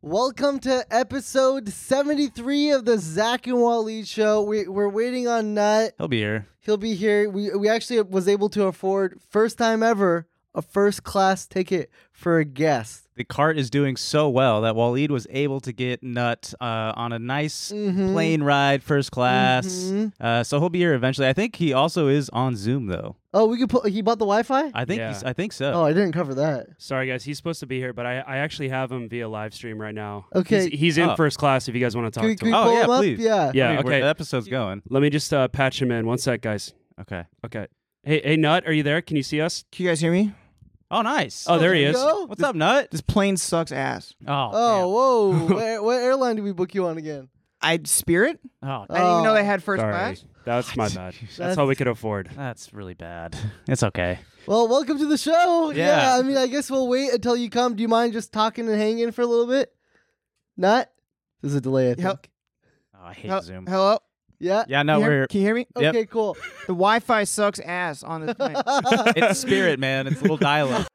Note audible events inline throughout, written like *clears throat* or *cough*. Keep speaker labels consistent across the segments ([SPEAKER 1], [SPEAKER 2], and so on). [SPEAKER 1] Welcome to episode 73 of the Zach and Wally show. We, we're waiting on Nut.
[SPEAKER 2] He'll be here.
[SPEAKER 1] He'll be here. We, we actually was able to afford, first time ever, a first class ticket for a guest.
[SPEAKER 2] The cart is doing so well that Waleed was able to get Nut uh, on a nice
[SPEAKER 1] Mhm.
[SPEAKER 2] plane ride, first class.
[SPEAKER 1] Mhm.
[SPEAKER 2] Uh, so he'll be here eventually. I think he also is on Zoom though.
[SPEAKER 1] Oh, we could put, he bought the Wi Fi?
[SPEAKER 2] I think
[SPEAKER 3] Yeah.
[SPEAKER 2] he's, I think so.
[SPEAKER 1] Oh, I didn't cover that.
[SPEAKER 3] Sorry, guys. He's supposed to be here, but I, I actually have him via live stream right now.
[SPEAKER 1] Okay.
[SPEAKER 3] He's, he's in
[SPEAKER 2] Oh.
[SPEAKER 3] first class if you guys want to talk
[SPEAKER 1] Can we,
[SPEAKER 3] to
[SPEAKER 1] can
[SPEAKER 3] him.
[SPEAKER 1] we
[SPEAKER 2] Oh,
[SPEAKER 1] pull
[SPEAKER 2] yeah,
[SPEAKER 1] him up?
[SPEAKER 2] please.
[SPEAKER 1] Yeah.
[SPEAKER 2] I
[SPEAKER 3] yeah,
[SPEAKER 2] mean, we're-
[SPEAKER 3] okay.
[SPEAKER 2] The episode's going.
[SPEAKER 3] Let me just uh, patch him in. One sec, guys.
[SPEAKER 2] Okay.
[SPEAKER 3] Okay. Hey, hey, Nut, are you there? Can you see us?
[SPEAKER 4] Can you guys hear me?
[SPEAKER 2] Oh, nice.
[SPEAKER 3] Oh, there he
[SPEAKER 1] you
[SPEAKER 3] is.
[SPEAKER 1] go.
[SPEAKER 2] What's up, Nut?
[SPEAKER 4] This plane sucks ass.
[SPEAKER 2] Oh.
[SPEAKER 1] Oh, whoa. Where, what airline did we book you on again?
[SPEAKER 4] I Spirit?
[SPEAKER 2] damn. Oh,
[SPEAKER 4] I didn't even know
[SPEAKER 1] Oh.
[SPEAKER 4] they had first
[SPEAKER 3] Sorry.
[SPEAKER 4] class.
[SPEAKER 3] That's my bad.
[SPEAKER 1] That's-
[SPEAKER 3] That's all we could afford.
[SPEAKER 2] that's really bad. *laughs* It's okay.
[SPEAKER 1] Well, welcome to the show.
[SPEAKER 2] Yeah.
[SPEAKER 1] I mean, I guess we'll wait until you come. Do you mind just talking and hanging for a little bit? Not? There's a delay, I think.
[SPEAKER 4] Hel-
[SPEAKER 2] Oh, I hate
[SPEAKER 4] Hel-
[SPEAKER 2] Zoom.
[SPEAKER 4] Hello?
[SPEAKER 1] Yeah?
[SPEAKER 2] Yeah, no,
[SPEAKER 4] Can you hear-
[SPEAKER 2] we're
[SPEAKER 4] Can you hear me?
[SPEAKER 2] Yep.
[SPEAKER 1] Okay, cool.
[SPEAKER 4] The Wi Fi sucks ass on this plane.
[SPEAKER 2] it's *laughs* Spirit, man. It's a little dial-up.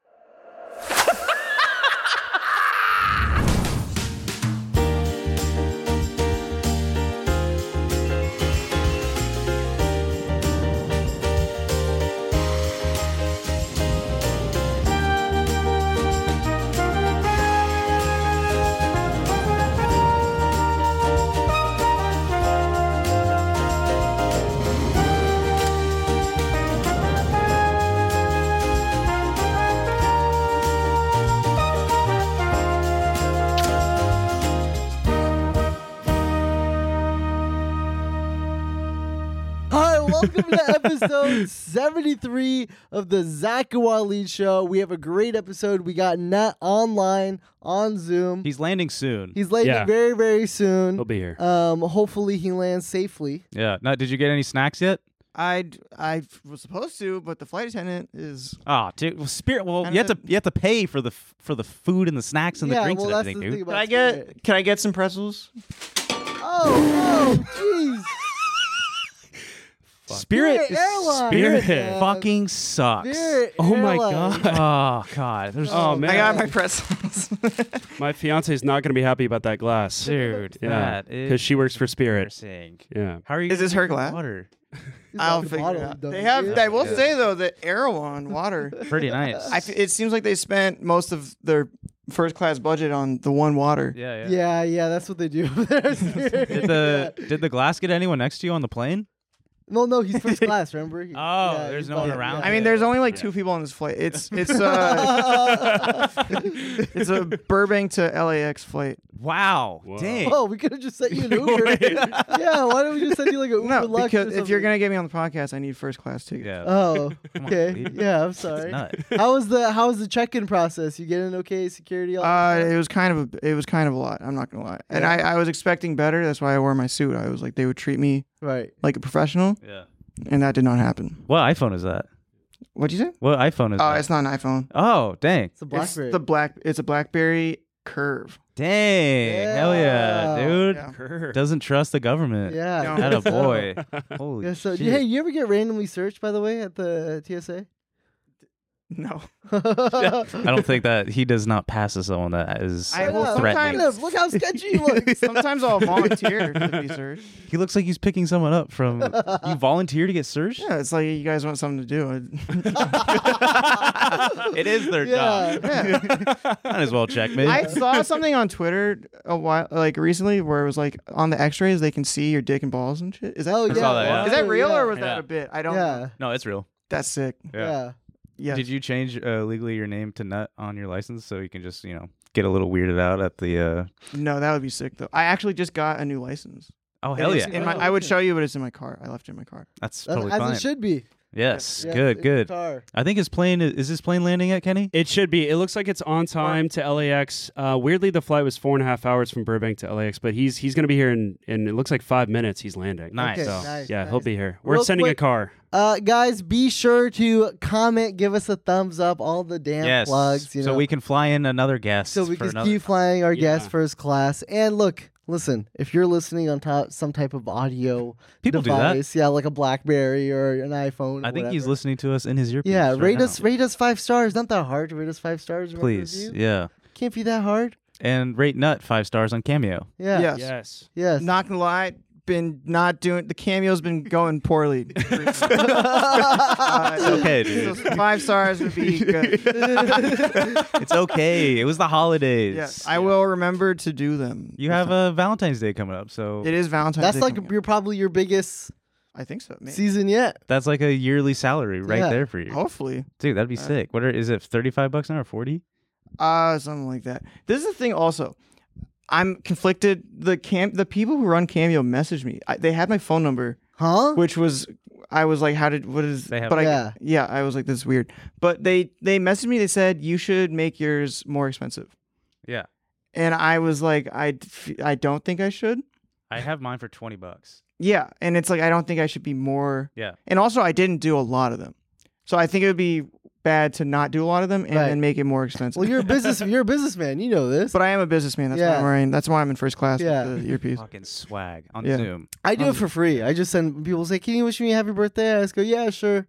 [SPEAKER 1] Hi, welcome to episode 73 of the Zach and Waleed Show. We have a great episode. We got Nat online on Zoom. He's,
[SPEAKER 2] He's landing soon.
[SPEAKER 1] landing
[SPEAKER 3] Yeah.
[SPEAKER 1] very, very soon.
[SPEAKER 3] He'll be here.
[SPEAKER 1] Um, hopefully he lands safely.
[SPEAKER 2] yeah. Nut, did you get any snacks yet?
[SPEAKER 4] I I was supposed to, but the flight attendant is.
[SPEAKER 2] Oh, dude. Well, Spirit. Well,
[SPEAKER 4] And
[SPEAKER 2] you have to
[SPEAKER 4] the-
[SPEAKER 2] you have to pay for the f- for the food and the snacks and
[SPEAKER 1] yeah,
[SPEAKER 2] the drinks
[SPEAKER 1] well,
[SPEAKER 2] and
[SPEAKER 1] that's
[SPEAKER 2] everything,
[SPEAKER 1] the
[SPEAKER 2] dude.
[SPEAKER 1] thing about Spirit.
[SPEAKER 4] Can I get some pretzels?
[SPEAKER 1] Oh, oh, jeez.
[SPEAKER 2] Spirit,
[SPEAKER 1] Spirit Airlines,
[SPEAKER 2] Spirit
[SPEAKER 1] man.
[SPEAKER 2] *laughs* fucking sucks.
[SPEAKER 1] Spirit *laughs*
[SPEAKER 3] Oh my
[SPEAKER 1] Airlines.
[SPEAKER 3] God.
[SPEAKER 2] *laughs* Oh god, there's
[SPEAKER 3] Oh, man.
[SPEAKER 4] I got my pretzels. *laughs*
[SPEAKER 3] My fiance's not going to be happy about that glass.
[SPEAKER 2] dude,
[SPEAKER 3] Yeah.
[SPEAKER 2] that is
[SPEAKER 3] Because she works for Spirit.
[SPEAKER 2] embarrassing.
[SPEAKER 3] Yeah.
[SPEAKER 2] How are you?
[SPEAKER 4] Is this her glass?
[SPEAKER 2] Water,
[SPEAKER 1] It's
[SPEAKER 4] I'll
[SPEAKER 1] off the
[SPEAKER 4] figure it
[SPEAKER 1] bottle,
[SPEAKER 4] out.
[SPEAKER 1] dummy.
[SPEAKER 4] They have.
[SPEAKER 1] Yeah.
[SPEAKER 4] I will say though that Erewhon water.
[SPEAKER 1] *laughs*
[SPEAKER 2] pretty nice.
[SPEAKER 4] I f- it seems like they spent most of their first class budget on the one water.
[SPEAKER 2] yeah, yeah.
[SPEAKER 1] Yeah, yeah, that's what they do. over
[SPEAKER 2] *laughs*
[SPEAKER 1] there.
[SPEAKER 2] Did the
[SPEAKER 1] *laughs*
[SPEAKER 2] did the glass get anyone next to you on the plane?
[SPEAKER 1] no, no, he's first class. Remember? He-
[SPEAKER 2] Oh, there's
[SPEAKER 1] he's
[SPEAKER 2] no one
[SPEAKER 1] fine,
[SPEAKER 2] around.
[SPEAKER 1] yeah.
[SPEAKER 4] I mean, there's only like two people on this flight. It's it's uh,
[SPEAKER 1] Oh. *laughs*
[SPEAKER 4] it's *laughs* a Burbank to LAX flight.
[SPEAKER 2] Wow,
[SPEAKER 3] Whoa.
[SPEAKER 2] dang.
[SPEAKER 1] Oh, we could have just sent you an
[SPEAKER 2] *laughs*
[SPEAKER 1] Uber. yeah, why don't we just send you like an Uber
[SPEAKER 4] *laughs* No,
[SPEAKER 1] Lux or
[SPEAKER 4] because if you're
[SPEAKER 1] something?
[SPEAKER 4] gonna get me on the podcast, I need first class tickets.
[SPEAKER 2] Yeah,
[SPEAKER 1] Oh,
[SPEAKER 2] Come on,
[SPEAKER 1] okay.
[SPEAKER 2] leave it.
[SPEAKER 1] Yeah, I'm
[SPEAKER 2] it's
[SPEAKER 1] sorry.
[SPEAKER 2] nut.
[SPEAKER 1] How was the how was the check-in process? You get in okay security? All
[SPEAKER 4] Uh, it was kind of a, it was kind of a lot. I'm not gonna lie, and I, I was expecting better. That's why I wore my suit. I was like they would treat me
[SPEAKER 1] right.
[SPEAKER 4] like a professional,
[SPEAKER 2] Yeah.
[SPEAKER 4] and that did not happen.
[SPEAKER 2] What iPhone is that?
[SPEAKER 4] What'd you say?
[SPEAKER 2] What iPhone is
[SPEAKER 4] Oh,
[SPEAKER 2] that?
[SPEAKER 4] it's not an iPhone.
[SPEAKER 2] oh, dang,
[SPEAKER 1] It's a BlackBerry.
[SPEAKER 4] Blackberry. It's the black. It's a BlackBerry Curve.
[SPEAKER 2] dang, hell yeah,
[SPEAKER 1] Yeah.
[SPEAKER 2] dude.
[SPEAKER 4] Yeah.
[SPEAKER 2] *laughs* Doesn't trust the government.
[SPEAKER 1] yeah. *laughs*
[SPEAKER 4] No.
[SPEAKER 2] That a
[SPEAKER 1] so-
[SPEAKER 2] *laughs* boy. Holy
[SPEAKER 1] Yeah, so
[SPEAKER 2] shit.
[SPEAKER 1] hey, you ever get randomly searched by the way at the *laughs* TSA?
[SPEAKER 4] No,
[SPEAKER 2] I don't think that he does not pass as someone that is
[SPEAKER 4] I
[SPEAKER 1] Yeah,
[SPEAKER 4] will
[SPEAKER 2] threatening.
[SPEAKER 4] sometimes-
[SPEAKER 1] look, look how sketchy you look.
[SPEAKER 4] *laughs* sometimes I'll volunteer to be searched.
[SPEAKER 2] He looks like he's picking someone up from. *laughs*
[SPEAKER 1] *laughs*
[SPEAKER 2] you volunteer to get searched?
[SPEAKER 4] Yeah, it's like you guys want something to *laughs* do.
[SPEAKER 2] *laughs* it is their
[SPEAKER 1] Yeah.
[SPEAKER 2] job. Might as well check
[SPEAKER 1] *laughs*
[SPEAKER 2] me.
[SPEAKER 4] I saw something on Twitter a while, like recently, where it was like on the X-rays they can see your dick and balls and shit. Is that
[SPEAKER 1] Oh,
[SPEAKER 2] I saw that, yeah.
[SPEAKER 4] is that real
[SPEAKER 1] yeah.
[SPEAKER 4] or was
[SPEAKER 2] Yeah.
[SPEAKER 4] that a bit? I don't.
[SPEAKER 1] yeah.
[SPEAKER 2] no, it's real.
[SPEAKER 4] That's sick.
[SPEAKER 1] Yeah.
[SPEAKER 4] Yeah.
[SPEAKER 2] Did you change uh, legally your name to Nut on your license so you can just you know get a little weirded out at the? Uh...
[SPEAKER 4] No, that would be sick though. I actually just got a new license.
[SPEAKER 2] Oh hell
[SPEAKER 4] It's
[SPEAKER 2] yeah,
[SPEAKER 4] In my,
[SPEAKER 1] Oh,
[SPEAKER 4] I would
[SPEAKER 1] okay.
[SPEAKER 4] show you, but it's in my car. I left it in my car.
[SPEAKER 2] that's
[SPEAKER 1] That's
[SPEAKER 2] totally
[SPEAKER 1] as
[SPEAKER 2] fine.
[SPEAKER 1] it should be.
[SPEAKER 2] Yes,
[SPEAKER 1] Yes,
[SPEAKER 2] good,
[SPEAKER 1] it's
[SPEAKER 2] good.
[SPEAKER 1] Tar.
[SPEAKER 2] I think his plane is, is his plane landing at Kenny?
[SPEAKER 3] It should be. It looks like it's on time to LAX. Uh, weirdly, the flight was four and a half hours from Burbank to LAX, but he's he's going to be here in, in it looks like five minutes. He's landing.
[SPEAKER 2] Nice.
[SPEAKER 1] Okay,
[SPEAKER 3] So,
[SPEAKER 1] nice,
[SPEAKER 3] yeah,
[SPEAKER 1] nice.
[SPEAKER 3] he'll be here. We're
[SPEAKER 1] Real
[SPEAKER 3] sending
[SPEAKER 1] quick-
[SPEAKER 3] a car.
[SPEAKER 1] Uh, guys, be sure to comment, give us a thumbs up, all the damn
[SPEAKER 2] yes.
[SPEAKER 1] plugs. You
[SPEAKER 2] so
[SPEAKER 1] know,
[SPEAKER 2] we can fly in another guest.
[SPEAKER 1] so we
[SPEAKER 2] for
[SPEAKER 1] can
[SPEAKER 2] another...
[SPEAKER 1] keep flying our guests
[SPEAKER 3] Yeah.
[SPEAKER 1] first class. And look, listen, if you're listening on top some type of audio
[SPEAKER 2] People do that.
[SPEAKER 1] device, yeah, like a BlackBerry or an iPhone. or
[SPEAKER 2] I think he's
[SPEAKER 1] whatever,
[SPEAKER 2] listening to us in his earpiece.
[SPEAKER 1] Yeah,
[SPEAKER 2] right
[SPEAKER 1] rate
[SPEAKER 2] now.
[SPEAKER 1] us, rate us five stars. Not that hard. Rate us five stars. remember
[SPEAKER 2] please.
[SPEAKER 1] review?
[SPEAKER 2] Yeah.
[SPEAKER 1] can't be that hard.
[SPEAKER 2] and rate Nut five stars on Cameo.
[SPEAKER 1] Yeah.
[SPEAKER 4] Yes.
[SPEAKER 3] Yes.
[SPEAKER 1] Yes. *laughs*
[SPEAKER 4] Not *laughs* gonna lie, been not doing the cameo's been
[SPEAKER 2] *laughs*
[SPEAKER 4] going poorly. Uh,
[SPEAKER 2] It's okay, dude.
[SPEAKER 4] So *laughs* five stars
[SPEAKER 1] *laughs*
[SPEAKER 4] would be good.
[SPEAKER 2] It's okay. It was the holidays.
[SPEAKER 4] Yes, I will remember to do them.
[SPEAKER 2] You have a Valentine's Day coming up, so
[SPEAKER 4] It is Valentine's.
[SPEAKER 1] That's
[SPEAKER 4] Day
[SPEAKER 1] like
[SPEAKER 4] coming up.
[SPEAKER 1] you're probably your biggest
[SPEAKER 4] I think so. Maybe.
[SPEAKER 1] season yet.
[SPEAKER 2] that's like a yearly salary right
[SPEAKER 1] Yeah.
[SPEAKER 2] there for you,
[SPEAKER 4] Hopefully,
[SPEAKER 2] dude. That'd be sick. What are, is it? Thirty five bucks an hour, forty?
[SPEAKER 4] uh, something like that. This is the thing. Also, I'm conflicted. The cam, the people who run Cameo messaged me. I, they had my phone number,
[SPEAKER 1] Huh?
[SPEAKER 4] which was I was like, how did what is?
[SPEAKER 2] They have-
[SPEAKER 4] but I, *laughs*
[SPEAKER 1] Yeah.
[SPEAKER 4] yeah, I was like, this is weird. But they they messaged me. They said you should make yours more expensive,
[SPEAKER 2] Yeah,
[SPEAKER 4] and I was like, I d- I don't think I should.
[SPEAKER 2] I have mine for twenty bucks.
[SPEAKER 4] Yeah, and it's like I don't think I should be more.
[SPEAKER 2] Yeah.
[SPEAKER 4] and also I didn't do a lot of them, so I think it would be bad to not do a lot of them and
[SPEAKER 1] Right.
[SPEAKER 4] then make it more expensive.
[SPEAKER 1] Well, you're a business. You're a businessman. You know this.
[SPEAKER 4] but I am a businessman. That's why
[SPEAKER 1] Yeah.
[SPEAKER 4] I'm wearing. That's why I'm in first class
[SPEAKER 1] Yeah.
[SPEAKER 4] with the
[SPEAKER 2] *laughs*
[SPEAKER 4] earpiece.
[SPEAKER 2] Fucking swag on
[SPEAKER 4] Yeah.
[SPEAKER 2] Zoom.
[SPEAKER 1] I do
[SPEAKER 4] Um,
[SPEAKER 1] it for free. I just send people say, "Can you wish me a happy birthday?" I just go, "Yeah, sure."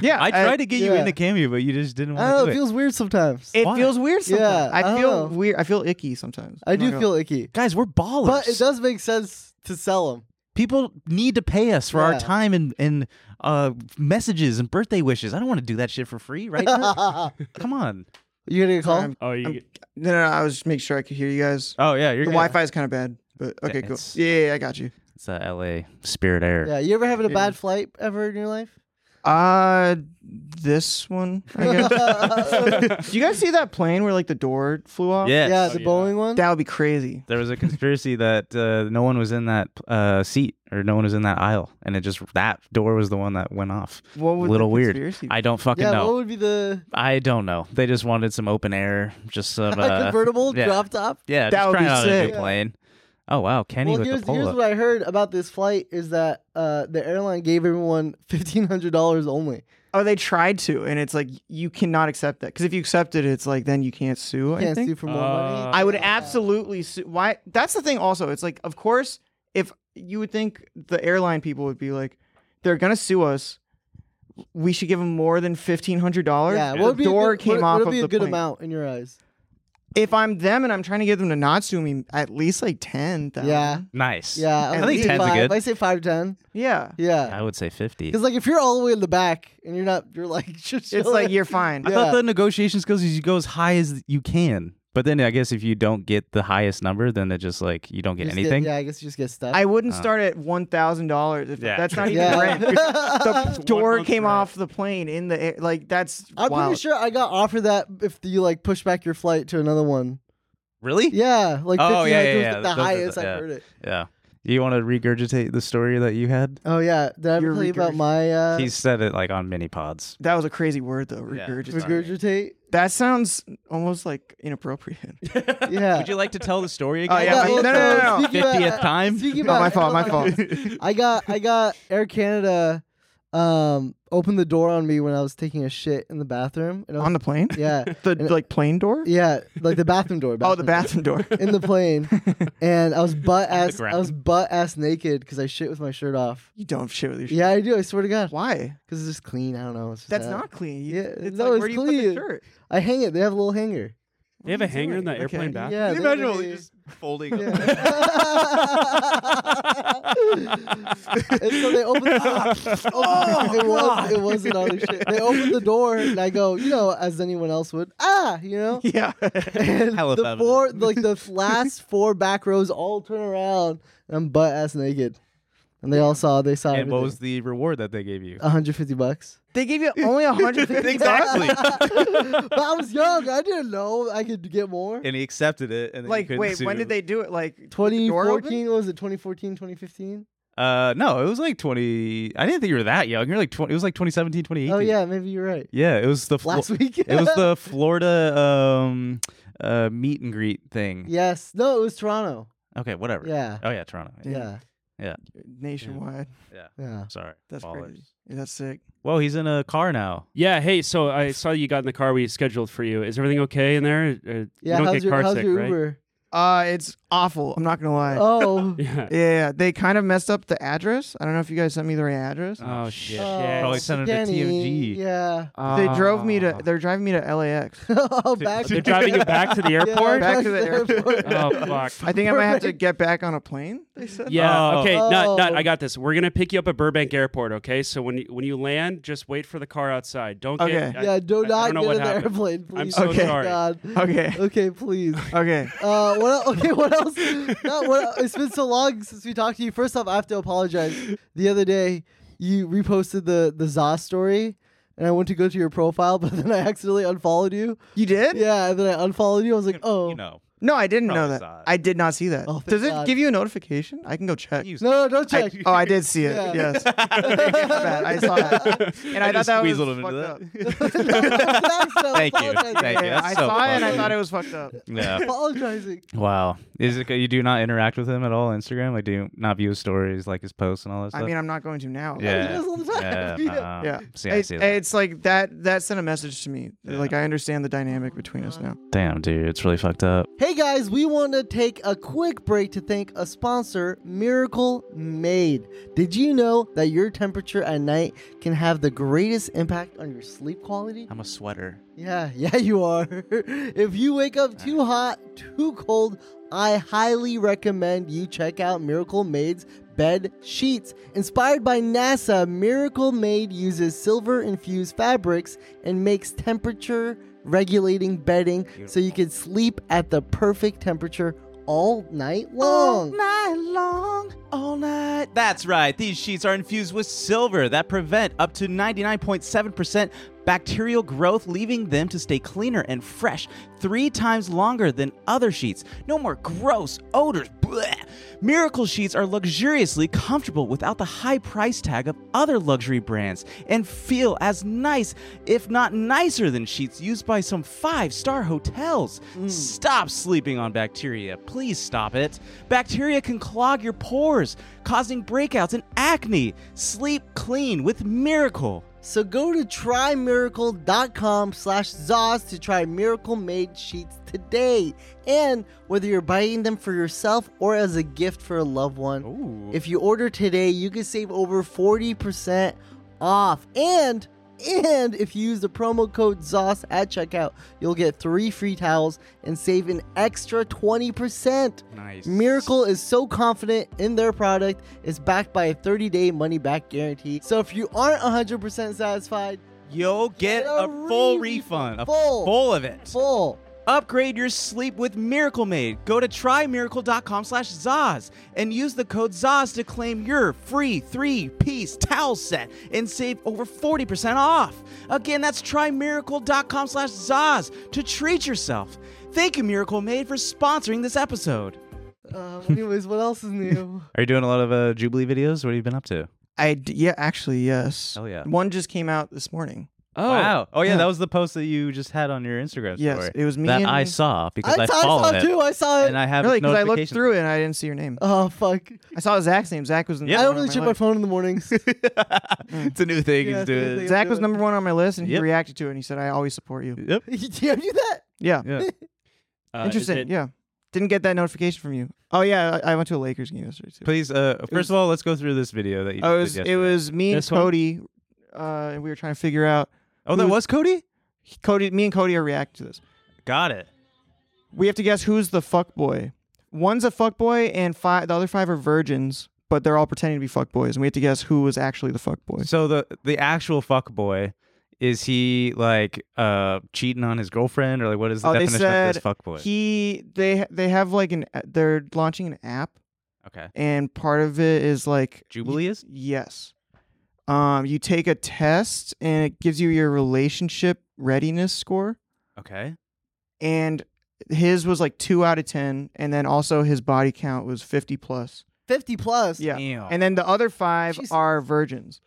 [SPEAKER 4] Yeah,
[SPEAKER 2] I tried to get you
[SPEAKER 1] yeah.
[SPEAKER 2] into Cameo, but you just didn't
[SPEAKER 1] I don't
[SPEAKER 2] want
[SPEAKER 1] know.
[SPEAKER 2] to
[SPEAKER 1] It
[SPEAKER 2] do it.
[SPEAKER 1] feels weird sometimes.
[SPEAKER 4] It
[SPEAKER 2] Why?
[SPEAKER 4] feels weird.
[SPEAKER 1] Yeah,
[SPEAKER 4] Sometimes.
[SPEAKER 1] I
[SPEAKER 4] I,
[SPEAKER 1] don't
[SPEAKER 4] feel
[SPEAKER 1] know.
[SPEAKER 4] weird. I feel icky sometimes.
[SPEAKER 1] I
[SPEAKER 4] I'm not
[SPEAKER 1] do
[SPEAKER 4] gonna-
[SPEAKER 1] feel icky,
[SPEAKER 2] Guys, we're ballers.
[SPEAKER 1] but it does make sense to sell them.
[SPEAKER 2] People need to pay us for
[SPEAKER 1] Yeah.
[SPEAKER 2] our time and and uh, messages and birthday wishes. I don't want to do that shit for free, right?
[SPEAKER 1] *laughs*
[SPEAKER 2] Nut? Come on.
[SPEAKER 1] you gonna get a call?
[SPEAKER 4] I'm-
[SPEAKER 3] Oh, you.
[SPEAKER 4] I'm- No, no, no. I was just making sure I could hear you guys.
[SPEAKER 2] Oh yeah, you're
[SPEAKER 4] the Wi-Fi is kind of bad, but okay, cool.
[SPEAKER 2] it's-
[SPEAKER 4] Yeah, yeah, yeah, I got you.
[SPEAKER 2] It's that L.A. Spirit Air.
[SPEAKER 1] Yeah. You ever having a
[SPEAKER 4] Yeah.
[SPEAKER 1] bad flight ever in your life?
[SPEAKER 4] Uh, this
[SPEAKER 1] *laughs*
[SPEAKER 4] one. I
[SPEAKER 2] *laughs*
[SPEAKER 4] guess. do you guys see that plane where like the door flew off?
[SPEAKER 2] Yes.
[SPEAKER 1] Yeah, the
[SPEAKER 3] yeah.
[SPEAKER 1] bowling one.
[SPEAKER 4] Oh, that would be crazy.
[SPEAKER 2] Oh, There was a conspiracy that uh, no one was in that uh, seat or no one was in that aisle, and it just that door was the one that went off.
[SPEAKER 4] What would
[SPEAKER 2] Little
[SPEAKER 4] the
[SPEAKER 2] weird.
[SPEAKER 4] conspiracy be?
[SPEAKER 2] I don't fucking
[SPEAKER 1] yeah. What
[SPEAKER 2] know.
[SPEAKER 1] would be the
[SPEAKER 2] I don't know. They just wanted some open air,
[SPEAKER 1] *laughs*
[SPEAKER 2] just some
[SPEAKER 1] a
[SPEAKER 2] uh,
[SPEAKER 1] convertible
[SPEAKER 2] yeah.
[SPEAKER 1] drop top?
[SPEAKER 2] Yeah,
[SPEAKER 4] That
[SPEAKER 2] just
[SPEAKER 4] would
[SPEAKER 2] trying
[SPEAKER 4] be
[SPEAKER 2] out a
[SPEAKER 4] sick.
[SPEAKER 2] new plane. Oh wow, Kenny
[SPEAKER 1] well,
[SPEAKER 2] with
[SPEAKER 1] here's,
[SPEAKER 2] the pull
[SPEAKER 1] here's
[SPEAKER 2] up.
[SPEAKER 1] what I heard about this flight is that uh, the airline gave everyone fifteen hundred dollars only.
[SPEAKER 4] Oh, they tried to, and it's like you cannot accept that because if you accept it, it's like then you can't sue. I
[SPEAKER 1] Can't
[SPEAKER 4] think
[SPEAKER 1] sue for more
[SPEAKER 3] Uh,
[SPEAKER 1] money.
[SPEAKER 4] I would absolutely sue. Why? That's the thing. Also, it's like of course if you would think the airline people would be like they're gonna sue us, we should give them more than fifteen hundred dollars.
[SPEAKER 1] Yeah,
[SPEAKER 4] the
[SPEAKER 1] what would be a
[SPEAKER 4] door
[SPEAKER 1] good,
[SPEAKER 4] came
[SPEAKER 1] what,
[SPEAKER 4] off
[SPEAKER 1] what would
[SPEAKER 4] of
[SPEAKER 1] be
[SPEAKER 4] the
[SPEAKER 1] a good
[SPEAKER 4] plane.
[SPEAKER 1] amount in your eyes?
[SPEAKER 4] If I'm them and I'm trying to get them to not sue me, at least like ten. thousand.
[SPEAKER 1] Yeah.
[SPEAKER 2] Nice.
[SPEAKER 1] Yeah,
[SPEAKER 4] I
[SPEAKER 1] would
[SPEAKER 4] think
[SPEAKER 1] say
[SPEAKER 4] 10's a
[SPEAKER 1] five.
[SPEAKER 2] good-
[SPEAKER 1] I say five to ten. *laughs*
[SPEAKER 4] yeah.
[SPEAKER 1] Yeah,
[SPEAKER 2] I would say fifty.
[SPEAKER 1] because like if you're all the way in the back and you're not, you're like *laughs* just
[SPEAKER 4] It's like you're fine.
[SPEAKER 2] I thought
[SPEAKER 1] yeah.
[SPEAKER 2] the negotiation skills is you go as high as you can, but then I guess if you don't get the highest number, then it just like you don't
[SPEAKER 1] you
[SPEAKER 2] get
[SPEAKER 1] just
[SPEAKER 2] anything.
[SPEAKER 1] yeah, I guess you just get stuck.
[SPEAKER 4] I wouldn't
[SPEAKER 2] Uh.
[SPEAKER 4] start at one thousand dollars. If
[SPEAKER 2] Yeah.
[SPEAKER 1] *laughs*
[SPEAKER 4] that's not even
[SPEAKER 1] yeah.
[SPEAKER 4] rent.
[SPEAKER 1] *laughs*
[SPEAKER 4] The door
[SPEAKER 3] month's
[SPEAKER 4] came
[SPEAKER 3] rent.
[SPEAKER 4] off the plane in the air. Like that's
[SPEAKER 1] I'm
[SPEAKER 4] wild.
[SPEAKER 1] pretty sure I got offered that if you like push back your flight to another one.
[SPEAKER 2] Really?
[SPEAKER 1] Yeah, like
[SPEAKER 2] Oh,
[SPEAKER 1] 1500
[SPEAKER 2] yeah, yeah,
[SPEAKER 1] was
[SPEAKER 2] yeah.
[SPEAKER 1] the
[SPEAKER 2] Those are the-
[SPEAKER 1] highest I've
[SPEAKER 2] yeah.
[SPEAKER 1] heard it.
[SPEAKER 2] Yeah. Do you want to regurgitate the story that you had?
[SPEAKER 1] Oh yeah, did I ever
[SPEAKER 4] Your
[SPEAKER 1] tell you about
[SPEAKER 4] regurg-
[SPEAKER 1] my uh,
[SPEAKER 2] he said it like on mini pods.
[SPEAKER 4] That was a crazy word though.
[SPEAKER 2] Yeah.
[SPEAKER 4] Regurgitate. *laughs*
[SPEAKER 1] regurgitate?
[SPEAKER 4] That sounds almost like inappropriate.
[SPEAKER 1] *laughs* Yeah.
[SPEAKER 2] Would you like to tell the story
[SPEAKER 4] Oh,
[SPEAKER 2] again?
[SPEAKER 4] yeah,
[SPEAKER 1] I got-
[SPEAKER 4] my- no, no, no, no, no.
[SPEAKER 1] speaking about-
[SPEAKER 2] 50th time? *laughs*
[SPEAKER 1] Speaking
[SPEAKER 4] No,
[SPEAKER 1] about
[SPEAKER 4] my fault. My fault.
[SPEAKER 1] *laughs* I got I got Air Canada um opened the door on me when I was taking a shit in the bathroom. And I was,
[SPEAKER 4] On the plane?
[SPEAKER 1] yeah,
[SPEAKER 4] *laughs* The like plane door?
[SPEAKER 1] yeah, like the bathroom door.
[SPEAKER 4] Oh, the
[SPEAKER 1] door.
[SPEAKER 4] bathroom door.
[SPEAKER 1] in the
[SPEAKER 4] *laughs*
[SPEAKER 1] plane, and I was butt ass. I
[SPEAKER 2] ground.
[SPEAKER 1] was butt ass naked because I shit with my shirt off.
[SPEAKER 4] you don't shit with your shirt.
[SPEAKER 1] *laughs* Yeah, I do. I swear to God,
[SPEAKER 4] Why?
[SPEAKER 1] because it's just clean. I don't know. It's just
[SPEAKER 4] That's
[SPEAKER 1] that.
[SPEAKER 4] not clean. You-
[SPEAKER 1] Yeah,
[SPEAKER 4] it's
[SPEAKER 1] no,
[SPEAKER 4] like,
[SPEAKER 1] it's
[SPEAKER 4] where do you put
[SPEAKER 1] clean. *laughs*
[SPEAKER 4] the shirt?
[SPEAKER 1] I hang it. They have a little hanger.
[SPEAKER 3] They have a hanger in that
[SPEAKER 4] Okay.
[SPEAKER 3] airplane bathroom.
[SPEAKER 1] Yeah, they literally- *laughs*
[SPEAKER 2] folding. *laughs*
[SPEAKER 1] Yeah. and so they opened
[SPEAKER 2] *laughs*
[SPEAKER 1] the door.
[SPEAKER 2] Oh,
[SPEAKER 1] it, was, it wasn't on shit. They opened the door, and I go, you know, as anyone else would, ah, you know?
[SPEAKER 2] *laughs*
[SPEAKER 4] Yeah.
[SPEAKER 1] And
[SPEAKER 2] Hell
[SPEAKER 1] the
[SPEAKER 2] about it.
[SPEAKER 1] four, like the
[SPEAKER 2] *laughs*
[SPEAKER 1] last four back rows all turn around, and I'm butt ass naked. And they all saw, they saw
[SPEAKER 2] And what was
[SPEAKER 1] everything.
[SPEAKER 2] the reward that they gave you?
[SPEAKER 1] Uh, 150 bucks.
[SPEAKER 4] *laughs*
[SPEAKER 2] *laughs*
[SPEAKER 4] they
[SPEAKER 1] *laughs*
[SPEAKER 4] gave you only 150
[SPEAKER 2] Exactly.
[SPEAKER 1] But I was young. I didn't know I could get more.
[SPEAKER 2] and he accepted it. And then you
[SPEAKER 4] Like,
[SPEAKER 2] couldn't
[SPEAKER 4] wait, when
[SPEAKER 2] sue.
[SPEAKER 4] did they do it? Like with the door open?
[SPEAKER 1] 2014, what was it 2014, 2015?
[SPEAKER 2] Uh, no, it was like twenty. I didn't think you were that young. You're like twenty. It was like 2017, 2018.
[SPEAKER 1] Oh, yeah, maybe you're right.
[SPEAKER 2] Yeah, it was the
[SPEAKER 1] *laughs*
[SPEAKER 2] Flo-
[SPEAKER 1] Last week?
[SPEAKER 2] it was the Florida um uh meet and greet
[SPEAKER 1] *laughs*
[SPEAKER 2] thing.
[SPEAKER 1] Yes. No, it was Toronto.
[SPEAKER 2] Okay, whatever.
[SPEAKER 1] Yeah.
[SPEAKER 3] uh,
[SPEAKER 2] Oh yeah, Toronto.
[SPEAKER 1] Yeah.
[SPEAKER 4] Nationwide.
[SPEAKER 1] Yeah.
[SPEAKER 2] Sorry.
[SPEAKER 4] That's
[SPEAKER 2] Ballers.
[SPEAKER 4] crazy. Yeah, that's sick.
[SPEAKER 2] Whoa, he's in a car now.
[SPEAKER 3] Yeah. Hey, so I saw you got in the car we scheduled for you. Is everything okay in there? Uh,
[SPEAKER 1] Yeah.
[SPEAKER 3] you don't
[SPEAKER 1] how's
[SPEAKER 3] get
[SPEAKER 1] your
[SPEAKER 3] car
[SPEAKER 1] how's
[SPEAKER 3] sick,
[SPEAKER 1] your
[SPEAKER 3] right?
[SPEAKER 1] Uber?
[SPEAKER 4] Uh, it's awful. I'm not gonna lie.
[SPEAKER 1] Oh,
[SPEAKER 3] *laughs* Yeah.
[SPEAKER 4] Yeah, they kind of messed up the address. I don't know if you guys sent me the right address.
[SPEAKER 3] Oh shit.
[SPEAKER 1] oh,
[SPEAKER 2] Probably sent it to
[SPEAKER 1] Danny,
[SPEAKER 2] TFG.
[SPEAKER 1] Yeah. *laughs*
[SPEAKER 4] they drove me
[SPEAKER 3] Oh.
[SPEAKER 1] Ah.
[SPEAKER 4] to. They're driving me to LAX.
[SPEAKER 1] oh, back
[SPEAKER 3] They're driving you back to
[SPEAKER 1] *laughs*
[SPEAKER 3] the
[SPEAKER 1] yeah,
[SPEAKER 3] airport.
[SPEAKER 4] Back to
[SPEAKER 3] *laughs*
[SPEAKER 4] the airport.
[SPEAKER 3] oh
[SPEAKER 1] *laughs*
[SPEAKER 3] fuck.
[SPEAKER 4] I think I might have to get back on a plane. They said.
[SPEAKER 3] Yeah.
[SPEAKER 2] Oh.
[SPEAKER 3] Okay. Not. Not.
[SPEAKER 1] Oh.
[SPEAKER 3] I got this. We're gonna pick you up at Burbank Airport. Okay. So when you, when you land, just wait for the car outside. Don't
[SPEAKER 4] Okay.
[SPEAKER 3] get. I-
[SPEAKER 1] Yeah, do
[SPEAKER 3] I- I
[SPEAKER 1] not
[SPEAKER 3] don't know
[SPEAKER 1] get
[SPEAKER 3] what
[SPEAKER 1] in the
[SPEAKER 3] happened.
[SPEAKER 1] airplane, please.
[SPEAKER 3] I'm so
[SPEAKER 1] Oh,
[SPEAKER 4] sorry.
[SPEAKER 1] God.
[SPEAKER 4] *laughs* Okay.
[SPEAKER 1] *laughs* Okay, please.
[SPEAKER 4] Okay.
[SPEAKER 1] Uh, what? el- Okay, what
[SPEAKER 2] *laughs*
[SPEAKER 1] else? No, what, el- it's been so long since we talked to you. First off, I have to apologize. The other day, you reposted the the Za story, and I went to go to your profile, *laughs* but then I accidentally unfollowed you.
[SPEAKER 4] You did?
[SPEAKER 1] Yeah, and then I unfollowed you. I was like, oh,
[SPEAKER 2] You know.
[SPEAKER 4] No, I didn't know
[SPEAKER 2] Probably
[SPEAKER 4] that.
[SPEAKER 2] saw it.
[SPEAKER 4] I did not see that.
[SPEAKER 1] Oh, thank
[SPEAKER 4] Does it
[SPEAKER 1] God.
[SPEAKER 4] give you a notification? I can go check.
[SPEAKER 2] You
[SPEAKER 1] no, no, don't *laughs*
[SPEAKER 4] I,
[SPEAKER 1] check.
[SPEAKER 4] oh, I did see it.
[SPEAKER 1] Yeah.
[SPEAKER 2] *laughs*
[SPEAKER 4] Yes. My bad. I saw that. And I, thought
[SPEAKER 2] just
[SPEAKER 4] that was
[SPEAKER 2] weaseled him
[SPEAKER 4] fucked
[SPEAKER 2] into *laughs*
[SPEAKER 4] up.
[SPEAKER 2] Thank you. Thank you.
[SPEAKER 4] Yeah,
[SPEAKER 1] *laughs*
[SPEAKER 2] That's
[SPEAKER 4] *laughs* I
[SPEAKER 2] so
[SPEAKER 4] saw it and I
[SPEAKER 2] funny.
[SPEAKER 4] thought it was fucked up.
[SPEAKER 2] Yeah.
[SPEAKER 1] Apologizing.
[SPEAKER 2] *laughs* Wow. Is it you do not interact with him at all on Instagram? Like do you not view his stories, like his posts and all that stuff?
[SPEAKER 4] I mean, I'm not going to now.
[SPEAKER 2] yeah.
[SPEAKER 1] does all the
[SPEAKER 4] *laughs*
[SPEAKER 1] time.
[SPEAKER 2] Yeah.
[SPEAKER 1] Yeah.
[SPEAKER 2] uh,
[SPEAKER 4] Yeah.
[SPEAKER 2] See, I
[SPEAKER 4] It's,
[SPEAKER 2] see that.
[SPEAKER 4] it's like that. That sent a message to me. Like I understand the dynamic between us
[SPEAKER 1] Uh-huh.
[SPEAKER 4] now.
[SPEAKER 2] Damn, dude, it's really fucked up.
[SPEAKER 1] Hey guys, we want to take a quick break to thank a sponsor, Miracle Made. Did you know that your temperature at night can have the greatest impact on your sleep quality?
[SPEAKER 2] I'm a sweater.
[SPEAKER 1] Yeah, *laughs* yeah, you are. if you wake up too hot, too cold, I highly recommend you check out Miracle Maid's bed sheets. Inspired by NASA, Miracle Maid uses silver infused fabrics and makes temperature regulating bedding so you can sleep at the perfect temperature all night long.
[SPEAKER 2] night long, all night. That's right. These sheets are infused with silver that prevent up to 99.7% bacterial growth, leaving them to stay cleaner and fresh three times longer than other sheets. No more gross odors. Blech. Miracle sheets are luxuriously comfortable without the high price tag of other luxury brands and feel as nice, if not nicer, than sheets used by some five star hotels. Stop sleeping on bacteria. Please stop it. Bacteria can clog your pores, causing breakouts and acne. Sleep clean with Miracle.
[SPEAKER 1] So go to trymiracle.com slash Zoz to try Miracle Made Sheets today. And whether you're buying them for yourself or as a gift for a loved one,
[SPEAKER 2] Oh.
[SPEAKER 1] if you order today, you can save over 40% off. And and if you use the promo code ZOS at checkout, you'll get three free towels and save an extra 20%.
[SPEAKER 2] Nice.
[SPEAKER 1] Miracle is so confident in their product, it's backed by a 30 day money back guarantee. So if you aren't 100% satisfied,
[SPEAKER 2] You'll get
[SPEAKER 1] Get
[SPEAKER 2] a,
[SPEAKER 1] a
[SPEAKER 2] full
[SPEAKER 1] re-
[SPEAKER 2] refund. A
[SPEAKER 1] full.
[SPEAKER 2] full of it.
[SPEAKER 1] full.
[SPEAKER 2] Upgrade your sleep with Miracle Made. Go to trymiracle.com slash Zaz and use the code Zaz to claim your free three-piece towel set and save over 40% off. Again, that's trymiracle.com slash Zaz to treat yourself. Thank you, Miracle Made, for sponsoring this episode.
[SPEAKER 1] Um, anyways, what else is new?
[SPEAKER 2] Are you doing a lot of uh, Jubilee videos? What have you been up to?
[SPEAKER 4] I d- yeah, actually yes.
[SPEAKER 2] Hell yeah.
[SPEAKER 4] One just came out this morning.
[SPEAKER 3] Oh.
[SPEAKER 2] Oh,
[SPEAKER 4] Yeah.
[SPEAKER 2] was the post that you just had on your Instagram
[SPEAKER 4] Yes, it was me and-
[SPEAKER 2] saw
[SPEAKER 1] I, saw- I saw it too. I saw it.
[SPEAKER 2] I have
[SPEAKER 4] Really? Because I looked
[SPEAKER 2] notifications.
[SPEAKER 4] through it and I didn't see your name.
[SPEAKER 1] oh, fuck.
[SPEAKER 4] I saw Zach's name. Zach was.
[SPEAKER 2] Yeah.
[SPEAKER 1] I
[SPEAKER 4] number
[SPEAKER 1] don't
[SPEAKER 4] one on
[SPEAKER 1] really
[SPEAKER 4] my
[SPEAKER 1] check my
[SPEAKER 4] list.
[SPEAKER 1] phone in the mornings. *laughs*
[SPEAKER 2] *laughs* it's a new thing.
[SPEAKER 1] Yeah,
[SPEAKER 2] he's
[SPEAKER 1] it's a new
[SPEAKER 2] doing.
[SPEAKER 1] thing.
[SPEAKER 4] Zach was number one on my list, and he
[SPEAKER 2] Yep.
[SPEAKER 4] reacted to it, and he said, "I always support you."
[SPEAKER 2] Yep.
[SPEAKER 1] Do you do that?
[SPEAKER 4] Yeah,
[SPEAKER 2] Yeah.
[SPEAKER 3] Uh, is
[SPEAKER 4] interesting.
[SPEAKER 3] it-
[SPEAKER 4] Yeah, didn't get that notification from you. Oh yeah, I, I went to a Lakers game yesterday
[SPEAKER 2] *laughs*
[SPEAKER 4] too.
[SPEAKER 2] Please. Uh, first
[SPEAKER 4] was-
[SPEAKER 2] of all, let's go through this video that you.
[SPEAKER 4] Oh, it
[SPEAKER 2] did
[SPEAKER 4] was it
[SPEAKER 2] yesterday.
[SPEAKER 4] was me and
[SPEAKER 3] This one?
[SPEAKER 4] Cody, uh, and we were trying to figure out.
[SPEAKER 2] Oh, that
[SPEAKER 4] who's-
[SPEAKER 2] was Cody.
[SPEAKER 4] Cody, me and Cody are reacting to this.
[SPEAKER 2] Got it.
[SPEAKER 4] We have to guess who's the fuck boy. One's a fuck boy, and five the other five are virgins, but they're all pretending to be fuck boys, and we have to guess who was actually the fuck boy.
[SPEAKER 2] So the the actual fuck boy. Is he like uh cheating on his girlfriend or like what is the
[SPEAKER 4] Oh, they
[SPEAKER 2] definition of
[SPEAKER 4] said
[SPEAKER 2] this fuckboy?
[SPEAKER 4] He they they have like an they're launching an app,
[SPEAKER 2] okay.
[SPEAKER 4] and part of it is like
[SPEAKER 2] Jubilee is?
[SPEAKER 4] Yes. Um, you take a test and it gives you your relationship readiness score.
[SPEAKER 2] Okay.
[SPEAKER 4] And his was like two out of 10. And then also his body count was 50 plus.
[SPEAKER 1] 50 plus.
[SPEAKER 4] Yeah.
[SPEAKER 2] Damn.
[SPEAKER 4] And then the other five
[SPEAKER 1] Jesus.
[SPEAKER 4] are virgins,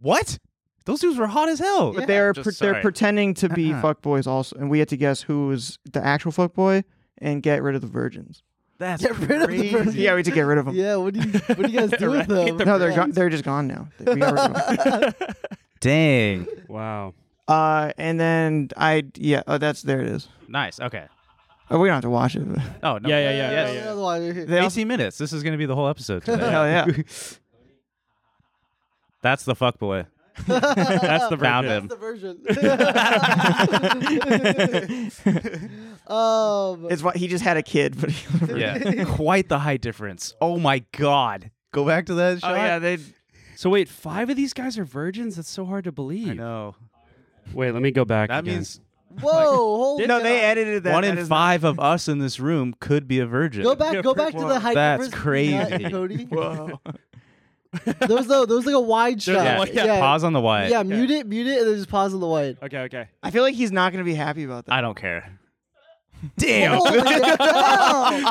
[SPEAKER 2] what? Those dudes were hot as hell.
[SPEAKER 4] but
[SPEAKER 1] Yeah.
[SPEAKER 4] they're
[SPEAKER 2] Just
[SPEAKER 4] pre-
[SPEAKER 2] sorry.
[SPEAKER 4] they're pretending to be
[SPEAKER 2] Uh-uh.
[SPEAKER 4] fuckboys also, and we had to guess who was the actual fuckboy and get rid of the virgins.
[SPEAKER 2] That's
[SPEAKER 1] Get rid of the
[SPEAKER 2] crazy.
[SPEAKER 1] virgin.
[SPEAKER 4] Yeah, we had to get rid of them.
[SPEAKER 1] Yeah, what do you what do you guys do with them?
[SPEAKER 4] No, they're
[SPEAKER 1] Yeah.
[SPEAKER 4] gone. They're just gone now. They- we got rid of
[SPEAKER 2] *laughs*
[SPEAKER 4] 'em.
[SPEAKER 2] Dang.
[SPEAKER 3] Wow.
[SPEAKER 4] Uh, and then I yeah, oh, that's there it is.
[SPEAKER 2] Nice. Okay.
[SPEAKER 4] Oh, we don't have to
[SPEAKER 2] *laughs*
[SPEAKER 4] watch it.
[SPEAKER 2] Oh no.
[SPEAKER 3] Yeah, *laughs* yeah, yeah,
[SPEAKER 2] Yes.
[SPEAKER 3] yeah, yeah.
[SPEAKER 1] Another one.
[SPEAKER 4] They also,
[SPEAKER 2] 18 minutes. This is going to be the whole episode today.
[SPEAKER 4] *laughs* hell yeah.
[SPEAKER 2] That's the fuck
[SPEAKER 4] *laughs*
[SPEAKER 2] boy.
[SPEAKER 3] That's the
[SPEAKER 2] Found
[SPEAKER 3] version.
[SPEAKER 2] him.
[SPEAKER 1] That's the version. *laughs* um,
[SPEAKER 4] It's what he just had a kid, but he *laughs*
[SPEAKER 2] Yeah. Quite the height difference. Oh my god. Go back to that shot.
[SPEAKER 4] Oh yeah, they
[SPEAKER 3] So wait, five of these guys are virgins. That's so hard to believe.
[SPEAKER 2] I know.
[SPEAKER 3] Wait, let me go back.
[SPEAKER 2] That
[SPEAKER 3] again.
[SPEAKER 2] means
[SPEAKER 1] *laughs* whoa, hold
[SPEAKER 4] no,
[SPEAKER 1] on.
[SPEAKER 4] they edited that.
[SPEAKER 2] one
[SPEAKER 4] that
[SPEAKER 2] in
[SPEAKER 4] is-
[SPEAKER 2] five of us in this room could be a virgin.
[SPEAKER 1] Go back, go back to the
[SPEAKER 4] Whoa.
[SPEAKER 1] height.
[SPEAKER 2] That's
[SPEAKER 1] numbers,
[SPEAKER 2] crazy.
[SPEAKER 1] uh, Cody. *laughs*
[SPEAKER 4] Whoa.
[SPEAKER 1] There was a, there was like a wide
[SPEAKER 3] There's
[SPEAKER 1] shot.
[SPEAKER 3] a
[SPEAKER 2] Yeah.
[SPEAKER 3] wide-
[SPEAKER 1] yeah,
[SPEAKER 2] Pause on the
[SPEAKER 1] Yeah,
[SPEAKER 2] wide.
[SPEAKER 1] mute it, mute it, and then just pause on the wide.
[SPEAKER 3] Okay, okay.
[SPEAKER 4] I feel like he's not gonna be happy about that.
[SPEAKER 2] I don't care. Damn.
[SPEAKER 1] *laughs* Holy cow.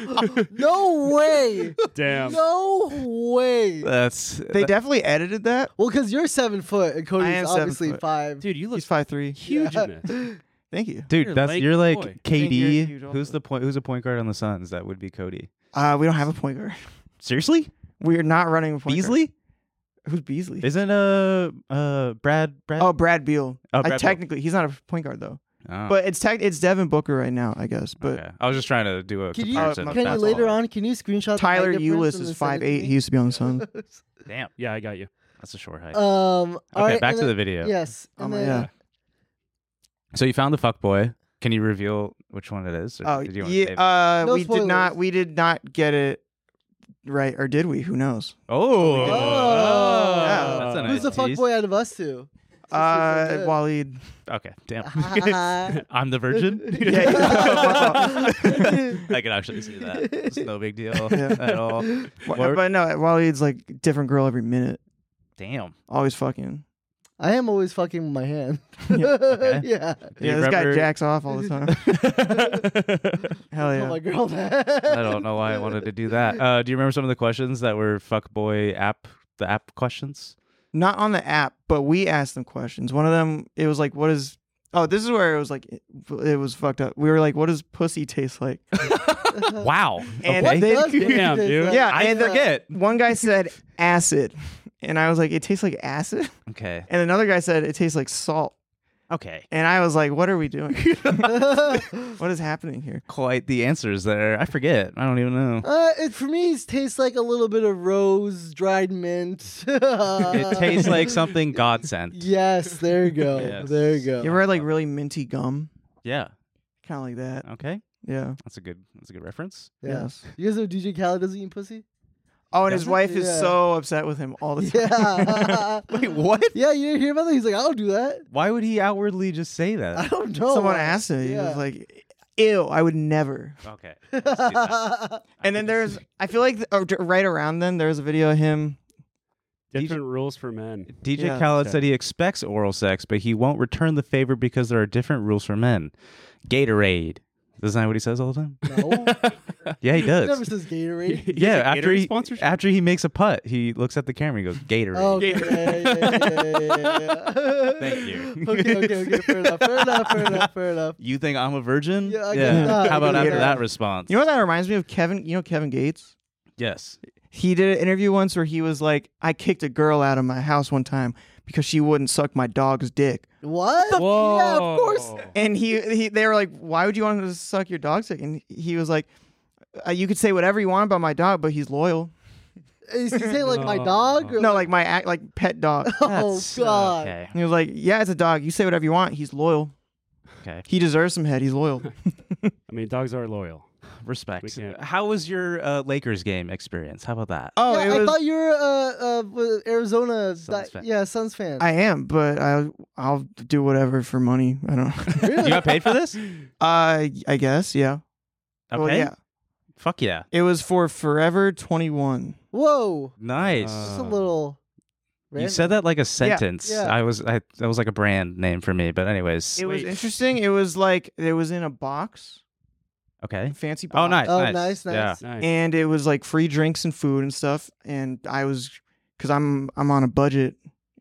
[SPEAKER 1] *laughs* Oh no way!
[SPEAKER 3] Damn.
[SPEAKER 1] No way!
[SPEAKER 2] That's
[SPEAKER 4] They definitely edited that.
[SPEAKER 1] Well, because you're seven foot and
[SPEAKER 4] I
[SPEAKER 1] Cody's
[SPEAKER 4] am seven
[SPEAKER 1] obviously
[SPEAKER 4] foot.
[SPEAKER 1] five.
[SPEAKER 3] Dude, you look
[SPEAKER 4] He's five three.
[SPEAKER 3] huge
[SPEAKER 1] Yeah.
[SPEAKER 3] in
[SPEAKER 1] *laughs*
[SPEAKER 3] this.
[SPEAKER 4] Thank you.
[SPEAKER 2] dude.
[SPEAKER 3] You're a
[SPEAKER 2] that's
[SPEAKER 3] lanky
[SPEAKER 2] you're like
[SPEAKER 3] boy.
[SPEAKER 4] You're
[SPEAKER 2] KD.
[SPEAKER 4] huge also.
[SPEAKER 2] Who's the point? Who's a point guard on the Suns? That would be Cody.
[SPEAKER 4] Uh, we don't have a point guard.
[SPEAKER 2] Seriously,
[SPEAKER 4] We're not running a point
[SPEAKER 2] Beasley
[SPEAKER 4] guard. Who's Beasley?
[SPEAKER 2] isn't uh uh Brad Brad.
[SPEAKER 4] oh, Brad Beal.
[SPEAKER 2] Oh,
[SPEAKER 4] I
[SPEAKER 2] Brad Beal.
[SPEAKER 4] technically, he's not a point guard though.
[SPEAKER 2] Oh,
[SPEAKER 4] But it's tech. It's Devin Booker right now, I guess. But
[SPEAKER 2] okay. I was just trying to do a
[SPEAKER 1] Can you,
[SPEAKER 2] comparison.
[SPEAKER 4] my
[SPEAKER 2] of
[SPEAKER 1] can you
[SPEAKER 4] bad.
[SPEAKER 2] basketball.
[SPEAKER 1] later on? Can you screenshot? the
[SPEAKER 4] Tyler
[SPEAKER 1] height difference
[SPEAKER 4] Eulis
[SPEAKER 1] in
[SPEAKER 4] is
[SPEAKER 1] the
[SPEAKER 4] five eight.
[SPEAKER 1] 17?
[SPEAKER 4] He used to be on the
[SPEAKER 1] *laughs*
[SPEAKER 4] Sun.
[SPEAKER 2] Damn,
[SPEAKER 3] Yeah, I
[SPEAKER 2] *laughs*
[SPEAKER 3] got you.
[SPEAKER 2] that's a short height.
[SPEAKER 1] Um. all
[SPEAKER 2] okay,
[SPEAKER 1] right,
[SPEAKER 2] back
[SPEAKER 1] and
[SPEAKER 2] to the
[SPEAKER 1] then-
[SPEAKER 2] video.
[SPEAKER 1] Yes.
[SPEAKER 4] Oh
[SPEAKER 1] and
[SPEAKER 4] my
[SPEAKER 1] then-
[SPEAKER 4] god.
[SPEAKER 2] So you found the fuck boy. Can you reveal which one it is? Or
[SPEAKER 4] Oh,
[SPEAKER 2] did you wanna
[SPEAKER 4] yeah.
[SPEAKER 2] save-
[SPEAKER 4] Uh,
[SPEAKER 1] No
[SPEAKER 4] we did not.
[SPEAKER 1] spoilers.
[SPEAKER 4] We did not get it right, or did we? Who knows?
[SPEAKER 2] oh,
[SPEAKER 1] Oh.
[SPEAKER 2] Oh, that's a nice
[SPEAKER 1] Who's the fuck
[SPEAKER 2] tease.
[SPEAKER 1] boy out of us two? Since we're so
[SPEAKER 4] Uh,
[SPEAKER 1] good.
[SPEAKER 4] Waleed.
[SPEAKER 2] Okay,
[SPEAKER 4] *laughs*
[SPEAKER 2] damn.
[SPEAKER 4] Uh-huh.
[SPEAKER 1] Ah.
[SPEAKER 2] I'm the virgin. *laughs*
[SPEAKER 4] Yeah.
[SPEAKER 2] I can actually see that. It's no big deal
[SPEAKER 4] *laughs* Yeah.
[SPEAKER 2] at all.
[SPEAKER 4] Wa-
[SPEAKER 2] Word.
[SPEAKER 4] But no, Waleed's like different girl every minute.
[SPEAKER 2] Damn.
[SPEAKER 4] Always fucking.
[SPEAKER 1] *laughs* I am always fucking with my hand.
[SPEAKER 4] Yeah,
[SPEAKER 1] *laughs* Yeah.
[SPEAKER 2] okay. Oh,
[SPEAKER 4] Yeah,
[SPEAKER 2] You
[SPEAKER 4] this guy
[SPEAKER 2] remember-
[SPEAKER 4] jacks off all the
[SPEAKER 1] *laughs*
[SPEAKER 4] time. Hell
[SPEAKER 1] Tell Oh, my
[SPEAKER 4] yeah.
[SPEAKER 1] girl that.
[SPEAKER 2] *laughs* I don't know why I
[SPEAKER 1] *laughs*
[SPEAKER 2] wanted to do that. Uh, do you remember some of the questions that were fuckboy app the app questions?
[SPEAKER 4] Not on the app, but we asked them questions. One of them, it was like, "What is?" Oh, this is where it was like, it, it was fucked up. We were like, "What does pussy
[SPEAKER 1] *laughs*
[SPEAKER 4] taste like?"
[SPEAKER 2] Wow.
[SPEAKER 4] And
[SPEAKER 2] okay.
[SPEAKER 4] they-
[SPEAKER 1] Does
[SPEAKER 4] Damn,
[SPEAKER 1] taste
[SPEAKER 3] dude.
[SPEAKER 1] like-
[SPEAKER 4] Yeah,
[SPEAKER 2] I
[SPEAKER 4] and the-
[SPEAKER 2] forget.
[SPEAKER 4] One guy said acid, and I was like, "It tastes like acid."
[SPEAKER 2] Okay.
[SPEAKER 4] And another guy said, "It tastes like salt."
[SPEAKER 2] Okay.
[SPEAKER 4] And I was like, "What are
[SPEAKER 1] *laughs*
[SPEAKER 4] we doing?
[SPEAKER 1] uh,
[SPEAKER 4] what is happening here?"
[SPEAKER 2] Quite the answers there. I forget. I don't even know.
[SPEAKER 1] Uh, it, for me, it tastes like a little bit of rose, dried mint. *laughs* it
[SPEAKER 2] it
[SPEAKER 1] *laughs*
[SPEAKER 2] tastes like something God sent.
[SPEAKER 1] Yes, there you go.
[SPEAKER 2] Yes.
[SPEAKER 1] There you go.
[SPEAKER 4] You ever had like really minty gum?
[SPEAKER 2] Yeah.
[SPEAKER 4] Kind of like that.
[SPEAKER 2] Okay.
[SPEAKER 4] Yeah.
[SPEAKER 2] That's a good. That's a good reference.
[SPEAKER 1] Yeah.
[SPEAKER 4] Yes.
[SPEAKER 1] You guys know DJ Khaled doesn't eat pussy?
[SPEAKER 4] Oh, and his
[SPEAKER 1] Doesn't-
[SPEAKER 4] wife is
[SPEAKER 1] yeah.
[SPEAKER 4] so upset with him
[SPEAKER 1] *laughs*
[SPEAKER 4] all the time.
[SPEAKER 1] Yeah. *laughs*
[SPEAKER 2] *laughs* Wait, what?
[SPEAKER 1] yeah, you didn't hear about that? He's like, I don't do that.
[SPEAKER 2] Why would he outwardly just say
[SPEAKER 1] I *laughs*
[SPEAKER 2] that?
[SPEAKER 1] don't know.
[SPEAKER 4] Someone
[SPEAKER 1] why.
[SPEAKER 4] asked him. He was
[SPEAKER 1] Yeah.
[SPEAKER 4] like, "Ew, I would never."
[SPEAKER 2] Okay. I can see that.
[SPEAKER 1] *laughs*
[SPEAKER 2] I
[SPEAKER 4] And then
[SPEAKER 2] can
[SPEAKER 4] there's,
[SPEAKER 2] see-
[SPEAKER 4] I feel like th- uh, d- right around then there was a video of him.
[SPEAKER 3] Different rules for men.
[SPEAKER 2] *laughs*
[SPEAKER 3] *laughs*
[SPEAKER 2] DJ
[SPEAKER 4] Yeah.
[SPEAKER 2] Khaled
[SPEAKER 3] Okay.
[SPEAKER 2] said he expects oral sex, but he won't return the favor because there are different rules for men. Gatorade. Isn't that what he says all the time? *laughs*
[SPEAKER 1] no.
[SPEAKER 2] Yeah, he
[SPEAKER 1] He never
[SPEAKER 2] does.
[SPEAKER 1] says Gatorade.
[SPEAKER 2] yeah,
[SPEAKER 3] Like
[SPEAKER 2] after
[SPEAKER 3] Gatorade
[SPEAKER 2] he
[SPEAKER 3] sponsorship?
[SPEAKER 2] after he makes a putt, he looks at the camera and goes Gatorade.
[SPEAKER 1] Oh, okay. yeah, yeah, yeah, yeah, yeah, yeah.
[SPEAKER 2] Thank you.
[SPEAKER 1] *laughs* okay, okay, okay. Fair enough. Fair enough. Fair
[SPEAKER 2] *laughs*
[SPEAKER 1] enough. Fair enough.
[SPEAKER 2] You think I'm a virgin?
[SPEAKER 1] Yeah, I guess not.
[SPEAKER 2] How about after
[SPEAKER 4] Gatorade.
[SPEAKER 2] that response?
[SPEAKER 4] You know what that reminds me of? Kevin. You know Kevin Gates.
[SPEAKER 2] yes.
[SPEAKER 4] He did an interview once where he was like, "I kicked a girl out of my house one time because she wouldn't suck my dog's dick."
[SPEAKER 1] What?
[SPEAKER 3] Whoa.
[SPEAKER 1] Yeah, of course.
[SPEAKER 4] And he, he they were like, "Why would you want him to suck your dog's dick?" And he was like, uh, "You could say whatever you want about my dog, but he's loyal."
[SPEAKER 1] Is he saying like my
[SPEAKER 2] No.
[SPEAKER 1] dog? Or
[SPEAKER 4] No, like my act, like pet dog.
[SPEAKER 1] Oh
[SPEAKER 2] That's-
[SPEAKER 1] God.
[SPEAKER 2] Okay.
[SPEAKER 4] And he was like, "Yeah, it's a dog. You say whatever you want. He's loyal.
[SPEAKER 2] Okay.
[SPEAKER 4] He deserves some head. He's loyal."
[SPEAKER 3] I mean, dogs
[SPEAKER 1] *laughs*
[SPEAKER 3] are loyal. We
[SPEAKER 2] Respect.
[SPEAKER 3] can't-
[SPEAKER 2] How was your uh, Lakers game experience? How about that?
[SPEAKER 4] Oh,
[SPEAKER 1] yeah,
[SPEAKER 4] it
[SPEAKER 1] I
[SPEAKER 4] was.
[SPEAKER 1] thought you were uh, uh with Arizona.
[SPEAKER 2] Suns
[SPEAKER 1] that-
[SPEAKER 2] fan.
[SPEAKER 1] yeah, Suns fan.
[SPEAKER 4] I am, but I I'll do whatever for money. I don't.
[SPEAKER 2] *laughs* you
[SPEAKER 1] really?
[SPEAKER 2] got paid for this? Okay.
[SPEAKER 4] uh, I guess yeah. *laughs* Well, yeah.
[SPEAKER 2] Fuck yeah.
[SPEAKER 4] It was for Forever Twenty One.
[SPEAKER 1] Whoa.
[SPEAKER 2] Nice.
[SPEAKER 4] Uh,
[SPEAKER 1] Just a
[SPEAKER 3] Um,
[SPEAKER 1] little.
[SPEAKER 2] Uh, You
[SPEAKER 1] random.
[SPEAKER 2] said that like a sentence.
[SPEAKER 1] Yeah.
[SPEAKER 2] I was I, that was like a brand name for me. But anyways,
[SPEAKER 4] It was
[SPEAKER 3] Sweet.
[SPEAKER 4] interesting. It was like it was in a box,
[SPEAKER 2] okay.
[SPEAKER 4] fancy box.
[SPEAKER 2] Oh, nice.
[SPEAKER 1] Oh,
[SPEAKER 2] nice,
[SPEAKER 1] nice, nice.
[SPEAKER 3] Nice.
[SPEAKER 4] And it was like free drinks and food and stuff. And I was, cause I'm I'm on a budget,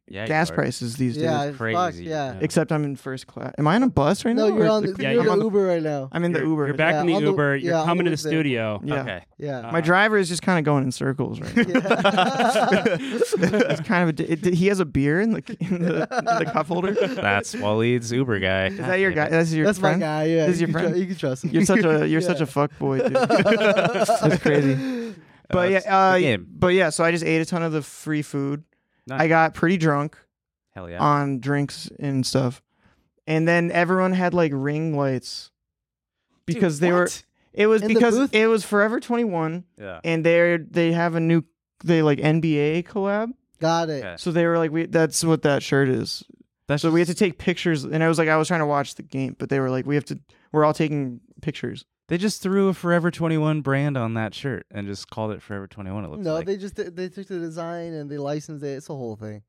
[SPEAKER 2] Yeah,
[SPEAKER 4] gas
[SPEAKER 2] you are.
[SPEAKER 4] prices these days.
[SPEAKER 1] yeah, fuck,
[SPEAKER 2] crazy.
[SPEAKER 1] yeah.
[SPEAKER 4] Except I'm in first class. Am I on a bus right
[SPEAKER 1] No,
[SPEAKER 4] now?
[SPEAKER 1] you're
[SPEAKER 4] or
[SPEAKER 1] on
[SPEAKER 4] the-
[SPEAKER 1] the,
[SPEAKER 3] yeah,
[SPEAKER 1] you're
[SPEAKER 3] you're
[SPEAKER 1] in
[SPEAKER 3] on
[SPEAKER 1] the Uber right now.
[SPEAKER 4] I'm in the
[SPEAKER 3] You're-
[SPEAKER 4] Uber.
[SPEAKER 3] You're back
[SPEAKER 1] Yeah,
[SPEAKER 3] in the
[SPEAKER 1] on the-
[SPEAKER 3] Uber. You're
[SPEAKER 1] yeah, on
[SPEAKER 3] coming to
[SPEAKER 1] the
[SPEAKER 3] the
[SPEAKER 1] Uber.
[SPEAKER 3] studio.
[SPEAKER 4] Yeah.
[SPEAKER 2] Okay.
[SPEAKER 1] Yeah.
[SPEAKER 4] *laughs* My driver is just kind of going in circles
[SPEAKER 1] *laughs*
[SPEAKER 4] right now.
[SPEAKER 1] yeah.
[SPEAKER 4] He's
[SPEAKER 3] *laughs*
[SPEAKER 4] kind of a, di- it- he has a beer in the in the, in the cup holder.
[SPEAKER 3] *laughs*
[SPEAKER 4] Is
[SPEAKER 2] That's Waleed's Uber guy. Is
[SPEAKER 4] that your guy? That's your
[SPEAKER 1] That's my
[SPEAKER 4] friend?
[SPEAKER 1] guy. Yeah,
[SPEAKER 4] This is
[SPEAKER 1] you
[SPEAKER 4] your
[SPEAKER 1] can tru-
[SPEAKER 4] friend?
[SPEAKER 1] you can trust him.
[SPEAKER 4] You're such a
[SPEAKER 1] *laughs*
[SPEAKER 4] you're such
[SPEAKER 1] Yeah.
[SPEAKER 4] a fuck boy,
[SPEAKER 2] *laughs*
[SPEAKER 4] dude. That's crazy. But
[SPEAKER 2] Oh, that's
[SPEAKER 4] yeah, uh,
[SPEAKER 2] the game.
[SPEAKER 4] but yeah. So I just ate a ton of the free food.
[SPEAKER 2] Nice.
[SPEAKER 4] I got pretty drunk
[SPEAKER 2] Hell yeah.
[SPEAKER 4] on drinks and stuff, and then everyone had like ring lights
[SPEAKER 2] Dude,
[SPEAKER 4] because they were.
[SPEAKER 2] what?
[SPEAKER 4] It was
[SPEAKER 1] In the
[SPEAKER 4] because
[SPEAKER 1] booth?
[SPEAKER 4] it was Forever Twenty One,
[SPEAKER 2] Yeah.
[SPEAKER 4] and they they have a new they like NBA collab.
[SPEAKER 1] Got it.
[SPEAKER 2] Okay.
[SPEAKER 4] So they were like, we that's what that shirt is.
[SPEAKER 2] That's
[SPEAKER 4] So we had
[SPEAKER 2] just-
[SPEAKER 4] to take pictures, and I was like, I was trying to watch the game, but they were like, we have to. We're all taking pictures.
[SPEAKER 2] They just threw a Forever 21 brand on that shirt and just called it Forever 21. It looks
[SPEAKER 1] No,
[SPEAKER 2] like
[SPEAKER 1] they just they took the design and they licensed it. It's a whole thing.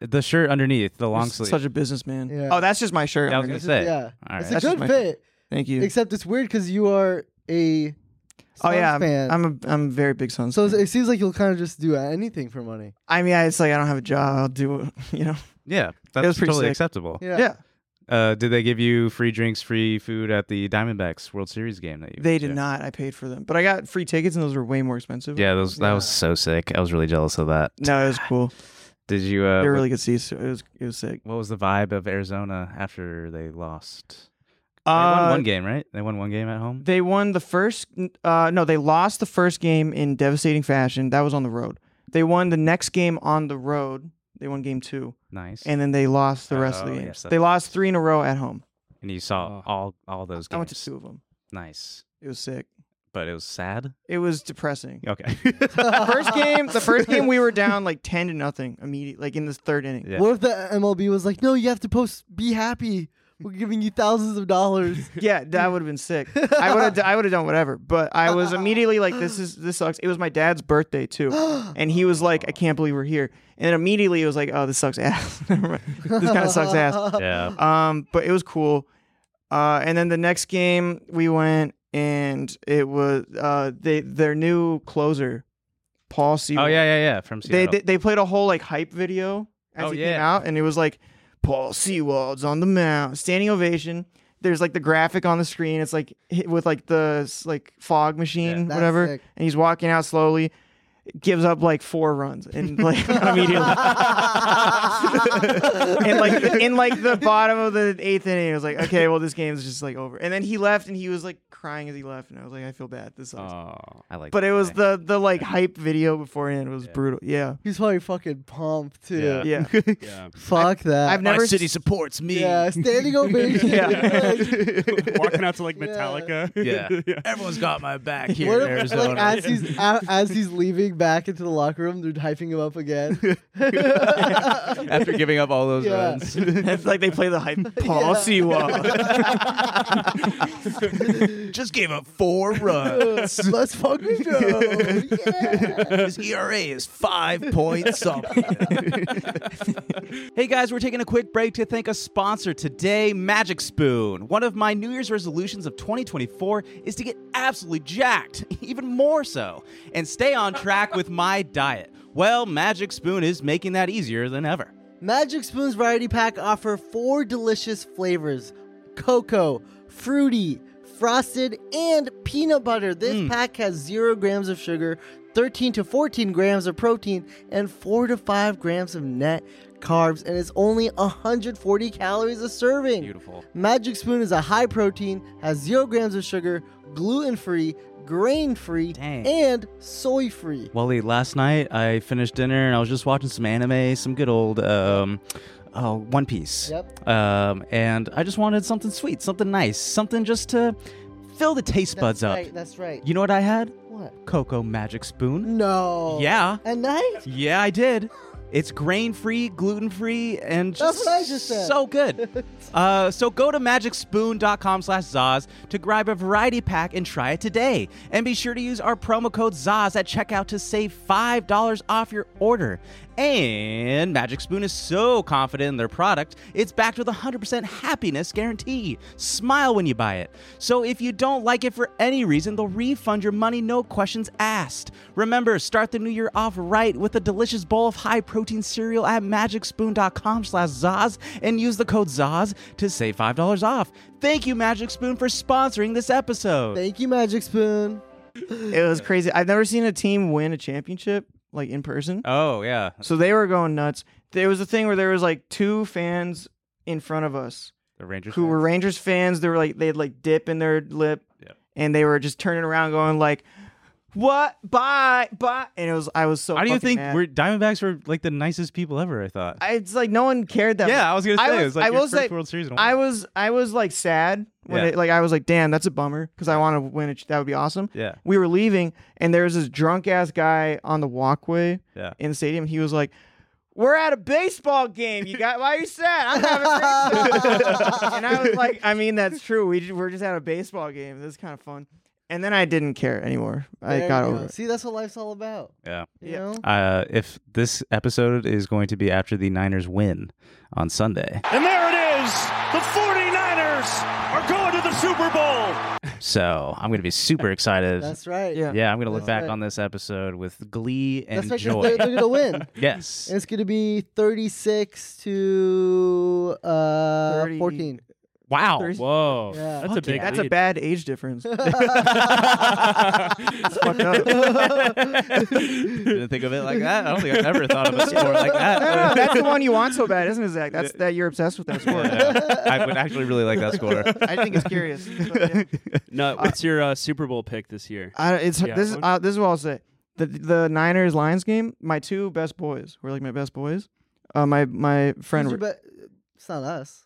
[SPEAKER 2] the shirt underneath the long
[SPEAKER 4] He's
[SPEAKER 2] sleeve.
[SPEAKER 4] Such a businessman.
[SPEAKER 1] Yeah.
[SPEAKER 4] Oh, that's just my shirt.
[SPEAKER 2] Yeah, I was gonna
[SPEAKER 4] underneath.
[SPEAKER 2] say.
[SPEAKER 1] Yeah,
[SPEAKER 2] All
[SPEAKER 1] it's
[SPEAKER 2] right.
[SPEAKER 4] That's
[SPEAKER 1] a
[SPEAKER 4] just
[SPEAKER 1] good
[SPEAKER 4] my-
[SPEAKER 1] fit.
[SPEAKER 4] Thank you.
[SPEAKER 1] Except it's weird because you are a
[SPEAKER 4] Oh
[SPEAKER 1] Suns
[SPEAKER 4] yeah,
[SPEAKER 1] fan.
[SPEAKER 4] I'm a I'm a very big Suns.
[SPEAKER 1] so
[SPEAKER 4] fan.
[SPEAKER 1] it seems like you'll kind of just do anything for money.
[SPEAKER 4] I mean, I, it's like I don't have a job. I'll do *laughs* it, you know.
[SPEAKER 2] Yeah,
[SPEAKER 4] was
[SPEAKER 2] that's
[SPEAKER 4] pretty
[SPEAKER 2] totally
[SPEAKER 4] sick.
[SPEAKER 2] acceptable.
[SPEAKER 1] Yeah. *laughs*
[SPEAKER 2] Uh, did they give you free drinks, free food at the Diamondbacks World Series game that you?
[SPEAKER 4] They
[SPEAKER 2] went
[SPEAKER 4] did
[SPEAKER 2] to?
[SPEAKER 4] not. I paid for them, but I got free tickets, and those were way more expensive.
[SPEAKER 2] Yeah, those, that
[SPEAKER 1] Yeah.
[SPEAKER 2] was so sick. I was really jealous of that.
[SPEAKER 4] No, it was cool.
[SPEAKER 2] Did you? Uh,
[SPEAKER 4] they
[SPEAKER 2] what-
[SPEAKER 4] were really good seats. so It was it was sick.
[SPEAKER 2] what was the vibe of Arizona after they lost? they
[SPEAKER 4] Uh,
[SPEAKER 2] won one game, right? They won one game at home.
[SPEAKER 4] They won the first. Uh, no, they lost the first game in devastating fashion. That was on the road. They won the next game on the road. They won game two,
[SPEAKER 2] Nice. And,
[SPEAKER 4] and then they lost the rest of
[SPEAKER 2] Oh,
[SPEAKER 4] the games.
[SPEAKER 2] yes, that's-
[SPEAKER 4] they lost three in a row at home.
[SPEAKER 2] you saw
[SPEAKER 3] Oh.
[SPEAKER 2] all all those games.
[SPEAKER 4] I went to two of them.
[SPEAKER 2] Nice,
[SPEAKER 4] It was sick.
[SPEAKER 2] but it was sad.
[SPEAKER 4] It was depressing.
[SPEAKER 2] Okay. *laughs*
[SPEAKER 4] first game, *laughs* the first game, we were down like ten to nothing immediately, like in the third inning.
[SPEAKER 2] yeah.
[SPEAKER 1] What if the MLB was like, no, you have to post, be happy. We're giving you thousands of dollars.
[SPEAKER 2] *laughs*
[SPEAKER 4] Yeah, that would have been sick. I would have, I would have done whatever. But I was immediately like, "This is this sucks." It was my dad's birthday too, *gasps*
[SPEAKER 1] *laughs*
[SPEAKER 4] and he was like, "I can't believe we're here." And then immediately it was like, "Oh, this sucks ass. *laughs* Never mind. this kind of sucks *laughs* ass."
[SPEAKER 2] yeah.
[SPEAKER 4] Um, but it was cool. Uh, and then the next game we went, and it was uh, they their new closer, Paul C.
[SPEAKER 2] Oh yeah, yeah, yeah. From
[SPEAKER 4] they,
[SPEAKER 2] Seattle.
[SPEAKER 4] they they played a whole like hype video as
[SPEAKER 2] Oh,
[SPEAKER 4] he came
[SPEAKER 2] yeah.
[SPEAKER 4] out, and it was like Paul Seawald's on the mound, standing ovation. There's like the graphic on the screen. It's like hit with like the s- like fog machine,
[SPEAKER 1] That's
[SPEAKER 4] whatever,
[SPEAKER 1] sick.
[SPEAKER 4] and he's walking out slowly. Gives up like four runs and
[SPEAKER 1] *laughs*
[SPEAKER 4] like *laughs* immediately, and like in like the bottom of the eighth inning, it was like, okay, well this game's just like over. And then he left, and he was like crying as he left, and I was like, I feel bad. This sucks.
[SPEAKER 3] Oh.
[SPEAKER 2] I like.
[SPEAKER 4] but
[SPEAKER 2] that
[SPEAKER 4] it was
[SPEAKER 2] guy.
[SPEAKER 4] the the like hype video beforehand was brutal. Yeah,
[SPEAKER 1] He's probably fucking pumped too.
[SPEAKER 2] Yeah.
[SPEAKER 4] yeah.
[SPEAKER 3] Yeah.
[SPEAKER 1] *laughs* Fuck that.
[SPEAKER 4] I've never
[SPEAKER 2] supports me.
[SPEAKER 1] yeah, standing ovation.
[SPEAKER 4] *laughs* Yeah.
[SPEAKER 3] Walking out to like
[SPEAKER 1] Yeah.
[SPEAKER 3] Metallica.
[SPEAKER 2] *laughs* Yeah.
[SPEAKER 4] *laughs*
[SPEAKER 2] Everyone's got my back
[SPEAKER 1] What if, like, as he's a- as he's leaving back into the locker room, they're hyping him up
[SPEAKER 4] *laughs*
[SPEAKER 1] again.
[SPEAKER 2] *laughs*
[SPEAKER 1] *laughs*
[SPEAKER 2] After giving up all those
[SPEAKER 1] Yeah.
[SPEAKER 2] runs.
[SPEAKER 4] *laughs* It's like they play the *laughs* hype. Paul Sewell.
[SPEAKER 2] Just gave up
[SPEAKER 4] *laughs*
[SPEAKER 2] four runs.
[SPEAKER 1] Let's fucking go. Yeah.
[SPEAKER 2] His ERA is five points something. hey guys, we're taking a quick break to thank a sponsor today, Magic Spoon. One of my New Year's resolutions of 2024 is to get absolutely jacked, *laughs* even more so, and stay on track with my diet. Well, Magic Spoon is making that easier than ever.
[SPEAKER 1] Magic Spoon's variety pack offer four delicious flavors: cocoa, fruity, frosted, and peanut butter. This
[SPEAKER 2] Mm.
[SPEAKER 1] pack has zero grams of sugar, 13 to 14 grams of protein, and four to five grams of net carbs, and it's only 140 calories a serving.
[SPEAKER 2] Beautiful.
[SPEAKER 1] Magic Spoon is a high protein, has zero grams of sugar, gluten free, grain free,
[SPEAKER 2] Dang.
[SPEAKER 1] and soy free.
[SPEAKER 2] Wally, last night I finished dinner and I was just watching some anime, some good old um, oh, One Piece.
[SPEAKER 1] Yep.
[SPEAKER 2] Um, and I just wanted something sweet, something nice, something just to fill the taste buds up.
[SPEAKER 1] Right, that's right.
[SPEAKER 2] You know what I had?
[SPEAKER 1] what?
[SPEAKER 2] Cocoa Magic Spoon.
[SPEAKER 1] No.
[SPEAKER 2] Yeah.
[SPEAKER 1] At night?
[SPEAKER 2] Yeah, I did. It's grain free, gluten free, and
[SPEAKER 1] That's
[SPEAKER 2] just,
[SPEAKER 1] what I just said.
[SPEAKER 2] so
[SPEAKER 1] *laughs*
[SPEAKER 2] good. uh, so go to magicspoon.com slash Zaz to grab a variety pack and try it today. And be sure to use our promo code Zaz at checkout to save $5 off your order. And Magic Spoon is so confident in their product, it's backed with a 100% happiness guarantee. Smile when you buy it. So if you don't like it for any reason, they'll refund your money, no questions asked. Remember, start the new year off right with a delicious bowl of high-protein cereal at magicspoon.com slash Zaz and use the code Zaz to save $5 off. Thank you, Magic Spoon, for sponsoring this episode.
[SPEAKER 1] *laughs* Thank you, Magic Spoon.
[SPEAKER 4] It was crazy. I've never seen a team win a championship like in person.
[SPEAKER 2] Oh, yeah.
[SPEAKER 4] So they were going nuts. There was a thing where there was like two fans in front of us
[SPEAKER 2] The Rangers.
[SPEAKER 4] who
[SPEAKER 2] fans.
[SPEAKER 4] were Rangers fans. They were like they had like dip in their lip,
[SPEAKER 2] Yeah.
[SPEAKER 4] and they were just turning around going like, "What? Bye, bye!" And it was I was so.
[SPEAKER 2] How do you
[SPEAKER 4] fucking
[SPEAKER 2] think
[SPEAKER 4] mad.
[SPEAKER 2] we're Diamondbacks were like the nicest people ever? I thought.
[SPEAKER 4] I, it's like no one cared that.
[SPEAKER 2] yeah, I
[SPEAKER 4] much.
[SPEAKER 2] was gonna say
[SPEAKER 4] I
[SPEAKER 2] it
[SPEAKER 4] was-
[SPEAKER 2] was like
[SPEAKER 4] I
[SPEAKER 2] your
[SPEAKER 4] will
[SPEAKER 2] first
[SPEAKER 4] say,
[SPEAKER 2] World Series. In a
[SPEAKER 4] I
[SPEAKER 2] while.
[SPEAKER 4] was I was like sad when
[SPEAKER 2] Yeah.
[SPEAKER 4] it, like I was like, "Damn, that's a bummer," because I want to win. It, that would be awesome.
[SPEAKER 2] Yeah,
[SPEAKER 4] We were leaving, and there was this drunk ass guy on the walkway
[SPEAKER 2] yeah.
[SPEAKER 4] in the stadium. He was like. We're at a baseball game. You got why are you sad? I'm having a great time." and I was like, I mean, that's true. We ju- we're just at a baseball game. This is kind of fun. And then I didn't care anymore. I
[SPEAKER 1] There
[SPEAKER 4] got
[SPEAKER 1] you go.
[SPEAKER 4] over it.
[SPEAKER 1] See, that's what life's all about.
[SPEAKER 2] Yeah.
[SPEAKER 1] You
[SPEAKER 4] Yeah.
[SPEAKER 1] know?
[SPEAKER 2] Uh, if this episode is going to be after the Niners win on Sunday,
[SPEAKER 5] And there it is. The 49ers are going to the Super Bowl.
[SPEAKER 2] so I'm gonna be super excited.
[SPEAKER 1] That's right.
[SPEAKER 4] Yeah.
[SPEAKER 2] yeah, I'm gonna
[SPEAKER 1] That's
[SPEAKER 2] look back
[SPEAKER 1] right.
[SPEAKER 2] on this episode with glee
[SPEAKER 1] That's
[SPEAKER 2] and
[SPEAKER 1] right. 'cause
[SPEAKER 2] joy.
[SPEAKER 1] They're, they're gonna
[SPEAKER 4] *laughs*
[SPEAKER 1] win. And
[SPEAKER 2] *laughs* yes.
[SPEAKER 1] it's gonna be thirty-six to uh,
[SPEAKER 4] 30.
[SPEAKER 1] fourteen.
[SPEAKER 2] Wow. *laughs*
[SPEAKER 1] *laughs*
[SPEAKER 4] There's-
[SPEAKER 3] Whoa,
[SPEAKER 1] Yeah.
[SPEAKER 3] that's a big.
[SPEAKER 4] That's a
[SPEAKER 3] lead.
[SPEAKER 4] bad age difference. It's fucked up.
[SPEAKER 2] Didn't think of it like that. I don't think I've ever thought of a score like
[SPEAKER 1] *laughs*
[SPEAKER 4] No, no,
[SPEAKER 2] that.
[SPEAKER 4] *laughs*
[SPEAKER 2] *laughs*
[SPEAKER 4] that's the one you want so bad, isn't it, Zach? That's that you're obsessed with that sport.
[SPEAKER 2] Yeah. I would actually really like that
[SPEAKER 1] *laughs*
[SPEAKER 2] score.
[SPEAKER 4] I think it's curious. but yeah.
[SPEAKER 3] No, what's your uh, Super Bowl pick this year?
[SPEAKER 4] I, it's
[SPEAKER 3] Yeah.
[SPEAKER 4] this is uh, this is what I'll say. The the Niners Lions game. My two best boys were like my best boys. Uh, my my friend.
[SPEAKER 1] Who's your be- it's not us.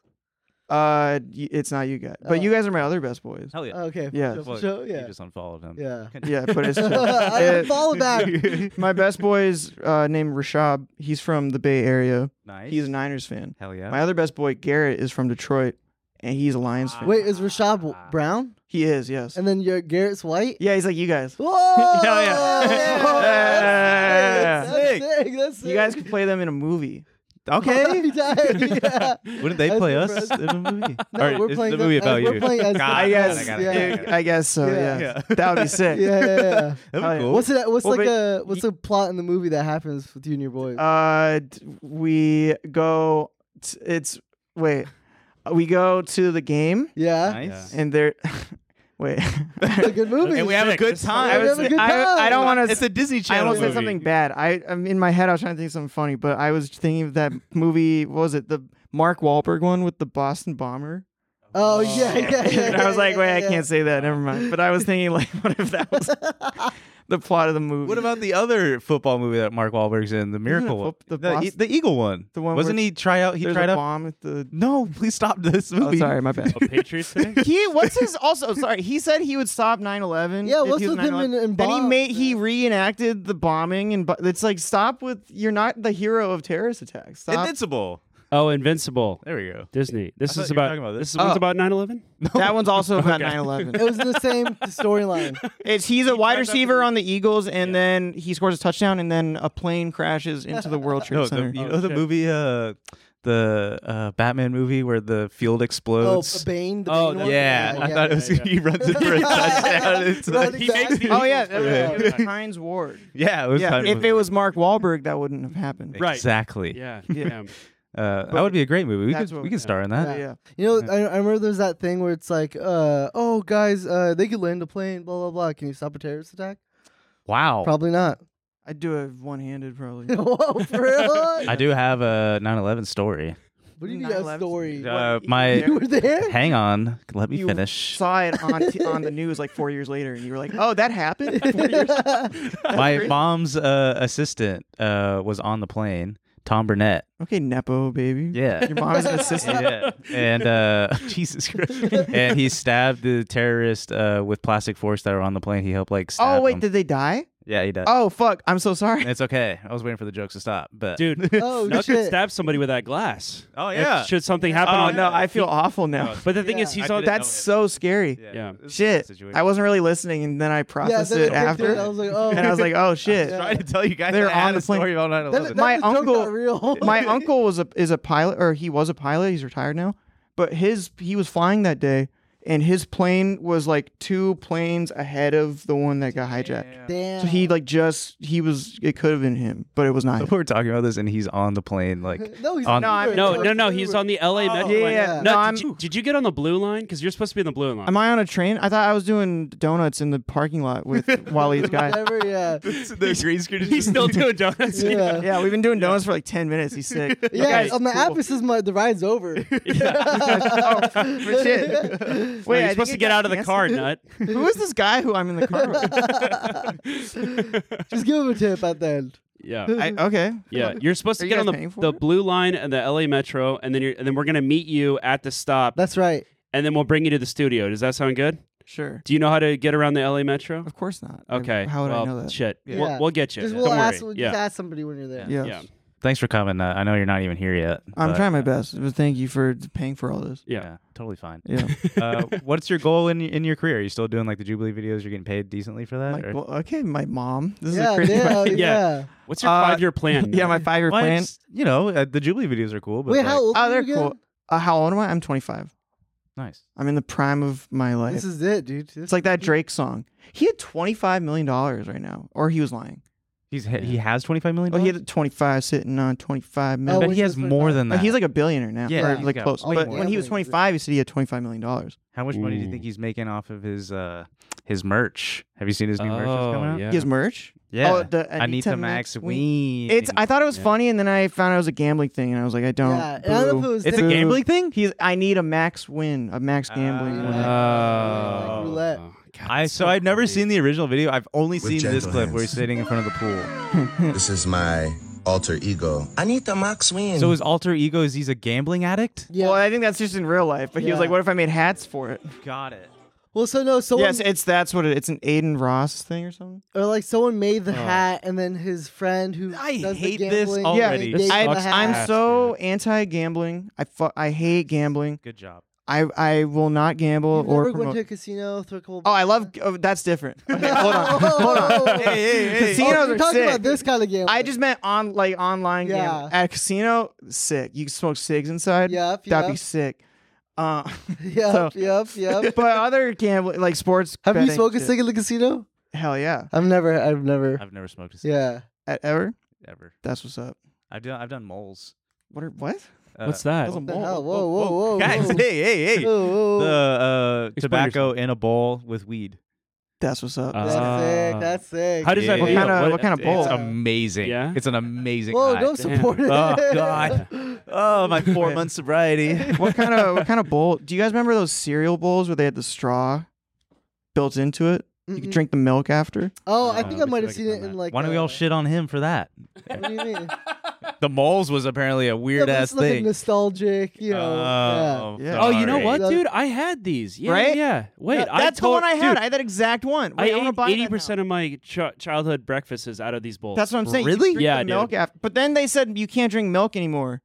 [SPEAKER 4] uh, y- it's not you guys, but
[SPEAKER 1] Oh.
[SPEAKER 4] you guys are my other best boys.
[SPEAKER 2] Hell yeah.
[SPEAKER 1] Okay.
[SPEAKER 4] Yeah.
[SPEAKER 1] So,
[SPEAKER 2] Well,
[SPEAKER 1] Uh, so-
[SPEAKER 2] You
[SPEAKER 1] yeah.
[SPEAKER 2] just unfollowed him.
[SPEAKER 1] *laughs* Yeah.
[SPEAKER 4] Yeah, but it's
[SPEAKER 1] I
[SPEAKER 4] *laughs* chill.
[SPEAKER 1] follow back.
[SPEAKER 4] It- my best boy's uh, named Rashab. He's from the Bay Area.
[SPEAKER 2] *laughs* Nice.
[SPEAKER 4] He's a Niners fan.
[SPEAKER 2] Hell yeah.
[SPEAKER 4] My other best boy Garrett is from Detroit, and he's a Lions fan.
[SPEAKER 1] Wait, is Rashad
[SPEAKER 4] *laughs*
[SPEAKER 1] w- brown?
[SPEAKER 4] He is, yes.
[SPEAKER 1] And then your Garrett's white?
[SPEAKER 4] Yeah, he's like you guys.
[SPEAKER 1] *laughs* Whoa!
[SPEAKER 4] Hell yeah.
[SPEAKER 1] That's sick.
[SPEAKER 2] Yeah.
[SPEAKER 4] *laughs*
[SPEAKER 1] That's sick. That's
[SPEAKER 4] You *laughs* guys could play them in a movie.
[SPEAKER 2] okay.
[SPEAKER 4] *laughs*
[SPEAKER 1] *laughs* yeah.
[SPEAKER 2] Wouldn't they
[SPEAKER 1] That's
[SPEAKER 2] play us
[SPEAKER 1] impressive.
[SPEAKER 2] in a movie?
[SPEAKER 1] *laughs* No,
[SPEAKER 2] Or
[SPEAKER 1] we're
[SPEAKER 2] is
[SPEAKER 1] playing
[SPEAKER 2] the movie
[SPEAKER 1] them-
[SPEAKER 2] about
[SPEAKER 1] uh,
[SPEAKER 2] you.
[SPEAKER 1] we're playing as
[SPEAKER 2] God,
[SPEAKER 4] I
[SPEAKER 2] I
[SPEAKER 4] guess.
[SPEAKER 1] us,
[SPEAKER 2] gotta-
[SPEAKER 1] yeah.
[SPEAKER 2] I gotta-
[SPEAKER 4] I guess so.
[SPEAKER 1] Yeah.
[SPEAKER 4] Yeah,
[SPEAKER 2] Yeah.
[SPEAKER 4] that would be sick.
[SPEAKER 1] Yeah, yeah, yeah.
[SPEAKER 2] That'd be
[SPEAKER 4] Oh, yeah.
[SPEAKER 2] cool.
[SPEAKER 1] What's it? What's
[SPEAKER 4] Well,
[SPEAKER 1] like
[SPEAKER 4] but
[SPEAKER 1] a what's the plot in the movie that happens with you and your boys?
[SPEAKER 4] Uh, d- we go. t- It's wait. We go to the game
[SPEAKER 1] yeah,
[SPEAKER 2] nice.
[SPEAKER 4] and there. *laughs* wait.
[SPEAKER 1] *laughs*
[SPEAKER 4] *laughs*
[SPEAKER 1] it's a good movie.
[SPEAKER 2] And we have a
[SPEAKER 3] Sick.
[SPEAKER 2] good
[SPEAKER 3] This time-
[SPEAKER 2] time.
[SPEAKER 4] I was.
[SPEAKER 1] have a good
[SPEAKER 4] I, I don't
[SPEAKER 1] time.
[SPEAKER 4] want
[SPEAKER 2] it's
[SPEAKER 4] to.
[SPEAKER 2] a Disney
[SPEAKER 4] I
[SPEAKER 2] Channel
[SPEAKER 4] almost said
[SPEAKER 2] movie.
[SPEAKER 4] something bad. I, I'm in my head. I was trying to think of something funny, but I was thinking of that movie. What was it? The Mark Wahlberg one with the Boston bomber.
[SPEAKER 1] oh yeah, *laughs* yeah, yeah.
[SPEAKER 4] and I was like,
[SPEAKER 1] yeah,
[SPEAKER 4] wait, I
[SPEAKER 1] yeah.
[SPEAKER 4] can't say that. Never mind. But I was thinking, like, *laughs* what if that
[SPEAKER 1] *laughs*
[SPEAKER 4] was the plot of the movie?
[SPEAKER 2] What about the other football movie that Mark Wahlberg's in? The Miracle one,
[SPEAKER 4] fo- the
[SPEAKER 2] the,
[SPEAKER 4] Boston-
[SPEAKER 2] the Eagle one.
[SPEAKER 4] the one
[SPEAKER 2] wasn't
[SPEAKER 4] where
[SPEAKER 2] he try out? He
[SPEAKER 4] There's
[SPEAKER 2] tried
[SPEAKER 4] a
[SPEAKER 2] out.
[SPEAKER 4] bomb at the.
[SPEAKER 2] No, *laughs* please stop this
[SPEAKER 4] *laughs* Oh,
[SPEAKER 2] movie.
[SPEAKER 4] sorry, my bad.
[SPEAKER 3] Oh, Patriots today?
[SPEAKER 1] *laughs*
[SPEAKER 4] he what's his also oh, sorry he said he would stop 9-11
[SPEAKER 1] Yeah,
[SPEAKER 4] if
[SPEAKER 1] what's
[SPEAKER 4] he was
[SPEAKER 1] with him
[SPEAKER 4] 9/11.
[SPEAKER 1] and- and
[SPEAKER 4] then he
[SPEAKER 1] bombs,
[SPEAKER 4] made he reenacted the bombing and bo- it's like stop with you're not the hero of terrorist attacks stop
[SPEAKER 2] Invincible.
[SPEAKER 3] Oh, Invincible.
[SPEAKER 2] There we go.
[SPEAKER 3] Disney. This
[SPEAKER 2] thought
[SPEAKER 3] is
[SPEAKER 2] you were
[SPEAKER 3] about,
[SPEAKER 2] talking about
[SPEAKER 3] this.
[SPEAKER 2] this.
[SPEAKER 3] is one's
[SPEAKER 4] Oh.
[SPEAKER 3] about 9/11.
[SPEAKER 4] that one's
[SPEAKER 2] *laughs*
[SPEAKER 4] also about
[SPEAKER 1] It
[SPEAKER 4] 9-11
[SPEAKER 1] was the same storyline.
[SPEAKER 4] *laughs* it's he's a wide
[SPEAKER 2] climbed up
[SPEAKER 4] receiver
[SPEAKER 2] the-
[SPEAKER 4] on the eagles and then he scores a touchdown and then a plane crashes into the
[SPEAKER 2] *laughs*
[SPEAKER 4] world trade
[SPEAKER 2] No, the,
[SPEAKER 4] center
[SPEAKER 2] you
[SPEAKER 3] Oh,
[SPEAKER 2] know the
[SPEAKER 3] shit.
[SPEAKER 2] movie, uh, the uh, Batman movie where the field
[SPEAKER 1] Oh,
[SPEAKER 2] explodes.
[SPEAKER 1] Bane. The
[SPEAKER 3] Oh,
[SPEAKER 1] Bane
[SPEAKER 3] that-
[SPEAKER 1] one?
[SPEAKER 2] yeah, I thought it was
[SPEAKER 3] yeah, yeah.
[SPEAKER 2] he runs it
[SPEAKER 1] *laughs*
[SPEAKER 2] for a touchdown. It's
[SPEAKER 1] Running
[SPEAKER 2] like-
[SPEAKER 1] back.
[SPEAKER 4] *laughs* oh yeah, *laughs*
[SPEAKER 1] Yeah.
[SPEAKER 4] that was- it
[SPEAKER 2] *laughs*
[SPEAKER 4] was Heinz Ward
[SPEAKER 2] yeah, it was.
[SPEAKER 4] yeah
[SPEAKER 2] kind of-
[SPEAKER 4] if it was Mark Wahlberg that wouldn't have happened
[SPEAKER 3] Right.
[SPEAKER 2] exactly.
[SPEAKER 3] Yeah.
[SPEAKER 4] Yeah.
[SPEAKER 3] damn.
[SPEAKER 2] Uh, that would be a great movie. We
[SPEAKER 4] That's
[SPEAKER 2] could
[SPEAKER 4] what
[SPEAKER 2] we
[SPEAKER 4] we-
[SPEAKER 2] could star in that.
[SPEAKER 4] yeah
[SPEAKER 1] You know, I, I remember there's that thing where it's like, uh, oh, guys, uh, they could land a plane, blah, blah, blah. Can you stop a terrorist attack?
[SPEAKER 4] Oh.
[SPEAKER 2] Wow.
[SPEAKER 1] Probably not. *laughs*
[SPEAKER 4] I'd do it one-handed probably
[SPEAKER 1] Whoa, for
[SPEAKER 4] *laughs*
[SPEAKER 1] real?
[SPEAKER 2] I do have a 9/11 story.
[SPEAKER 1] What do you mean a
[SPEAKER 4] 9/11?
[SPEAKER 1] story?
[SPEAKER 2] Uh,
[SPEAKER 4] *laughs*
[SPEAKER 2] my-
[SPEAKER 1] You were there?
[SPEAKER 2] Hang on, let me
[SPEAKER 4] you
[SPEAKER 2] finish.
[SPEAKER 4] saw it on t- on the news like four years later, and you were like, "Oh, that happened." *laughs* Four years-
[SPEAKER 2] My mom's uh, assistant uh, was on the plane, Tom Burnett.
[SPEAKER 4] okay, nepo baby.
[SPEAKER 2] Yeah.
[SPEAKER 4] your mom is an assistant.
[SPEAKER 2] yeah. And uh,
[SPEAKER 4] *laughs*
[SPEAKER 2] Jesus Christ. And he stabbed the terrorist uh, with plastic force that were on the plane. He helped like stab
[SPEAKER 4] oh wait,
[SPEAKER 2] them.
[SPEAKER 4] did they die?
[SPEAKER 2] Yeah, he does.
[SPEAKER 4] Oh fuck! I'm so sorry.
[SPEAKER 2] It's okay. I was waiting for the jokes to stop, but
[SPEAKER 1] *laughs*
[SPEAKER 3] Dude,
[SPEAKER 1] *laughs* Oh,
[SPEAKER 3] Snuck could
[SPEAKER 1] shit.
[SPEAKER 3] stab somebody with that glass.
[SPEAKER 2] Oh,
[SPEAKER 3] If-
[SPEAKER 2] yeah.
[SPEAKER 3] should something happen
[SPEAKER 2] Oh,
[SPEAKER 4] *laughs* Oh
[SPEAKER 3] on
[SPEAKER 4] no, I feel awful now.
[SPEAKER 3] But the thing
[SPEAKER 1] Yeah.
[SPEAKER 3] is, he's
[SPEAKER 2] I
[SPEAKER 3] on
[SPEAKER 2] didn't
[SPEAKER 4] That's so scary.
[SPEAKER 2] Yeah.
[SPEAKER 3] Yeah.
[SPEAKER 2] This is a
[SPEAKER 4] Shit,
[SPEAKER 2] situation.
[SPEAKER 4] I wasn't really listening, and then I
[SPEAKER 1] Yeah,
[SPEAKER 4] processed
[SPEAKER 1] then
[SPEAKER 4] it
[SPEAKER 1] I picked
[SPEAKER 4] after,
[SPEAKER 1] I was like, oh.
[SPEAKER 4] and I was like, oh *laughs* shit.
[SPEAKER 2] trying to tell you guys
[SPEAKER 4] They're
[SPEAKER 2] that I had
[SPEAKER 4] on the
[SPEAKER 2] a
[SPEAKER 4] plane.
[SPEAKER 2] story about 9
[SPEAKER 1] That- that
[SPEAKER 2] 11.
[SPEAKER 4] My
[SPEAKER 1] was a joke,
[SPEAKER 4] uncle-
[SPEAKER 1] not *laughs* real.
[SPEAKER 4] *laughs* my uncle was a is a pilot or he was a pilot he's retired now but his he was flying that day and his plane was like two planes ahead of the one that got hijacked
[SPEAKER 1] Damn.
[SPEAKER 4] so he like just he was it could have been him but it was not him. *laughs*
[SPEAKER 2] We're talking about this, and he's on the plane.
[SPEAKER 1] *laughs* *laughs*
[SPEAKER 2] Like, *laughs*
[SPEAKER 1] no, he's
[SPEAKER 2] on-
[SPEAKER 1] on,
[SPEAKER 4] No, I'm-
[SPEAKER 3] No, no, no.
[SPEAKER 1] *laughs*
[SPEAKER 3] He's on the LA
[SPEAKER 1] Oh.
[SPEAKER 3] Met.
[SPEAKER 4] yeah,
[SPEAKER 3] plane.
[SPEAKER 4] yeah.
[SPEAKER 3] No,
[SPEAKER 4] No,
[SPEAKER 3] did,
[SPEAKER 4] I'm-
[SPEAKER 3] you, did you get on the blue line? Because you're supposed to be in the blue line.
[SPEAKER 4] am i on a train i thought i was doing donuts in the parking lot with *laughs* wally's guy
[SPEAKER 1] Never,
[SPEAKER 4] *laughs*
[SPEAKER 1] yeah.
[SPEAKER 2] the green screen.
[SPEAKER 3] *laughs* He's
[SPEAKER 2] *laughs*
[SPEAKER 3] still doing donuts. *laughs*
[SPEAKER 1] Yeah.
[SPEAKER 4] yeah we've been doing donuts for like 10 minutes he's sick *laughs*
[SPEAKER 1] Yeah,
[SPEAKER 4] Okay,
[SPEAKER 1] on the app it says my the ride's
[SPEAKER 4] *laughs*
[SPEAKER 1] over.
[SPEAKER 4] but oh, shit. wait
[SPEAKER 3] Wait,
[SPEAKER 4] I
[SPEAKER 3] you're
[SPEAKER 4] think
[SPEAKER 3] supposed to
[SPEAKER 4] it
[SPEAKER 3] get
[SPEAKER 4] got
[SPEAKER 3] out of the
[SPEAKER 4] canceled.
[SPEAKER 3] car,
[SPEAKER 4] *laughs*
[SPEAKER 3] nut.
[SPEAKER 4] who is this guy who i'm in the car *laughs* with
[SPEAKER 1] *laughs* Just give him a tip at the end.
[SPEAKER 3] Yeah.
[SPEAKER 4] I, okay
[SPEAKER 3] Yeah, you're supposed
[SPEAKER 4] Are
[SPEAKER 3] to
[SPEAKER 4] you
[SPEAKER 3] get on
[SPEAKER 4] guys paying
[SPEAKER 3] the,
[SPEAKER 4] for
[SPEAKER 3] the
[SPEAKER 4] it?
[SPEAKER 3] blue line and the LA Metro, and then you're and then we're gonna meet you at the stop,
[SPEAKER 1] That's right.
[SPEAKER 3] and then we'll bring you to the studio. Does that sound good?
[SPEAKER 4] sure
[SPEAKER 3] Do you know how to get around the LA Metro?
[SPEAKER 4] of course not
[SPEAKER 3] Okay.
[SPEAKER 4] how would
[SPEAKER 3] well,
[SPEAKER 4] i know that
[SPEAKER 3] Shit.
[SPEAKER 1] Yeah.
[SPEAKER 3] We'll, we'll get you.
[SPEAKER 1] Just
[SPEAKER 3] Don't
[SPEAKER 1] we'll
[SPEAKER 3] worry.
[SPEAKER 1] ask, just
[SPEAKER 3] yeah.
[SPEAKER 1] ask somebody when you're there.
[SPEAKER 4] yeah
[SPEAKER 3] yeah. uh,
[SPEAKER 2] Thanks for coming. Uh, I know you're not even here yet.
[SPEAKER 4] I'm
[SPEAKER 2] but,
[SPEAKER 4] trying my best, but thank you for paying for all this.
[SPEAKER 3] Yeah.
[SPEAKER 2] Yeah, totally *laughs* fine.
[SPEAKER 3] *laughs*
[SPEAKER 4] Yeah.
[SPEAKER 2] uh, what's your goal in in your career? Are you still doing like the Jubilee videos? You're getting paid decently for that?
[SPEAKER 4] Like,
[SPEAKER 2] or-
[SPEAKER 4] well, okay, my mom. This
[SPEAKER 1] Yeah,
[SPEAKER 4] is a crazy.
[SPEAKER 1] yeah,
[SPEAKER 4] question.
[SPEAKER 1] yeah.
[SPEAKER 3] What's your
[SPEAKER 4] Uh,
[SPEAKER 3] five year plan?
[SPEAKER 4] *laughs* yeah, my five-year
[SPEAKER 2] Well,
[SPEAKER 4] plan.
[SPEAKER 2] it's- you know, uh, the Jubilee videos are cool. But
[SPEAKER 1] Wait,
[SPEAKER 2] like,
[SPEAKER 1] how old
[SPEAKER 4] Oh,
[SPEAKER 1] are you
[SPEAKER 4] they're
[SPEAKER 1] again?
[SPEAKER 4] cool. Uh, how old am I? I'm 25.
[SPEAKER 2] Nice.
[SPEAKER 4] I'm in the prime of my life.
[SPEAKER 1] This is it, dude. This
[SPEAKER 4] it's like that Drake song. He had 25 million dollars right now, or he was lying.
[SPEAKER 2] He's he has 25 million.
[SPEAKER 4] Oh, he had 25 sitting on 25
[SPEAKER 2] I
[SPEAKER 1] Oh,
[SPEAKER 4] million.
[SPEAKER 2] bet
[SPEAKER 1] wait,
[SPEAKER 2] he has
[SPEAKER 1] this was
[SPEAKER 2] more
[SPEAKER 1] not-
[SPEAKER 2] than that.
[SPEAKER 4] Like, he's like a billionaire now,
[SPEAKER 2] Yeah.
[SPEAKER 4] or like
[SPEAKER 2] Yeah.
[SPEAKER 4] close.
[SPEAKER 2] Way
[SPEAKER 4] But
[SPEAKER 1] more.
[SPEAKER 4] when he was 25, he said he had 25 million dollars.
[SPEAKER 2] how much money do you
[SPEAKER 3] Ooh.
[SPEAKER 2] think he's making off of his uh his merch? Have you seen his new merch that's coming
[SPEAKER 3] Oh,
[SPEAKER 2] out?
[SPEAKER 3] yeah.
[SPEAKER 4] He has merch.
[SPEAKER 2] Yeah.
[SPEAKER 4] Oh, the
[SPEAKER 2] I need
[SPEAKER 4] Anita
[SPEAKER 2] to max
[SPEAKER 4] Maxwell.
[SPEAKER 2] ween.
[SPEAKER 4] E It's. I thought it was funny, and then I found out it was a gambling thing, and I was like, I don't.
[SPEAKER 1] Yeah, and I don't know if
[SPEAKER 4] Boo.
[SPEAKER 1] it was Uh,
[SPEAKER 2] It's a
[SPEAKER 1] them.
[SPEAKER 2] gambling thing.
[SPEAKER 4] He's. I need a max win, a max
[SPEAKER 2] Ah.
[SPEAKER 4] gambling. win.
[SPEAKER 1] Yeah, like roulette.
[SPEAKER 3] Oh, God,
[SPEAKER 2] I
[SPEAKER 3] it's
[SPEAKER 2] so I've never
[SPEAKER 3] funny.
[SPEAKER 2] seen the original video. I've only
[SPEAKER 6] With
[SPEAKER 2] seen this
[SPEAKER 6] gentle
[SPEAKER 2] clip where he's
[SPEAKER 6] hands.
[SPEAKER 2] sitting in front of the pool.
[SPEAKER 6] This is my alter ego. I need the Max Win.
[SPEAKER 2] So his alter ego is he's a gambling addict.
[SPEAKER 1] Yeah.
[SPEAKER 4] Well,
[SPEAKER 1] Well,
[SPEAKER 4] I think that's just in real life. But he was
[SPEAKER 1] Yeah.
[SPEAKER 4] like, "What if I made hats for it?"
[SPEAKER 2] Got it.
[SPEAKER 1] so no, someone
[SPEAKER 4] yes, it's that's what it, it's an Aiden Ross thing or something.
[SPEAKER 1] or like someone made the hat, and then his friend who
[SPEAKER 2] I
[SPEAKER 1] does
[SPEAKER 2] hate
[SPEAKER 1] the
[SPEAKER 2] this
[SPEAKER 1] gambling,
[SPEAKER 2] already.
[SPEAKER 1] they gave
[SPEAKER 3] This
[SPEAKER 4] I,
[SPEAKER 1] him the
[SPEAKER 3] sucks
[SPEAKER 1] hat.
[SPEAKER 4] I'm
[SPEAKER 3] ass,
[SPEAKER 4] so anti-gambling. I fu- I hate gambling.
[SPEAKER 2] Good job.
[SPEAKER 4] I I will not gamble
[SPEAKER 1] You've
[SPEAKER 4] or
[SPEAKER 1] never went
[SPEAKER 4] promote.
[SPEAKER 1] to a casino, threw a couple
[SPEAKER 4] oh, I love. Oh,
[SPEAKER 1] *laughs*
[SPEAKER 4] that's different. Okay, hold
[SPEAKER 1] *laughs*
[SPEAKER 4] on.
[SPEAKER 1] hold on. *laughs*
[SPEAKER 2] *laughs*
[SPEAKER 4] Casinos
[SPEAKER 1] oh, you're
[SPEAKER 4] are
[SPEAKER 1] talking
[SPEAKER 4] sick.
[SPEAKER 1] about this kind of gambling.
[SPEAKER 4] I just meant on like online
[SPEAKER 1] Yeah.
[SPEAKER 4] gambling at a casino. Sick. You can smoke cigs inside.
[SPEAKER 1] Yep,
[SPEAKER 4] That'd
[SPEAKER 1] yep.
[SPEAKER 4] be sick. Uh,
[SPEAKER 1] yep, yep, yep.
[SPEAKER 4] *laughs* but other gambling like sports.
[SPEAKER 1] Have you
[SPEAKER 4] betting
[SPEAKER 1] smoked a
[SPEAKER 4] shit.
[SPEAKER 1] cig in the casino?
[SPEAKER 4] Hell yeah.
[SPEAKER 1] I've never. I've never.
[SPEAKER 2] I've never smoked a cigarette
[SPEAKER 1] Yeah.
[SPEAKER 4] At ever.
[SPEAKER 2] ever.
[SPEAKER 4] That's what's up.
[SPEAKER 2] I've done I've done moles.
[SPEAKER 4] What? Are, what?
[SPEAKER 2] Uh,
[SPEAKER 3] What's that?
[SPEAKER 4] That was a
[SPEAKER 1] What the
[SPEAKER 4] mole.
[SPEAKER 1] hell? Whoa, whoa, whoa,
[SPEAKER 2] Guys,
[SPEAKER 1] whoa.
[SPEAKER 2] hey, hey, hey.
[SPEAKER 1] Whoa, whoa, whoa.
[SPEAKER 2] The uh,
[SPEAKER 3] Explain
[SPEAKER 2] tobacco
[SPEAKER 3] yourself.
[SPEAKER 2] in a bowl with weed.
[SPEAKER 4] That's what's up.
[SPEAKER 1] That's
[SPEAKER 3] Ah.
[SPEAKER 1] sick. That's sick.
[SPEAKER 3] How does that
[SPEAKER 2] Yeah.
[SPEAKER 3] feel?
[SPEAKER 2] What
[SPEAKER 4] kinda- what kinda bowl?
[SPEAKER 2] It's amazing.
[SPEAKER 3] Yeah?
[SPEAKER 2] It's an amazing
[SPEAKER 1] Whoa!
[SPEAKER 2] high.
[SPEAKER 1] Don't
[SPEAKER 3] Damn.
[SPEAKER 1] support it.
[SPEAKER 2] Oh, God.
[SPEAKER 1] *laughs*
[SPEAKER 2] Oh, my four
[SPEAKER 4] Okay.
[SPEAKER 2] month sobriety.
[SPEAKER 4] what kind of what kind of bowl? Do you guys remember those cereal bowls where they had the straw built into it? You could
[SPEAKER 1] Mm-mm.
[SPEAKER 4] drink the milk after.
[SPEAKER 1] Oh, I
[SPEAKER 2] Uh,
[SPEAKER 1] think I
[SPEAKER 2] we
[SPEAKER 1] might have
[SPEAKER 2] should have
[SPEAKER 1] seen
[SPEAKER 2] done
[SPEAKER 1] it in
[SPEAKER 2] that.
[SPEAKER 1] like.
[SPEAKER 2] Why don't we
[SPEAKER 1] uh,
[SPEAKER 2] all shit on him for that?
[SPEAKER 1] What do you mean?
[SPEAKER 2] The moles was apparently a
[SPEAKER 1] Yeah,
[SPEAKER 2] weird
[SPEAKER 1] but
[SPEAKER 2] ass
[SPEAKER 1] it's like a
[SPEAKER 2] thing.
[SPEAKER 1] nostalgic, you know.
[SPEAKER 2] oh,
[SPEAKER 4] yeah. Yeah.
[SPEAKER 3] Oh, you know
[SPEAKER 2] sorry.
[SPEAKER 3] what,
[SPEAKER 1] Sorry.
[SPEAKER 3] dude? I had these. Yeah,
[SPEAKER 4] Right?
[SPEAKER 3] Yeah. Wait,
[SPEAKER 4] Yeah,
[SPEAKER 3] I
[SPEAKER 4] that's the one
[SPEAKER 3] tot-
[SPEAKER 4] I had.
[SPEAKER 3] dude,
[SPEAKER 4] I had that exact one. Wait,
[SPEAKER 3] I
[SPEAKER 4] I want to
[SPEAKER 3] ate
[SPEAKER 4] buy that now.
[SPEAKER 3] eighty percent of my ch- childhood breakfasts out of these bowls.
[SPEAKER 4] That's what I'm saying. You
[SPEAKER 2] Really?
[SPEAKER 4] drink
[SPEAKER 3] Yeah,
[SPEAKER 4] the
[SPEAKER 3] dude.
[SPEAKER 4] milk after. But then they said you can't drink milk anymore.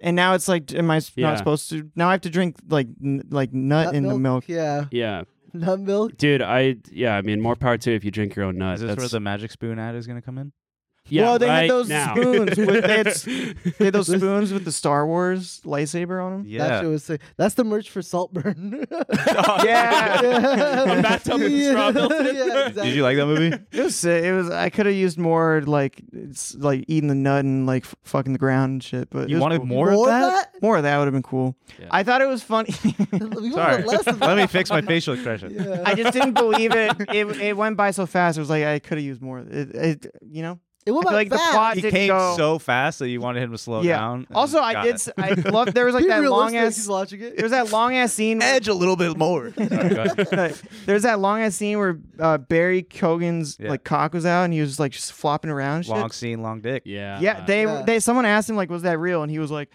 [SPEAKER 4] And now it's like, am I s-
[SPEAKER 3] Yeah.
[SPEAKER 4] not supposed to? Now I have to drink like n- like nut,
[SPEAKER 1] Nut
[SPEAKER 4] in the milk.
[SPEAKER 1] Yeah.
[SPEAKER 3] *laughs* yeah,
[SPEAKER 1] Nut milk.
[SPEAKER 3] dude. I yeah. I mean, more power to you if you drink your own nut.
[SPEAKER 2] Is this
[SPEAKER 3] That's,
[SPEAKER 4] *laughs*
[SPEAKER 2] where the magic spoon ad is gonna come in?
[SPEAKER 3] yeah,
[SPEAKER 4] well, they
[SPEAKER 3] right
[SPEAKER 4] had those
[SPEAKER 3] now.
[SPEAKER 4] spoons
[SPEAKER 3] *laughs*
[SPEAKER 4] with they
[SPEAKER 2] *laughs*
[SPEAKER 4] had, s- they had those spoons with the Star Wars lightsaber on them.
[SPEAKER 1] That shit was sick. That's the merch for Saltburn. *laughs*
[SPEAKER 4] Yeah.
[SPEAKER 1] yeah.
[SPEAKER 3] A bathtub with
[SPEAKER 4] *laughs*
[SPEAKER 3] straw built in it?
[SPEAKER 1] Yeah, exactly.
[SPEAKER 2] Did you like that movie?
[SPEAKER 4] It was sick. It was. I could have used more like it's like eating the nut and like f- fucking the ground and shit. But it
[SPEAKER 2] You
[SPEAKER 4] was
[SPEAKER 2] wanted
[SPEAKER 4] cool.
[SPEAKER 2] more, of that?
[SPEAKER 4] More of that would have been cool.
[SPEAKER 3] Yeah.
[SPEAKER 4] I thought it was funny. *laughs*
[SPEAKER 1] We wanted
[SPEAKER 2] Sorry.
[SPEAKER 1] less of
[SPEAKER 2] Let
[SPEAKER 1] that.
[SPEAKER 2] me fix my facial expression.
[SPEAKER 1] *laughs* Yeah.
[SPEAKER 4] I just didn't believe it. It it went by so fast. It was like I could have used more. It, it you know.
[SPEAKER 1] It went by
[SPEAKER 4] I feel like the
[SPEAKER 1] fast.
[SPEAKER 4] plot
[SPEAKER 2] He
[SPEAKER 4] didn't
[SPEAKER 2] came
[SPEAKER 4] go-
[SPEAKER 2] so fast that you wanted him to slow
[SPEAKER 4] yeah.
[SPEAKER 2] down. and-
[SPEAKER 4] Also, I
[SPEAKER 2] Got
[SPEAKER 4] did.
[SPEAKER 2] it.
[SPEAKER 4] s- I
[SPEAKER 2] *laughs*
[SPEAKER 4] love.
[SPEAKER 1] *laughs*
[SPEAKER 4] There was like
[SPEAKER 1] Be
[SPEAKER 4] that long
[SPEAKER 1] realistic,
[SPEAKER 4] ass.
[SPEAKER 1] He's watching it.
[SPEAKER 4] There was that long ass scene. where- *laughs*
[SPEAKER 2] edge a little bit more.
[SPEAKER 4] There's that long ass scene where uh, Barry Kogan's
[SPEAKER 2] Yeah.
[SPEAKER 4] like cock was out and he was just like just flopping around. and *laughs* shit.
[SPEAKER 2] long scene, long dick.
[SPEAKER 3] yeah,
[SPEAKER 4] Yeah, they
[SPEAKER 1] Yeah.
[SPEAKER 4] they someone asked him like, was that real? And he was like,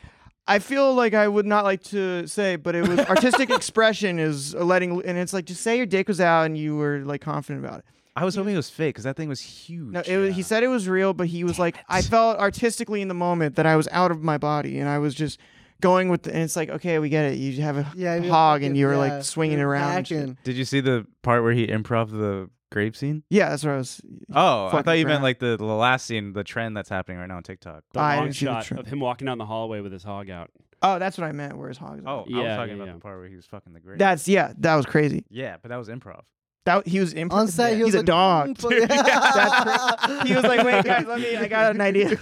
[SPEAKER 4] I feel like I would not like to say, but
[SPEAKER 1] *laughs*
[SPEAKER 4] it was artistic expression is letting, and it's like just say your dick was out and you were like confident about it.
[SPEAKER 2] I was hoping it was fake because that thing was huge.
[SPEAKER 4] No, it was, he said it was real, but he was like, I felt artistically in the moment that I was out of my body and I was just going with. The, and it's like, okay, we get it. You have a
[SPEAKER 1] *laughs* Yeah, you're
[SPEAKER 4] hog
[SPEAKER 1] fucking-
[SPEAKER 4] and you were
[SPEAKER 1] yeah,
[SPEAKER 4] like swinging
[SPEAKER 1] you're
[SPEAKER 4] around. and shit.
[SPEAKER 1] packing.
[SPEAKER 2] Did you see the part where he improv the grave scene?
[SPEAKER 4] Yeah, that's what I was.
[SPEAKER 2] Oh, I
[SPEAKER 4] Fucking
[SPEAKER 2] thought you meant
[SPEAKER 4] crap.
[SPEAKER 2] like the, the last scene, the trend that's happening right now on TikTok.
[SPEAKER 3] The
[SPEAKER 4] I
[SPEAKER 3] long
[SPEAKER 4] didn't see the
[SPEAKER 3] shot
[SPEAKER 4] tra-
[SPEAKER 3] of him walking down the hallway with his hog out.
[SPEAKER 4] Oh, that's what I meant. Where's hogs?
[SPEAKER 2] Oh, I was
[SPEAKER 3] Yeah,
[SPEAKER 2] talking
[SPEAKER 3] yeah,
[SPEAKER 2] about
[SPEAKER 3] yeah.
[SPEAKER 2] the part where he was fucking the grave.
[SPEAKER 4] that's yeah. That was crazy.
[SPEAKER 2] yeah, but that was improv. *laughs*
[SPEAKER 4] That he was imp-
[SPEAKER 1] On set, he was
[SPEAKER 4] He's a
[SPEAKER 1] like,
[SPEAKER 4] dog.
[SPEAKER 1] "Mm,
[SPEAKER 4] *laughs*
[SPEAKER 1] fuck yeah."
[SPEAKER 4] he was like, wait, guys, let me.
[SPEAKER 1] *laughs*
[SPEAKER 4] I *laughs* got an idea.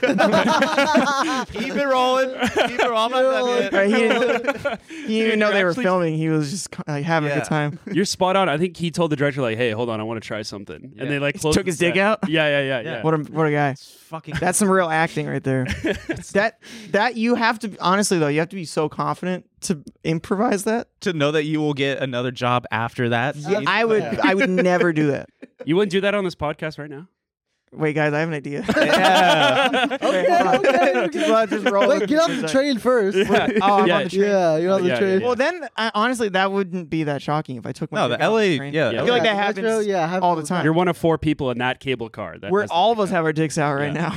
[SPEAKER 2] keep it rolling. Keep it *laughs* rolling.
[SPEAKER 1] rolling.
[SPEAKER 4] Right, he, didn't, he didn't even know
[SPEAKER 3] you're
[SPEAKER 4] they were
[SPEAKER 3] actually-
[SPEAKER 4] filming. He was just like having a
[SPEAKER 2] Yeah.
[SPEAKER 4] good time.
[SPEAKER 3] You're spot on. I think he told the director like, "Hey, hold on, I want to try something,"
[SPEAKER 2] Yeah.
[SPEAKER 3] and they like
[SPEAKER 4] He
[SPEAKER 3] closed
[SPEAKER 4] took
[SPEAKER 3] the
[SPEAKER 4] his dick
[SPEAKER 3] set.
[SPEAKER 4] out?
[SPEAKER 3] Yeah, yeah, yeah, yeah.
[SPEAKER 2] Yeah.
[SPEAKER 4] What a what a guy.
[SPEAKER 2] It's fucking.
[SPEAKER 4] That's some real acting
[SPEAKER 3] *laughs*
[SPEAKER 4] right there. that that you have to honestly though, you have to be so confident to improvise that.
[SPEAKER 2] to know that you will get another job after that.
[SPEAKER 4] I would
[SPEAKER 1] Yeah.
[SPEAKER 4] I would never do that.
[SPEAKER 3] You wouldn't do that on this podcast right now.
[SPEAKER 4] Wait, guys, I have an idea.
[SPEAKER 1] Okay, okay, okay.
[SPEAKER 4] Just, uh, just roll
[SPEAKER 1] Wait,
[SPEAKER 4] with
[SPEAKER 1] get
[SPEAKER 4] it
[SPEAKER 1] off
[SPEAKER 4] for
[SPEAKER 1] the
[SPEAKER 4] a sec.
[SPEAKER 1] train first.
[SPEAKER 4] Oh, I'm
[SPEAKER 3] Yeah.
[SPEAKER 4] on the train.
[SPEAKER 1] Yeah, you're on the
[SPEAKER 3] Yeah, yeah,
[SPEAKER 1] train.
[SPEAKER 3] yeah.
[SPEAKER 4] *laughs* Well, then I, honestly, that wouldn't be that shocking if I took my
[SPEAKER 2] No,
[SPEAKER 4] dick
[SPEAKER 2] the
[SPEAKER 4] out on
[SPEAKER 2] LA
[SPEAKER 4] train.
[SPEAKER 2] yeah,
[SPEAKER 3] Yeah.
[SPEAKER 4] I feel like
[SPEAKER 1] Yeah,
[SPEAKER 4] that happens
[SPEAKER 1] metro, yeah, happens
[SPEAKER 4] all the time.
[SPEAKER 3] You're one of four people in that cable car. That
[SPEAKER 4] We're
[SPEAKER 3] has the
[SPEAKER 4] all
[SPEAKER 3] dick
[SPEAKER 4] of us
[SPEAKER 3] out.
[SPEAKER 4] have our dicks out right now.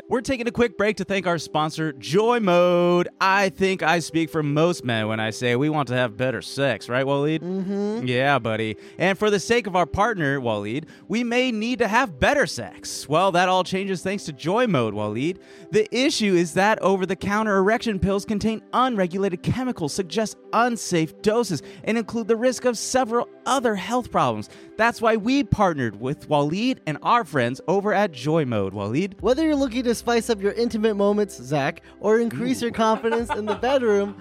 [SPEAKER 4] *laughs*
[SPEAKER 2] We're taking a quick break to thank our sponsor, Joy Mode. I think I speak for most men when I say we want to have better sex, right, Waleed? Mm-hmm. Yeah, buddy. And for the sake of our partner, Waleed, we may need to have better sex. Well, that all changes thanks to Joy Mode, Waleed. The issue is that over the counter erection pills contain unregulated chemicals, suggest unsafe doses, and include the risk of several other health problems. That's why we partnered with Waleed and our friends over at Joy Mode, Waleed.
[SPEAKER 1] Whether you're looking to spice up your intimate moments, Zach, or increase your confidence in the bedroom,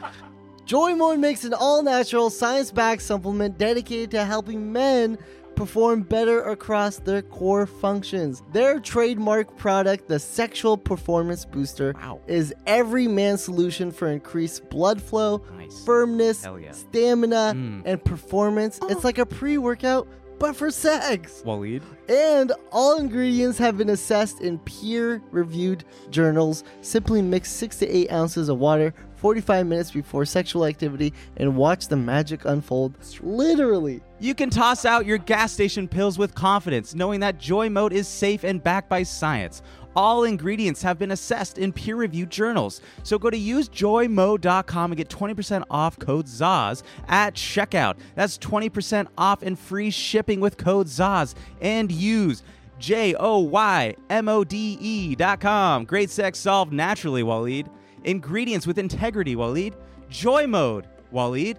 [SPEAKER 1] Joy Mode makes an all natural, science backed supplement dedicated to helping men perform better across their core functions. Their trademark product, the Sexual Performance Booster,
[SPEAKER 2] Wow.
[SPEAKER 1] is every man's solution for increased blood flow,
[SPEAKER 2] Nice.
[SPEAKER 1] firmness,
[SPEAKER 2] Hell yeah.
[SPEAKER 1] stamina,
[SPEAKER 2] Mm. Oh.
[SPEAKER 1] and performance. It's like a pre workout, but for sex.
[SPEAKER 2] Waleed.
[SPEAKER 1] And all ingredients have been assessed in peer reviewed journals. Simply mix six to eight ounces of water 45 minutes before sexual activity and watch the magic unfold. Literally.
[SPEAKER 2] You can toss out your gas station pills with confidence, knowing that Joy Mode is safe and backed by science. All ingredients have been assessed in peer reviewed journals. So go to usejoymode.com and get 20% off code ZAZ at checkout. That's 20% off and free shipping with code ZAZ. And use J O Y M O D E dot com. Great sex solved naturally, Waleed. Ingredients with integrity, Waleed. Joy Mode, Waleed.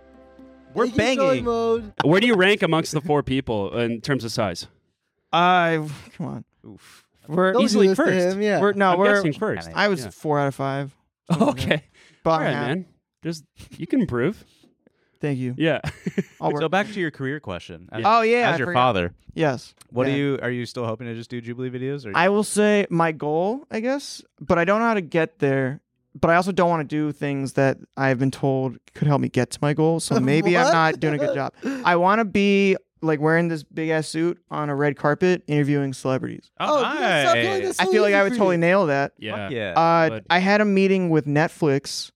[SPEAKER 2] We're
[SPEAKER 1] Thank you, Joy
[SPEAKER 2] banging.
[SPEAKER 1] Mode.
[SPEAKER 3] Where do you rank amongst the four people in terms of size?
[SPEAKER 4] I come on. We're e,
[SPEAKER 1] Don't do
[SPEAKER 3] Easily
[SPEAKER 1] this to
[SPEAKER 3] first.
[SPEAKER 1] him, yeah.
[SPEAKER 4] we're no,
[SPEAKER 3] I'm
[SPEAKER 4] we're
[SPEAKER 3] guessing first.
[SPEAKER 4] I was
[SPEAKER 3] Yeah.
[SPEAKER 4] four out of five. *laughs*
[SPEAKER 3] okay. All
[SPEAKER 4] Bottom
[SPEAKER 3] right,
[SPEAKER 4] half.
[SPEAKER 3] man. There's you can improve.
[SPEAKER 4] Thank you.
[SPEAKER 3] Yeah. *laughs*
[SPEAKER 4] I'll work.
[SPEAKER 2] So back to your career question. As,
[SPEAKER 4] Oh, yeah,
[SPEAKER 2] as
[SPEAKER 4] I
[SPEAKER 2] your
[SPEAKER 4] forgot.
[SPEAKER 2] father,
[SPEAKER 4] yes.
[SPEAKER 2] what
[SPEAKER 4] Yeah.
[SPEAKER 2] are you? Are you still hoping to just do Jubilee videos? Or
[SPEAKER 4] I will say my goal, I guess, but I don't know how to get there. But I also don't want to do things that I've been told could help me get to my goal. So maybe I'm
[SPEAKER 1] What?
[SPEAKER 4] not doing a
[SPEAKER 1] *laughs*
[SPEAKER 4] good job. I want to be like wearing this big ass suit on a red carpet interviewing celebrities.
[SPEAKER 1] Oh, dude, stop doing this.
[SPEAKER 4] I
[SPEAKER 1] So
[SPEAKER 4] feel like
[SPEAKER 1] easy
[SPEAKER 4] I would
[SPEAKER 1] for
[SPEAKER 4] totally
[SPEAKER 1] you.
[SPEAKER 4] nail that.
[SPEAKER 3] yeah.
[SPEAKER 2] yeah.
[SPEAKER 4] Uh,
[SPEAKER 3] But-
[SPEAKER 4] I had a meeting with Netflix,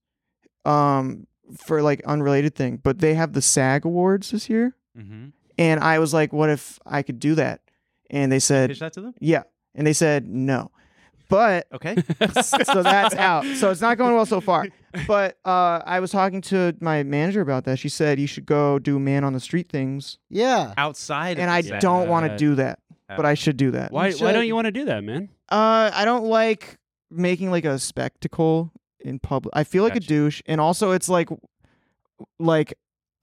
[SPEAKER 4] um, for like unrelated thing, but they have the SAG Awards this year,
[SPEAKER 2] mm-hmm.
[SPEAKER 4] and I was like, what if I could do that? And they
[SPEAKER 2] Pitch
[SPEAKER 4] said,
[SPEAKER 2] that to them.
[SPEAKER 4] yeah, and they said no, but *laughs*
[SPEAKER 2] Okay.
[SPEAKER 3] *laughs*
[SPEAKER 4] so that's out. So it's not going well so far. But uh, I was talking to my manager about that. She said you should go do man on the street things,
[SPEAKER 1] Yeah.
[SPEAKER 2] Outside.
[SPEAKER 4] and I don't want to
[SPEAKER 3] Sad.
[SPEAKER 4] do that, but I should do that.
[SPEAKER 3] Why
[SPEAKER 1] You
[SPEAKER 3] why
[SPEAKER 1] should-
[SPEAKER 3] don't you want to do that, man?
[SPEAKER 4] Uh, I don't like making like a spectacle in public. I feel like
[SPEAKER 2] Gotcha.
[SPEAKER 4] a douche, and also it's like, like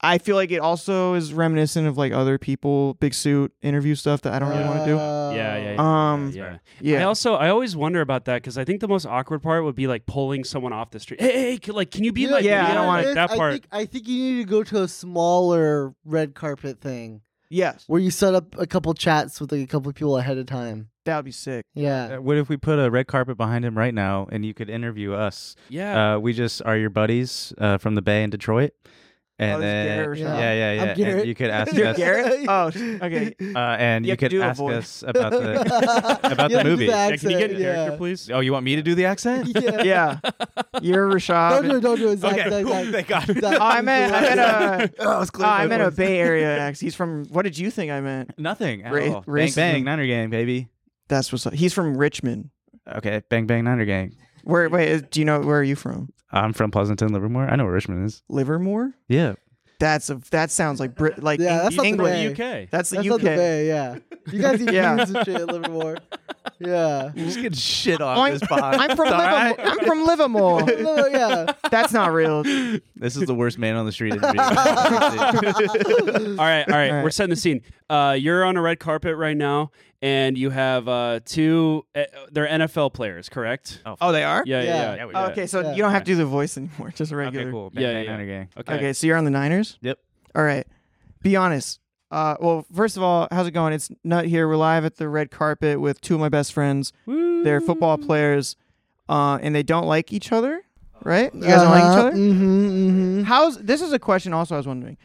[SPEAKER 4] I feel like it also is reminiscent of like other people, big suit interview stuff that I don't really want to do.
[SPEAKER 1] Uh,
[SPEAKER 3] yeah, yeah, yeah.
[SPEAKER 4] Um,
[SPEAKER 3] yeah. I
[SPEAKER 4] yeah.
[SPEAKER 3] also I always wonder about that because I think the most awkward part would be like pulling someone off the street. Hey, hey, can- like, can you be
[SPEAKER 1] You know,
[SPEAKER 3] like,
[SPEAKER 4] Yeah, I
[SPEAKER 1] you
[SPEAKER 3] you
[SPEAKER 4] don't
[SPEAKER 1] know
[SPEAKER 3] know,
[SPEAKER 4] wanna-
[SPEAKER 1] what
[SPEAKER 3] like
[SPEAKER 1] it
[SPEAKER 3] that
[SPEAKER 1] is? I
[SPEAKER 3] part?
[SPEAKER 1] think, I think you need to go to a smaller red carpet thing
[SPEAKER 4] Yes,
[SPEAKER 1] where you set up a couple chats with like a couple people ahead of time.
[SPEAKER 4] that would be sick.
[SPEAKER 1] Yeah.
[SPEAKER 2] uh, What if we put a red carpet behind him right now, and you could interview us?
[SPEAKER 3] yeah,
[SPEAKER 2] Uh, we just are your buddies uh, from the Bay in Detroit, and
[SPEAKER 4] Oh, this is
[SPEAKER 2] then
[SPEAKER 4] Garrett or
[SPEAKER 2] yeah,
[SPEAKER 4] something.
[SPEAKER 2] yeah, yeah,
[SPEAKER 1] I'm
[SPEAKER 2] and
[SPEAKER 1] Garrett.
[SPEAKER 2] you could
[SPEAKER 4] *laughs*
[SPEAKER 2] ask
[SPEAKER 1] You're
[SPEAKER 2] us,
[SPEAKER 1] Garrett?
[SPEAKER 3] *laughs*
[SPEAKER 4] Garrett? Oh, sh- okay.
[SPEAKER 2] uh, and
[SPEAKER 4] You
[SPEAKER 2] you
[SPEAKER 4] have to
[SPEAKER 2] could
[SPEAKER 4] do a
[SPEAKER 2] ask
[SPEAKER 4] voice.
[SPEAKER 2] us about
[SPEAKER 4] *laughs*
[SPEAKER 2] the. *laughs* About the
[SPEAKER 1] Yeah, do
[SPEAKER 2] movie. Yeah,
[SPEAKER 3] Yeah, can you get in
[SPEAKER 1] accent,
[SPEAKER 3] character,
[SPEAKER 1] yeah.
[SPEAKER 3] please?
[SPEAKER 2] Oh, you want me to do the
[SPEAKER 4] *laughs*
[SPEAKER 2] accent?
[SPEAKER 1] *laughs*
[SPEAKER 2] *laughs*
[SPEAKER 1] Yeah.
[SPEAKER 4] Yeah.
[SPEAKER 1] *laughs*
[SPEAKER 4] You're Rashad.
[SPEAKER 1] Don't do it. Don't do it. Zach,
[SPEAKER 2] Okay,
[SPEAKER 1] Zach,
[SPEAKER 2] cool.
[SPEAKER 1] Zach.
[SPEAKER 2] Thank God.
[SPEAKER 1] Zach,
[SPEAKER 4] Oh, I meant, I meant a,
[SPEAKER 2] oh, I was
[SPEAKER 4] *laughs* oh,
[SPEAKER 2] clearing
[SPEAKER 4] I
[SPEAKER 2] my
[SPEAKER 4] meant a
[SPEAKER 2] voice.
[SPEAKER 4] Bay Area accent. He's from, what did you think I meant?
[SPEAKER 2] Nothing. At
[SPEAKER 4] Ra-
[SPEAKER 2] all. Bang
[SPEAKER 4] racism.
[SPEAKER 2] bang Niner gang, baby.
[SPEAKER 4] That's what's up. He's from Richmond.
[SPEAKER 2] Okay, bang bang Niner gang.
[SPEAKER 4] Where, wait, is- do you know, where are you from?
[SPEAKER 2] I'm from Pleasanton, Livermore. I know where Richmond is.
[SPEAKER 4] Livermore?
[SPEAKER 2] Yeah.
[SPEAKER 4] That's a, that sounds like Brit, like
[SPEAKER 1] Yeah,
[SPEAKER 4] Eng-
[SPEAKER 1] that's not the
[SPEAKER 4] England.
[SPEAKER 1] Bay.
[SPEAKER 3] UK.
[SPEAKER 4] That's the
[SPEAKER 1] That's
[SPEAKER 4] UK.
[SPEAKER 1] not the Bay. Yeah. You guys even
[SPEAKER 4] *laughs* Yeah.
[SPEAKER 1] yeah. some shit in Livermore.
[SPEAKER 2] *laughs*
[SPEAKER 1] Yeah.
[SPEAKER 2] You just get shit on
[SPEAKER 4] I'm,
[SPEAKER 2] this pod.
[SPEAKER 4] I'm from
[SPEAKER 2] It's all right.
[SPEAKER 4] Livermore. I'm from Livermore.
[SPEAKER 1] *laughs* No, yeah.
[SPEAKER 4] That's not real.
[SPEAKER 2] *laughs* This is the worst man on the street
[SPEAKER 4] *laughs*
[SPEAKER 2] interview. I've ever seen.
[SPEAKER 3] All right, all right,
[SPEAKER 4] All right.
[SPEAKER 3] We're setting the scene. Uh, you're on a red carpet right now, and you have uh, two. Uh, they're NFL players, correct?
[SPEAKER 4] Oh, they are?
[SPEAKER 3] Yeah, yeah,
[SPEAKER 1] Yeah.
[SPEAKER 3] yeah.
[SPEAKER 2] Yeah, we
[SPEAKER 3] yeah.
[SPEAKER 2] got it.
[SPEAKER 4] okay, so
[SPEAKER 1] Yeah.
[SPEAKER 4] you don't have to do the voice anymore. Just regular.
[SPEAKER 2] okay, cool. Bang
[SPEAKER 3] Yeah,
[SPEAKER 2] bang
[SPEAKER 3] yeah.
[SPEAKER 2] Niner gang.
[SPEAKER 3] Okay.
[SPEAKER 4] Okay. so you're on the Niners?
[SPEAKER 2] Yep.
[SPEAKER 4] All right. Be honest. Uh, well, first of all, how's it going? It's Nut here. We're live at the red carpet with two of my best friends. They're football players, uh, and they don't like each other, right? You guys don't like each other?
[SPEAKER 1] Uh-huh, *laughs* Mm-hmm,
[SPEAKER 4] How's this is a question also I was wondering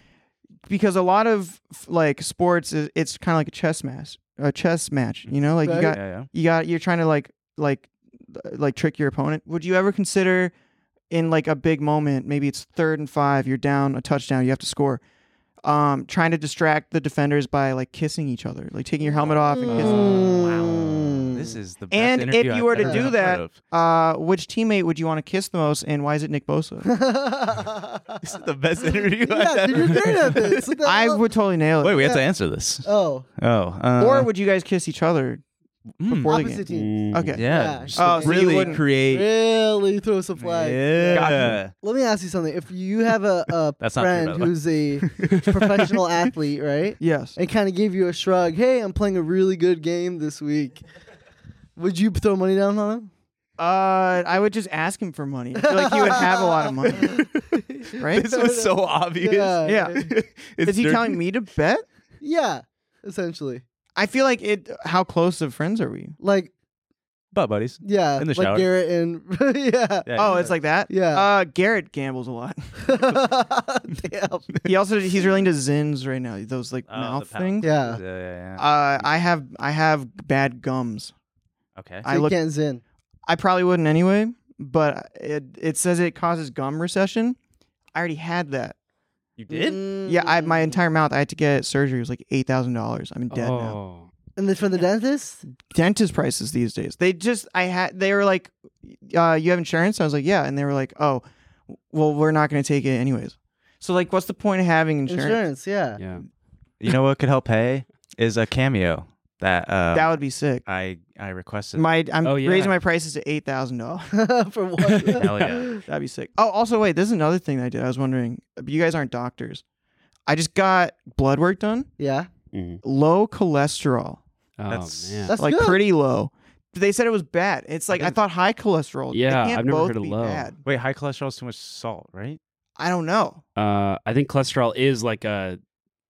[SPEAKER 4] because a lot of f- like sports is it's kind of like a chess match, a chess match. You know, like
[SPEAKER 1] Right.
[SPEAKER 4] you got
[SPEAKER 2] Yeah, yeah.
[SPEAKER 4] you got you're trying to like like uh, like trick your opponent. Would you ever consider in like a big moment, maybe it's third and five, you're down a touchdown, you have to score. Um, trying to distract the defenders by like kissing each other, like taking your helmet off and kissing.
[SPEAKER 2] Wow. This is the best
[SPEAKER 4] And
[SPEAKER 2] interview
[SPEAKER 4] if you were
[SPEAKER 2] I've
[SPEAKER 4] to
[SPEAKER 2] ever
[SPEAKER 4] do
[SPEAKER 2] been a
[SPEAKER 4] that,
[SPEAKER 2] part of.
[SPEAKER 4] Uh, which teammate would you want to kiss the most, and why is it Nick
[SPEAKER 1] *laughs*
[SPEAKER 4] Bosa?
[SPEAKER 1] mm-hmm.
[SPEAKER 2] this is the
[SPEAKER 4] *laughs*
[SPEAKER 2] best *laughs* interview I've
[SPEAKER 1] yeah, dude, you're
[SPEAKER 2] ever.
[SPEAKER 1] great at this. What the
[SPEAKER 4] I
[SPEAKER 1] hell?
[SPEAKER 4] would totally nail it.
[SPEAKER 2] Wait, we have to answer
[SPEAKER 4] *laughs*
[SPEAKER 2] this.
[SPEAKER 1] Oh,
[SPEAKER 2] Oh, uh,
[SPEAKER 4] or would you guys kiss each other
[SPEAKER 2] mm,
[SPEAKER 4] before the game?
[SPEAKER 1] opposite team.
[SPEAKER 4] Okay.
[SPEAKER 2] yeah,
[SPEAKER 1] Yeah.
[SPEAKER 2] just
[SPEAKER 4] Oh, so you
[SPEAKER 2] really
[SPEAKER 4] wouldn't-
[SPEAKER 2] create.
[SPEAKER 1] Really throw some flags.
[SPEAKER 2] Mm. yeah,
[SPEAKER 1] Let me ask you something. If you have a, a
[SPEAKER 2] That's not true,
[SPEAKER 1] friend
[SPEAKER 2] by the way.
[SPEAKER 1] who's a
[SPEAKER 2] *laughs*
[SPEAKER 1] professional athlete, right?
[SPEAKER 4] Yes.
[SPEAKER 1] And kind of give you a shrug, hey, I'm playing a really good game this week. Would you throw money down on him?
[SPEAKER 4] Uh, I would just ask him for money. I feel like he would have a lot
[SPEAKER 1] *laughs*
[SPEAKER 4] of money, right?
[SPEAKER 2] this was
[SPEAKER 4] *laughs*
[SPEAKER 2] so obvious.
[SPEAKER 4] Yeah.
[SPEAKER 2] *laughs* It's
[SPEAKER 4] Is he
[SPEAKER 2] dirty.
[SPEAKER 4] telling me to bet?
[SPEAKER 1] Yeah, essentially.
[SPEAKER 4] I feel like it. How close of friends are we?
[SPEAKER 1] Like,
[SPEAKER 2] butt buddies?
[SPEAKER 1] yeah.
[SPEAKER 2] In the
[SPEAKER 1] like
[SPEAKER 2] shower.
[SPEAKER 1] Garrett and. *laughs* yeah.
[SPEAKER 2] Yeah,
[SPEAKER 4] Oh,
[SPEAKER 2] yeah.
[SPEAKER 4] it's like that.
[SPEAKER 1] Yeah.
[SPEAKER 4] Uh, Garrett gambles a lot. *laughs* Uh,
[SPEAKER 1] *laughs* Damn.
[SPEAKER 4] He also he's really into zins right now. Those like
[SPEAKER 2] Oh, the
[SPEAKER 4] mouth
[SPEAKER 2] pouch.
[SPEAKER 4] things.
[SPEAKER 1] Yeah.
[SPEAKER 2] yeah, yeah, yeah.
[SPEAKER 4] Uh, I have I have bad gums.
[SPEAKER 2] okay.
[SPEAKER 4] I
[SPEAKER 1] I
[SPEAKER 4] look.
[SPEAKER 1] can't zin.
[SPEAKER 4] I probably wouldn't anyway, but it it says it causes gum recession. I already had that. mm,
[SPEAKER 2] you
[SPEAKER 4] Yeah, I my entire mouth. I had to get surgery. It was like eight thousand dollars. I'm dead now.
[SPEAKER 3] oh.
[SPEAKER 1] And then from the dentist?
[SPEAKER 4] dentist prices these days. They just I had they were like, uh, you have insurance? I was like, yeah, and they were like, oh, well, we're not going to take it anyways. So like, what's the point of having insurance?
[SPEAKER 1] Insurance, yeah.
[SPEAKER 3] Yeah.
[SPEAKER 2] You know what could help pay is a cameo that uh,
[SPEAKER 4] That would be sick.
[SPEAKER 2] I I requested.
[SPEAKER 4] My I'm
[SPEAKER 3] Oh, yeah.
[SPEAKER 4] raising my prices to eight thousand dollars.
[SPEAKER 1] *laughs*
[SPEAKER 3] *laughs*
[SPEAKER 1] For what?
[SPEAKER 2] Hell
[SPEAKER 4] *laughs*
[SPEAKER 2] yeah!
[SPEAKER 4] That'd be sick. Oh, also wait, this is another thing I did. I was wondering, you guys aren't doctors. I just got blood work done.
[SPEAKER 1] yeah.
[SPEAKER 4] Low cholesterol,
[SPEAKER 3] Mm-hmm. Oh
[SPEAKER 2] That's-
[SPEAKER 3] man.
[SPEAKER 1] That's
[SPEAKER 4] like
[SPEAKER 1] good.
[SPEAKER 4] pretty low. They said it was bad. It's like I,
[SPEAKER 2] didn't-
[SPEAKER 4] thought high cholesterol. They
[SPEAKER 3] Yeah,
[SPEAKER 4] can't
[SPEAKER 3] I've never
[SPEAKER 4] both
[SPEAKER 3] heard of
[SPEAKER 4] be
[SPEAKER 3] low.
[SPEAKER 4] Bad.
[SPEAKER 2] Wait, high cholesterol is too much salt, right?
[SPEAKER 4] I don't know.
[SPEAKER 3] uh, I think cholesterol is like a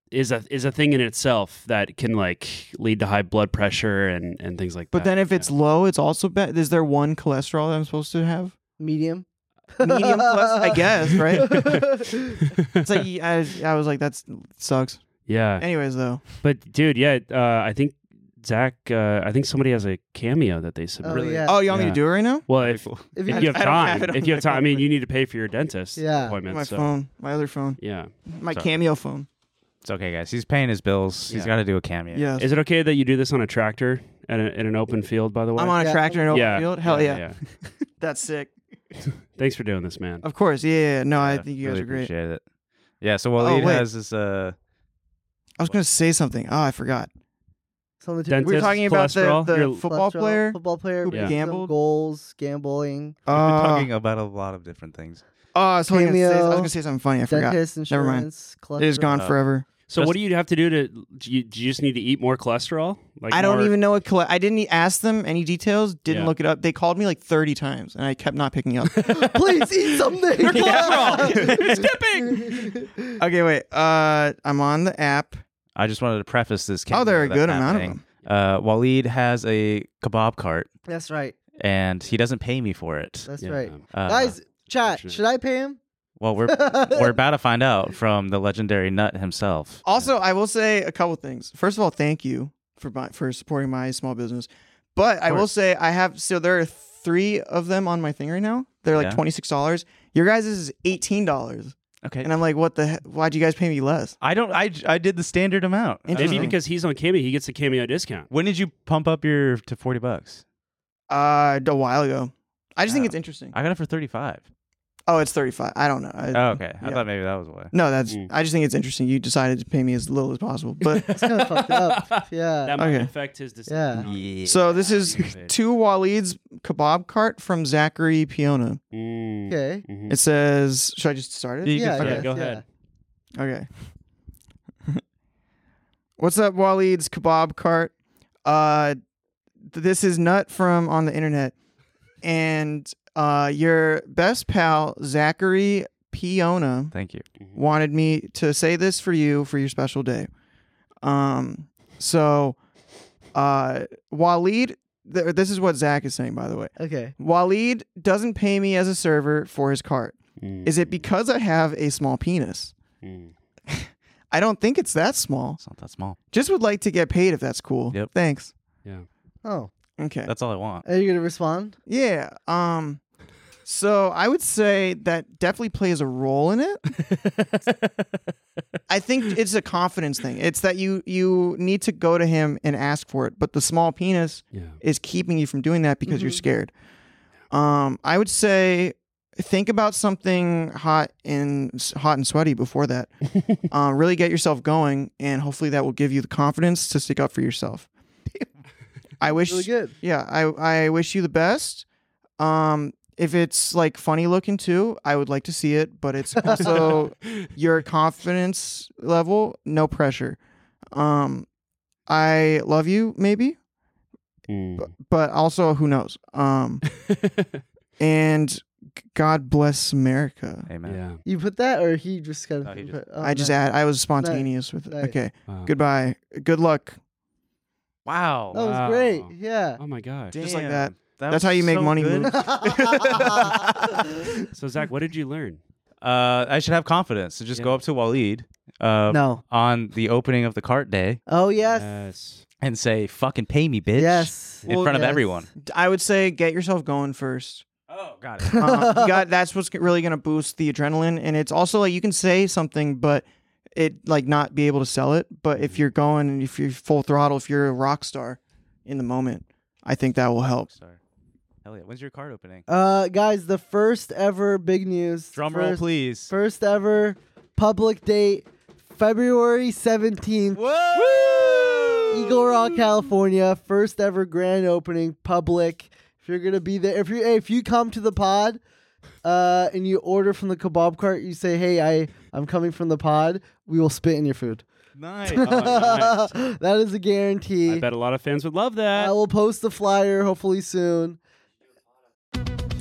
[SPEAKER 3] is a is a thing in itself that can like lead to high blood pressure and and things like
[SPEAKER 4] But
[SPEAKER 3] that.
[SPEAKER 4] then if it's low, it's also bad. Is there one cholesterol that I'm supposed to have?
[SPEAKER 1] Medium.
[SPEAKER 4] Medium plus,
[SPEAKER 3] *laughs*
[SPEAKER 4] I guess, right?
[SPEAKER 3] yeah.
[SPEAKER 4] It's like I, I was like, that sucks.
[SPEAKER 3] *laughs* yeah.
[SPEAKER 4] Anyways, though,
[SPEAKER 3] But dude, yeah, uh, I think Zach. Uh, I think somebody has a cameo that
[SPEAKER 1] *laughs*
[SPEAKER 3] they
[SPEAKER 1] Oh,
[SPEAKER 3] submitted.
[SPEAKER 2] Really?
[SPEAKER 1] yeah.
[SPEAKER 4] oh, you want me
[SPEAKER 3] Yeah.
[SPEAKER 4] to do it right now?
[SPEAKER 3] Well, if,
[SPEAKER 2] Cool.
[SPEAKER 1] If
[SPEAKER 3] if
[SPEAKER 1] you-
[SPEAKER 3] you have
[SPEAKER 4] I don't have
[SPEAKER 3] time,
[SPEAKER 4] it on
[SPEAKER 3] if you
[SPEAKER 4] my
[SPEAKER 3] have time, I mean,
[SPEAKER 4] phone.
[SPEAKER 3] you need to pay for your dentist
[SPEAKER 1] Yeah.
[SPEAKER 3] appointment.
[SPEAKER 4] My
[SPEAKER 3] so,
[SPEAKER 4] phone, my other phone,
[SPEAKER 3] Yeah.
[SPEAKER 4] my
[SPEAKER 2] Sorry.
[SPEAKER 4] cameo phone.
[SPEAKER 2] It's okay, guys. He's paying his bills. He's
[SPEAKER 3] Yeah.
[SPEAKER 2] got to do a cameo.
[SPEAKER 4] Yes.
[SPEAKER 3] Is it okay that you do this on a tractor at a, in an open field? By the way,
[SPEAKER 4] I'm on a
[SPEAKER 1] Yeah.
[SPEAKER 4] tractor in an open
[SPEAKER 3] yeah.
[SPEAKER 4] field. Hell yeah.
[SPEAKER 3] yeah.
[SPEAKER 4] that's sick.
[SPEAKER 3] Thanks for doing this,
[SPEAKER 4] *laughs*
[SPEAKER 3] man.
[SPEAKER 4] Of course, yeah. yeah, yeah. No, I
[SPEAKER 2] Yeah,
[SPEAKER 4] think you guys
[SPEAKER 2] really
[SPEAKER 4] are great. Oh,
[SPEAKER 2] Appreciate it. Yeah. So Waleed
[SPEAKER 4] wait.
[SPEAKER 2] has his uh.
[SPEAKER 4] I was gonna say something. Oh, I forgot.
[SPEAKER 1] Something to-
[SPEAKER 3] Dentist,
[SPEAKER 4] We were talking about the,
[SPEAKER 3] cholesterol,
[SPEAKER 4] the
[SPEAKER 3] your-
[SPEAKER 4] football
[SPEAKER 1] cholesterol,
[SPEAKER 4] player.
[SPEAKER 1] Football player.
[SPEAKER 4] who
[SPEAKER 1] victim,
[SPEAKER 4] gambled.
[SPEAKER 1] Goals, gambling,
[SPEAKER 4] Uh,
[SPEAKER 2] We've been
[SPEAKER 4] oh,
[SPEAKER 2] talking about a lot of different things.
[SPEAKER 4] I was, totally gonna say, I was
[SPEAKER 1] Cameo,
[SPEAKER 4] gonna say something funny. I forgot.
[SPEAKER 1] dentist,
[SPEAKER 4] Never mind.
[SPEAKER 1] insurance,
[SPEAKER 4] It is gone
[SPEAKER 2] Uh,
[SPEAKER 4] forever.
[SPEAKER 3] So
[SPEAKER 2] Just-
[SPEAKER 3] what do you have to do to? Do you, do you just need to eat more cholesterol? Like
[SPEAKER 4] I don't
[SPEAKER 3] more- *laughs*
[SPEAKER 4] even *laughs* know what. Colle- I didn't e-, ask them any details. Didn't
[SPEAKER 3] Yeah.
[SPEAKER 4] look it up. They called me like 30 times, and I kept not picking up. *laughs*
[SPEAKER 1] cholesterol. Please eat something. Your *laughs*
[SPEAKER 4] okay, wait. Uh, I'm on the app.
[SPEAKER 2] I just wanted to preface this.
[SPEAKER 4] Oh, there are a
[SPEAKER 2] cameo
[SPEAKER 4] good
[SPEAKER 2] that's
[SPEAKER 4] amount of
[SPEAKER 2] happening. Uh, Waleed has a kebab cart,
[SPEAKER 1] That's right.
[SPEAKER 2] and he doesn't pay me for it.
[SPEAKER 1] That's
[SPEAKER 3] Yeah. um,
[SPEAKER 1] right.
[SPEAKER 2] Uh,
[SPEAKER 1] Guys, chat.
[SPEAKER 3] fortunate.
[SPEAKER 1] Should I pay him?
[SPEAKER 2] Well, we're we're about to find out from the legendary Nut himself.
[SPEAKER 4] Also, I will say a couple things. First of all, thank you for my, for supporting my small business. But I will say I have so there are three of them on my thing right now. They're like
[SPEAKER 2] Yeah.
[SPEAKER 4] twenty six dollars. Your guys is eighteen dollars,
[SPEAKER 2] Okay.
[SPEAKER 4] and I'm like, what the? Heck? Why'd you guys pay me less?
[SPEAKER 2] I don't. I I did the standard amount.
[SPEAKER 3] Maybe
[SPEAKER 4] Interesting.
[SPEAKER 3] because he's on cameo, he gets a cameo
[SPEAKER 4] *laughs*
[SPEAKER 3] discount.
[SPEAKER 2] When did you pump up your to forty bucks?
[SPEAKER 4] Uh, a while ago. I just think
[SPEAKER 2] Yeah.
[SPEAKER 4] it's interesting.
[SPEAKER 2] Oh. I got it for thirty five.
[SPEAKER 4] Oh, it's thirty five. I don't know. I,
[SPEAKER 2] Oh, okay. I
[SPEAKER 4] Uh, yeah.
[SPEAKER 2] thought maybe that was why.
[SPEAKER 4] No, that's.
[SPEAKER 3] Mm.
[SPEAKER 4] I just think it's interesting. You decided to pay me as little as possible,
[SPEAKER 2] *laughs*
[SPEAKER 4] but
[SPEAKER 1] It's kind
[SPEAKER 3] *laughs*
[SPEAKER 1] of fucked up. Yeah.
[SPEAKER 3] That might
[SPEAKER 4] Okay.
[SPEAKER 3] affect his decision.
[SPEAKER 1] Yeah.
[SPEAKER 3] on it.
[SPEAKER 4] So
[SPEAKER 2] *laughs*
[SPEAKER 4] this is
[SPEAKER 3] Stupid.
[SPEAKER 4] two Waleed's kebab cart from Zachary Piona.
[SPEAKER 3] Mm.
[SPEAKER 1] Okay.
[SPEAKER 3] Mhm.
[SPEAKER 4] It says, should I just start it?
[SPEAKER 2] You
[SPEAKER 1] Yeah. I
[SPEAKER 2] can-
[SPEAKER 3] okay,
[SPEAKER 1] guess,
[SPEAKER 3] go
[SPEAKER 1] yeah.
[SPEAKER 3] ahead.
[SPEAKER 4] Okay. *laughs* What's up, Waleed's kebab cart? Uh, th- this is Nut from on the internet, and uh, your best pal Zachary Piona
[SPEAKER 2] Thank you.
[SPEAKER 4] wanted me to say this for you for your special day. Um, so, uh, Waleed, th- this is what Zach is saying, by the way.
[SPEAKER 1] Okay.
[SPEAKER 4] Waleed doesn't pay me as a server for his cart.
[SPEAKER 3] Mm.
[SPEAKER 4] Is it because I have a small penis?
[SPEAKER 3] Mm.
[SPEAKER 4] *laughs* I don't think it's that small.
[SPEAKER 2] It's not that small.
[SPEAKER 4] Just would like to get paid if that's cool.
[SPEAKER 2] Yep.
[SPEAKER 4] Thanks.
[SPEAKER 1] Oh,
[SPEAKER 4] Okay.
[SPEAKER 2] That's all I want.
[SPEAKER 1] are you gonna respond?
[SPEAKER 4] yeah. Um so I would say that definitely plays a role
[SPEAKER 3] *laughs*
[SPEAKER 4] in it. I think it's a confidence thing. It's that you you need to go to him and ask for it, but the small penis *laughs*
[SPEAKER 3] Yeah.
[SPEAKER 4] is keeping you from doing that because
[SPEAKER 1] Mm-hmm.
[SPEAKER 4] you're scared. Um, I would say think about something hot and hot and sweaty
[SPEAKER 1] *laughs*
[SPEAKER 4] before that. um, really get yourself going, and hopefully that will give you the confidence to stick up for yourself. I wish,
[SPEAKER 1] Really good.
[SPEAKER 4] yeah, I I wish you the best. Um, if it's like funny looking too, I would like to see it, but it's
[SPEAKER 1] *laughs*
[SPEAKER 4] also
[SPEAKER 3] *laughs*
[SPEAKER 4] your confidence level, no pressure. Um, I love you, maybe *laughs*
[SPEAKER 3] Mm.
[SPEAKER 4] but also who knows
[SPEAKER 3] *laughs*
[SPEAKER 4] um and g- god bless america
[SPEAKER 2] Amen.
[SPEAKER 3] Yeah.
[SPEAKER 1] You put that, or he just kind of.
[SPEAKER 2] No, he
[SPEAKER 1] put- oh,
[SPEAKER 4] i just
[SPEAKER 1] nice.
[SPEAKER 4] add i was spontaneous with it
[SPEAKER 1] Nice.
[SPEAKER 4] okay
[SPEAKER 3] Wow.
[SPEAKER 4] goodbye good luck
[SPEAKER 2] Wow.
[SPEAKER 1] That was
[SPEAKER 3] Wow.
[SPEAKER 1] great. *laughs* Yeah.
[SPEAKER 3] Oh my god.
[SPEAKER 4] Just like
[SPEAKER 2] Damn.
[SPEAKER 4] that.
[SPEAKER 2] That
[SPEAKER 4] That's how
[SPEAKER 2] was
[SPEAKER 4] you make
[SPEAKER 2] so
[SPEAKER 4] money,
[SPEAKER 2] good.
[SPEAKER 4] Luke. *laughs*
[SPEAKER 3] So Zach, what did you learn?
[SPEAKER 2] *laughs* Uh, I should have confidence. So just
[SPEAKER 3] Yeah.
[SPEAKER 2] go up to Waleed uh,
[SPEAKER 1] no.
[SPEAKER 2] on the opening of the cart day
[SPEAKER 1] Oh yes.
[SPEAKER 3] Yes.
[SPEAKER 2] and say, "Fucking pay me, bitch!"
[SPEAKER 1] Yes.
[SPEAKER 2] in front of
[SPEAKER 1] yes.
[SPEAKER 2] everyone.
[SPEAKER 4] i would say get yourself going first *laughs*
[SPEAKER 2] Oh, got it.
[SPEAKER 4] um, you got that's what's really going to boost the adrenaline and it's also like you can say something but it like not be able to sell it but if you're going and if you're full throttle if you're a rock star in the moment i think that will help
[SPEAKER 2] Sorry. Hell yeah. When's your cart opening?
[SPEAKER 1] Uh, guys, the first ever big news.
[SPEAKER 2] Drum
[SPEAKER 1] first,
[SPEAKER 2] roll, please.
[SPEAKER 1] First ever public date, February seventeenth.
[SPEAKER 2] Whoa!
[SPEAKER 1] Eagle Rock, California, first ever grand opening, public. If you're gonna be there, if you if you come to the pod, uh, and you order from the kebab cart, you say, "Hey, I I'm coming from the pod." We will spit in your food.
[SPEAKER 2] Nice. Uh,
[SPEAKER 1] *laughs*
[SPEAKER 3] nice.
[SPEAKER 1] that is a guarantee.
[SPEAKER 3] I bet a lot of fans would love
[SPEAKER 1] I
[SPEAKER 3] that.
[SPEAKER 1] will post the flyer hopefully soon.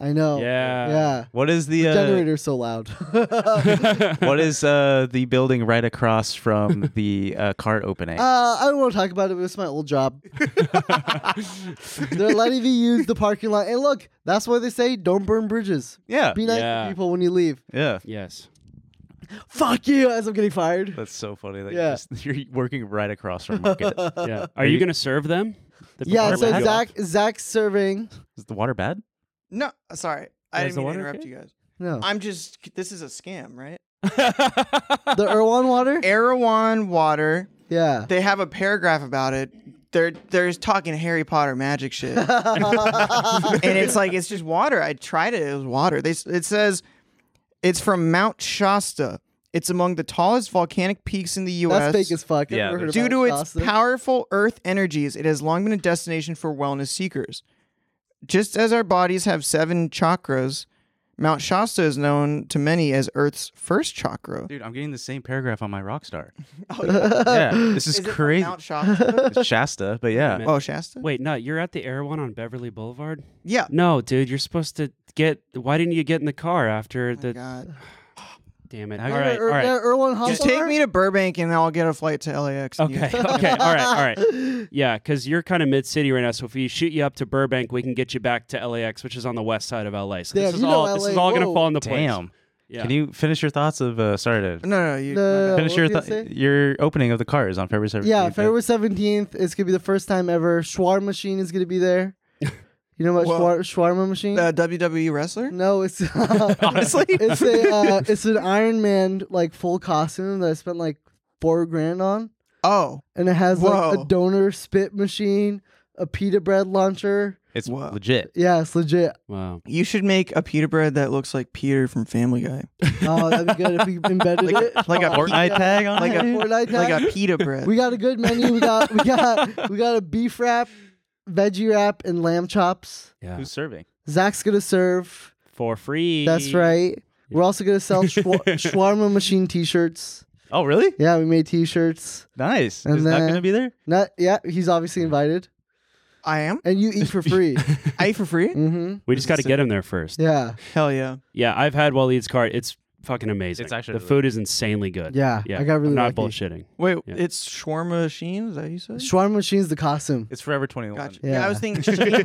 [SPEAKER 1] I know.
[SPEAKER 3] Yeah.
[SPEAKER 1] Yeah.
[SPEAKER 2] What is the,
[SPEAKER 1] The
[SPEAKER 2] uh,
[SPEAKER 1] generator's so loud.
[SPEAKER 2] *laughs*
[SPEAKER 1] *laughs*
[SPEAKER 2] what is uh, the building right across from *laughs* the uh, cart opening?
[SPEAKER 1] Uh, I don't want to talk about it. But it's my old
[SPEAKER 4] *laughs*
[SPEAKER 1] job. *laughs* They're letting me use the parking lot. And look, that's why they say don't burn bridges.
[SPEAKER 2] yeah,
[SPEAKER 1] Be nice
[SPEAKER 3] Uh, Yeah.
[SPEAKER 1] to people when you leave.
[SPEAKER 2] yeah.
[SPEAKER 1] *laughs*
[SPEAKER 3] yes.
[SPEAKER 1] Fuck you as I'm getting fired.
[SPEAKER 2] That's so funny that
[SPEAKER 1] Yeah.
[SPEAKER 2] you're, just, *laughs* you're working right across from market.
[SPEAKER 1] *laughs*
[SPEAKER 3] Yeah. Are you going to serve them? The
[SPEAKER 1] Yeah,
[SPEAKER 3] people
[SPEAKER 1] so
[SPEAKER 3] that have-
[SPEAKER 1] Zach Zach's serving.
[SPEAKER 2] is the water bad?
[SPEAKER 4] no sorry
[SPEAKER 3] Yeah,
[SPEAKER 4] i
[SPEAKER 3] is the
[SPEAKER 4] didn't mean to
[SPEAKER 3] water
[SPEAKER 4] interrupt
[SPEAKER 3] okay?
[SPEAKER 4] you guys
[SPEAKER 1] No.
[SPEAKER 4] I'm just. This is a scam, right?
[SPEAKER 1] the Irwan
[SPEAKER 4] *laughs*
[SPEAKER 1] water?
[SPEAKER 4] Erewhon Water.
[SPEAKER 1] Yeah.
[SPEAKER 4] They have a paragraph about it. They're they're just talking Harry Potter magic
[SPEAKER 1] *laughs*
[SPEAKER 4] shit, and it's like it's just water. I tried it. It was water. They s- it says it's from Mount Shasta. It's among the tallest volcanic peaks in the U.S.
[SPEAKER 1] That's fake as fuck. I've
[SPEAKER 2] Yeah,
[SPEAKER 1] never heard
[SPEAKER 4] Due
[SPEAKER 1] about
[SPEAKER 4] to its
[SPEAKER 1] Shasta.
[SPEAKER 4] powerful earth energies, it has long been a destination for wellness seekers. Just as our bodies have seven chakras, Mount Shasta is known to many as Earth's first chakra.
[SPEAKER 2] Dude, I'm getting the same paragraph on my
[SPEAKER 1] *laughs*
[SPEAKER 2] Rockstar.
[SPEAKER 1] Oh,
[SPEAKER 2] yeah. this is,
[SPEAKER 4] Is it from
[SPEAKER 2] crazy.
[SPEAKER 4] Mount Shasta?
[SPEAKER 2] *laughs* It's Shasta, but yeah.
[SPEAKER 4] *laughs* oh, Shasta?
[SPEAKER 3] Wait, no, you're at the Air One on Beverly Boulevard.
[SPEAKER 4] Yeah.
[SPEAKER 3] No, dude, you're supposed to get. Why didn't you get in the car
[SPEAKER 1] Oh
[SPEAKER 3] after the?
[SPEAKER 4] God.
[SPEAKER 3] Damn it!
[SPEAKER 2] Now
[SPEAKER 3] All
[SPEAKER 2] you're
[SPEAKER 1] Remember
[SPEAKER 3] right, all
[SPEAKER 1] Ir-
[SPEAKER 3] right.
[SPEAKER 1] that Er, Irwan hot
[SPEAKER 4] Just
[SPEAKER 1] water?
[SPEAKER 4] take me to Burbank and I'll get a flight to
[SPEAKER 1] *laughs*
[SPEAKER 4] LAX. and you-
[SPEAKER 3] Okay, *laughs* okay, all right, all right. Yeah, because you're kind of mid-city right now. So if we shoot you up to Burbank, we can get you back to LAX, which is on the west side of LA. So
[SPEAKER 1] Damn,
[SPEAKER 3] this is
[SPEAKER 1] you know
[SPEAKER 3] all. This
[SPEAKER 1] LA,
[SPEAKER 3] is all going to
[SPEAKER 1] whoa.
[SPEAKER 3] fall into place.
[SPEAKER 2] Damn.
[SPEAKER 3] Yeah.
[SPEAKER 2] Can you finish your thoughts of uh sorry to
[SPEAKER 4] No, no, you.
[SPEAKER 1] No, no, no.
[SPEAKER 2] finish your
[SPEAKER 1] what was I
[SPEAKER 2] th-
[SPEAKER 1] gonna
[SPEAKER 2] your opening of the cars on February 17th.
[SPEAKER 1] Yeah, February 17th. It's going to be the first time ever. Schwarm Machine is going to be
[SPEAKER 4] *laughs*
[SPEAKER 1] there. You know what
[SPEAKER 4] Well-
[SPEAKER 1] Schwar- Shawarma Machine? *laughs*
[SPEAKER 4] Uh, WWE wrestler?
[SPEAKER 1] no, it's *laughs*
[SPEAKER 2] Honestly?
[SPEAKER 1] it's a uh, it's an Iron Man like full costume that I spent like four grand on,
[SPEAKER 4] Oh.
[SPEAKER 1] and it has like
[SPEAKER 4] Whoa.
[SPEAKER 1] a donor spit machine, a pita bread launcher.
[SPEAKER 2] It's
[SPEAKER 4] Whoa.
[SPEAKER 2] legit.
[SPEAKER 1] Yeah, it's legit.
[SPEAKER 3] Wow.
[SPEAKER 4] You should make a pita bread that looks like Peter from Family Guy.
[SPEAKER 1] Oh, that'd be good if we
[SPEAKER 4] *laughs*
[SPEAKER 1] embedded
[SPEAKER 4] Like a-
[SPEAKER 1] it.
[SPEAKER 4] like a
[SPEAKER 1] Oh,
[SPEAKER 2] Fortnite
[SPEAKER 1] yeah.
[SPEAKER 2] tag on
[SPEAKER 4] Like
[SPEAKER 2] it,
[SPEAKER 4] a-
[SPEAKER 1] *laughs*
[SPEAKER 2] dude?
[SPEAKER 1] Fortnite
[SPEAKER 4] Like
[SPEAKER 1] tag.
[SPEAKER 4] a pita bread.
[SPEAKER 1] We got a good menu. We got we got we got a beef wrap, veggie wrap, and lamb chops.
[SPEAKER 3] Yeah.
[SPEAKER 2] Who's serving?
[SPEAKER 1] Zach's gonna serve.
[SPEAKER 3] For free.
[SPEAKER 1] That's right. We're also gonna
[SPEAKER 4] *laughs*
[SPEAKER 1] sell shwa- shawarma machine T-shirts.
[SPEAKER 2] Oh, really?
[SPEAKER 1] Yeah, we made T-shirts.
[SPEAKER 2] Nice.
[SPEAKER 1] And
[SPEAKER 2] is that
[SPEAKER 1] then-
[SPEAKER 2] going to be there?
[SPEAKER 1] Not yeah. He's
[SPEAKER 4] Mm.
[SPEAKER 1] obviously invited,
[SPEAKER 4] I am.
[SPEAKER 1] and you eat for
[SPEAKER 4] *laughs*
[SPEAKER 1] free.
[SPEAKER 4] I eat for free?
[SPEAKER 1] mm-hmm.
[SPEAKER 3] We just got to get him there first.
[SPEAKER 1] Yeah,
[SPEAKER 4] Hell yeah.
[SPEAKER 3] Yeah, I've had Waleed's cart. It's fucking amazing.
[SPEAKER 2] It's actually
[SPEAKER 3] the
[SPEAKER 2] really
[SPEAKER 3] food is insanely good.
[SPEAKER 1] Yeah,
[SPEAKER 3] yeah.
[SPEAKER 1] I got really
[SPEAKER 3] I'm not
[SPEAKER 1] lucky.
[SPEAKER 3] bullshitting.
[SPEAKER 2] *laughs*
[SPEAKER 4] Wait,
[SPEAKER 3] Yeah.
[SPEAKER 4] it's shawarma machine? Is that what you said?
[SPEAKER 1] shawarma machine's the costume.
[SPEAKER 2] It's Forever 21.
[SPEAKER 4] Gotcha.
[SPEAKER 1] Yeah.
[SPEAKER 4] Yeah. I was thinking Sheen, *laughs*